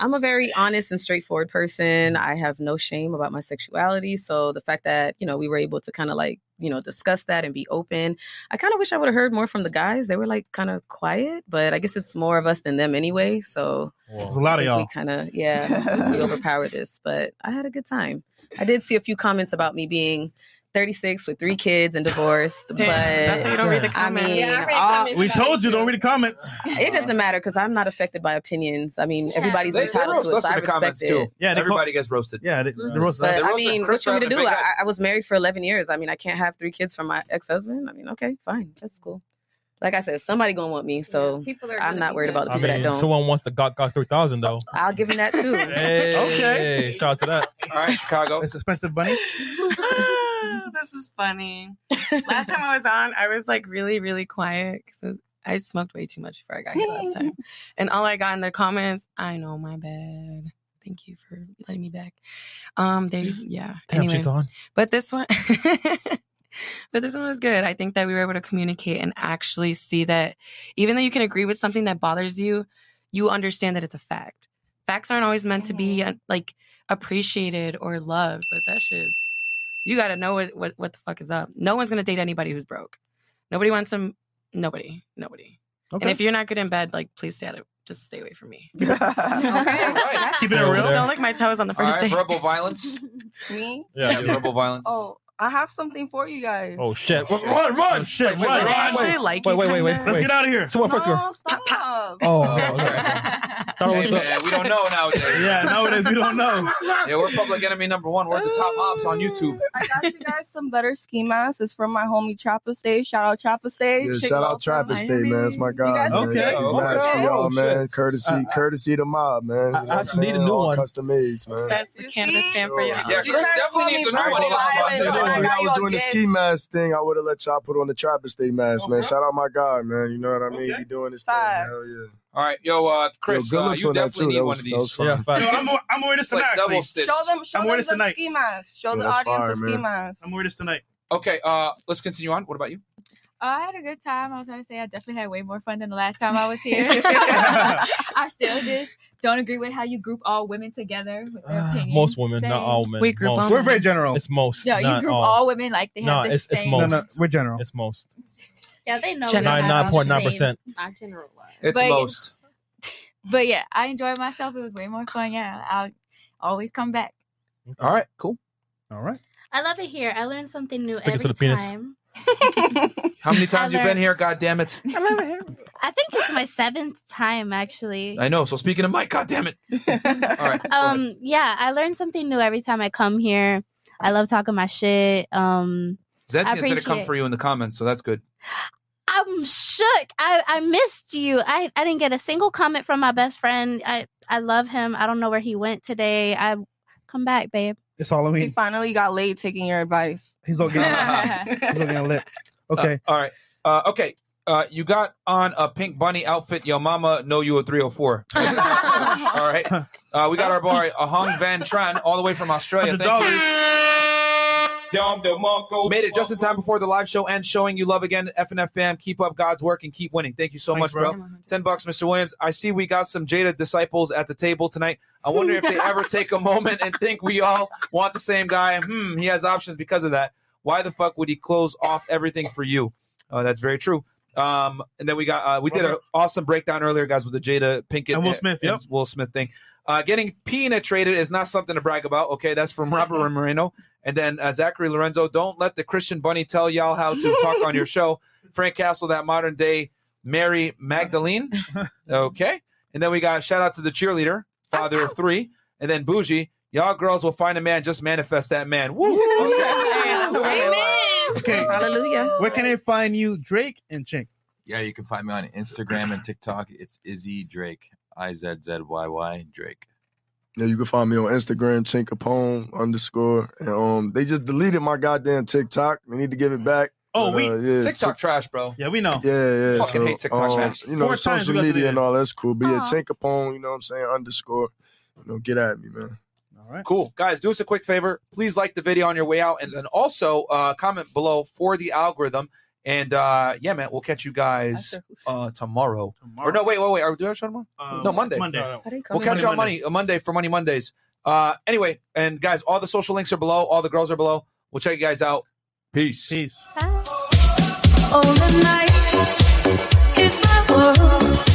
Speaker 9: I'm a very honest and straightforward person. I have no shame about my sexuality. So the fact that you know we were able to kind of like you know discuss that and be open, I kind of wish I would have heard more from the guys. They were like kind of quiet, but I guess it's more of us than them anyway. So
Speaker 2: There's a lot
Speaker 9: I think
Speaker 2: of y'all.
Speaker 9: We kind of yeah, we overpowered this, but I had a good time. I did see a few comments about me being 36 with three kids and divorced. but
Speaker 12: that's how you don't read the
Speaker 9: I
Speaker 12: comments.
Speaker 9: mean,
Speaker 12: Yeah, I read
Speaker 9: all-
Speaker 12: comments We about told
Speaker 2: you, don't read the comments.
Speaker 9: It doesn't matter because I'm not affected by opinions. I mean, everybody's
Speaker 1: they, they
Speaker 9: entitled
Speaker 1: roast
Speaker 9: to it.
Speaker 1: us
Speaker 9: So
Speaker 1: in
Speaker 9: I
Speaker 1: the
Speaker 9: respect
Speaker 1: comments too.
Speaker 9: it.
Speaker 2: Yeah,
Speaker 1: everybody gets roasted.
Speaker 2: Yeah, the,
Speaker 11: Hmm.
Speaker 2: the roast.
Speaker 9: But
Speaker 1: They
Speaker 9: I
Speaker 1: roast
Speaker 9: mean,
Speaker 1: Chris
Speaker 9: what you
Speaker 1: Rock
Speaker 9: want me to
Speaker 1: and
Speaker 9: do?
Speaker 1: Big
Speaker 9: I,
Speaker 1: Hat.
Speaker 9: I was married for 11 years. I mean, I can't have three kids from my ex husband. I mean, okay, fine. That's cool. Like I said, somebody gonna want me, so I'm not worried about the
Speaker 6: I
Speaker 9: people
Speaker 6: mean,
Speaker 9: that don't.
Speaker 6: someone wants the God God three thousand though.
Speaker 9: I'll give him that too.
Speaker 6: Hey, Shout out to that.
Speaker 1: All right, Chicago.
Speaker 2: It's expensive bunny.
Speaker 12: this is funny. Last time I was on, I was like really, really quiet because I smoked way too much before I got here last time. And all I got in the comments, I know my bad. Thank you for letting me back. Um, they yeah.
Speaker 6: Damn, she's on.
Speaker 12: But this one But this one was good. I think that we were able to communicate and actually see that even though you can agree with something that bothers you, you understand that it's a fact. Facts aren't always meant to be uh, like appreciated or loved, but that shit's you got to know what, what what the fuck is up. No one's gonna date anybody who's broke. Nobody wants some. Nobody, nobody. And
Speaker 6: Okay.
Speaker 12: if you're not good in bed, like please stay out of. Just stay away from me.
Speaker 2: Keeping it real.
Speaker 12: Just don't lick my toes on the
Speaker 1: All
Speaker 12: first
Speaker 1: right,
Speaker 12: day.
Speaker 1: verbal violence.
Speaker 13: Me?
Speaker 1: Yeah, verbal violence.
Speaker 13: Oh, I have something for you guys.
Speaker 6: Oh shit!
Speaker 1: Oh,
Speaker 6: Run, run, run, shit!
Speaker 13: Wait,
Speaker 6: run,
Speaker 13: wait,
Speaker 6: run.
Speaker 13: wait,
Speaker 6: wait,
Speaker 13: like
Speaker 6: wait,
Speaker 13: you
Speaker 6: wait, wait,
Speaker 13: kinda-
Speaker 6: wait,
Speaker 13: Let's
Speaker 6: wait.
Speaker 13: get outta
Speaker 2: here.
Speaker 6: Someone first. Go.
Speaker 13: Oh, stop.
Speaker 6: Oh, okay. Thought it
Speaker 1: Hey,
Speaker 6: was
Speaker 1: man, we don't know nowadays.
Speaker 2: Oh, Yeah, nowadays we don't know.
Speaker 1: Yeah, we're public enemy number one. We're the top ops on YouTube.
Speaker 13: I got you guys some better ski masks. It's from my homie Chopper Stage. Shout out Chopper Stage.
Speaker 18: Yeah,
Speaker 13: Chick
Speaker 18: shout
Speaker 13: Wilson,
Speaker 18: out Trapper State,
Speaker 13: Miami.
Speaker 18: man. It's my guy.
Speaker 13: guys
Speaker 18: man.
Speaker 13: okay?
Speaker 18: These
Speaker 13: Okay.
Speaker 18: masks for y'all,
Speaker 13: Oh,
Speaker 18: man.
Speaker 13: shit.
Speaker 18: Courtesy, courtesy to mob, man. You know what I'm
Speaker 6: actually need a
Speaker 18: saying?
Speaker 6: new
Speaker 18: All
Speaker 6: one.
Speaker 18: Custom made, man.
Speaker 12: That's the cannabis fan for you.
Speaker 1: Yeah, Chris definitely needs a new
Speaker 18: I ain't
Speaker 1: one.
Speaker 18: gonna lie,
Speaker 1: He
Speaker 18: if
Speaker 1: doesn't want
Speaker 18: I was doing the
Speaker 1: this.
Speaker 18: ski mask thing, I would have let y'all put on the Trapper State mask, man. Shout out my guy, man. You know what I mean? He doing his thing. Hell yeah.
Speaker 1: All right, yo, uh, Chris,
Speaker 18: good
Speaker 1: uh,
Speaker 18: looks
Speaker 1: you
Speaker 18: on that,
Speaker 1: definitely
Speaker 18: too.
Speaker 1: need
Speaker 18: That
Speaker 1: one
Speaker 18: was-
Speaker 1: of
Speaker 18: that was
Speaker 1: these.
Speaker 18: fine. Yeah,
Speaker 2: Yo, I'm, o- I'm aware this
Speaker 1: It's like
Speaker 2: tonight.
Speaker 1: double
Speaker 2: actually.
Speaker 1: stitch.
Speaker 13: Show them, show
Speaker 2: I'm
Speaker 13: them
Speaker 2: aware this
Speaker 13: the
Speaker 2: tonight.
Speaker 13: ski masks. Show
Speaker 1: Yeah,
Speaker 13: the
Speaker 1: that's
Speaker 13: audience
Speaker 1: fire,
Speaker 13: the
Speaker 1: man.
Speaker 13: ski masks.
Speaker 2: I'm aware this tonight.
Speaker 1: Okay, uh, let's continue on. What about you?
Speaker 14: Oh, I had a good time. I was trying to say I definitely had way more fun than the last time I was here. I still just don't agree with how you group all women together with their opinions.
Speaker 6: Most women, not all men.
Speaker 14: We group
Speaker 6: most.
Speaker 14: all We're very
Speaker 2: general.
Speaker 6: It's most.
Speaker 14: No, you
Speaker 6: not
Speaker 14: group all. women like they
Speaker 6: No,
Speaker 14: have the
Speaker 6: it's,
Speaker 14: same.
Speaker 6: it's most.
Speaker 2: No, no, we're general.
Speaker 6: It's most.
Speaker 14: Yeah, they know.
Speaker 6: Gen- we don't have all the 9.9%.
Speaker 14: I generalize.
Speaker 6: It's
Speaker 18: Oh,
Speaker 6: most.
Speaker 14: But yeah, I enjoyed myself. It was way more fun. Yeah, I'll always come back.
Speaker 1: All right, cool.
Speaker 2: All right.
Speaker 16: I love it here. I learn something new
Speaker 1: Pick it to
Speaker 16: every
Speaker 1: the penis.
Speaker 16: time.
Speaker 1: How many times
Speaker 16: I
Speaker 1: you been
Speaker 16: learned-
Speaker 1: here? God damn it!
Speaker 16: I think it's my seventh time actually.
Speaker 1: I know. So speaking of Mike, God damn it! All right.
Speaker 16: um yeah i learn something new every time i come here i love talking my shit um I
Speaker 1: Zetty said it come
Speaker 16: appreciate-
Speaker 1: for you in the comments, so that's good.
Speaker 16: i'm shook i i missed you i i didn't get a single comment from my best friend i i love him i don't know where he went today i come back babe
Speaker 2: It's Halloween.
Speaker 13: He finally got laid taking your advice.
Speaker 2: He's all getting, he's all getting lit. Okay.
Speaker 1: Uh, all right. Uh, okay. Uh, you got on a pink bunny outfit. Your mama know you a 304. all right. Uh, we got our boy Ahong Van Tran all the way from Australia. Thank you. Made it just in time before the live show and showing you love again. FNF fam, keep up God's work and keep winning. Thank you so much, bro.
Speaker 6: bro.
Speaker 1: Ten bucks, Mr. Williams. I see we got some Jada disciples at the table tonight. I wonder if they ever take a moment and think we all want the same guy. Hmm, he has options because of that. Why the fuck would he close off everything for you? Uh, that's very true. Um, and then we got uh, we did an awesome breakdown earlier, guys, with the Jada Pinkett
Speaker 2: And Will Smith, yep.
Speaker 1: and Will Smith thing. Uh, getting penetrated is not something to brag about. Okay, that's from Robert Moreno. And then uh, Zachary Lorenzo, don't let the Christian Bunny tell y'all how to talk on your show. Frank Castle, that modern day Mary Magdalene. Okay. And then we got shout out to the cheerleader, father of three. And then Bougie, y'all girls will find a man, just manifest that man. Woo!
Speaker 2: Okay.
Speaker 9: Hallelujah.
Speaker 2: Where can I find you, Drake and Chink?
Speaker 17: Yeah, you can find me on Instagram and TikTok. It's Izzy Drake, I Z Z Y Y Drake.
Speaker 18: Yeah, you can find me on Instagram, Chinkapone underscore. And um, they just deleted my goddamn TikTok. They need to give it back.
Speaker 2: Oh,
Speaker 18: But,
Speaker 2: we-
Speaker 18: uh, yeah,
Speaker 1: TikTok trash, bro.
Speaker 2: Yeah, we know.
Speaker 18: Yeah, yeah.
Speaker 1: Fucking
Speaker 18: so,
Speaker 1: hate TikTok
Speaker 18: um,
Speaker 1: trash.
Speaker 18: You know,
Speaker 1: Four times we
Speaker 18: social
Speaker 1: got
Speaker 18: media
Speaker 1: deleted.
Speaker 18: and all that's cool. But yeah, Chinkapone, you know what I'm saying? Underscore. You know, get at me, man.
Speaker 1: Cool. Guys, do us a quick favor. Please like the video on your way out and then also uh, comment below for the algorithm. And uh, yeah, man, we'll catch you guys uh, tomorrow. Or no, wait, wait, wait. Are we doing our show tomorrow? no, Monday.
Speaker 2: Monday.
Speaker 1: We'll catch you on Monday,
Speaker 2: Mondays.
Speaker 1: uh, Monday for Money Mondays. Uh, anyway, and guys, all the social links are below. All the girls are below. We'll check you guys out. Peace.
Speaker 2: Peace.
Speaker 3: All the night is my world.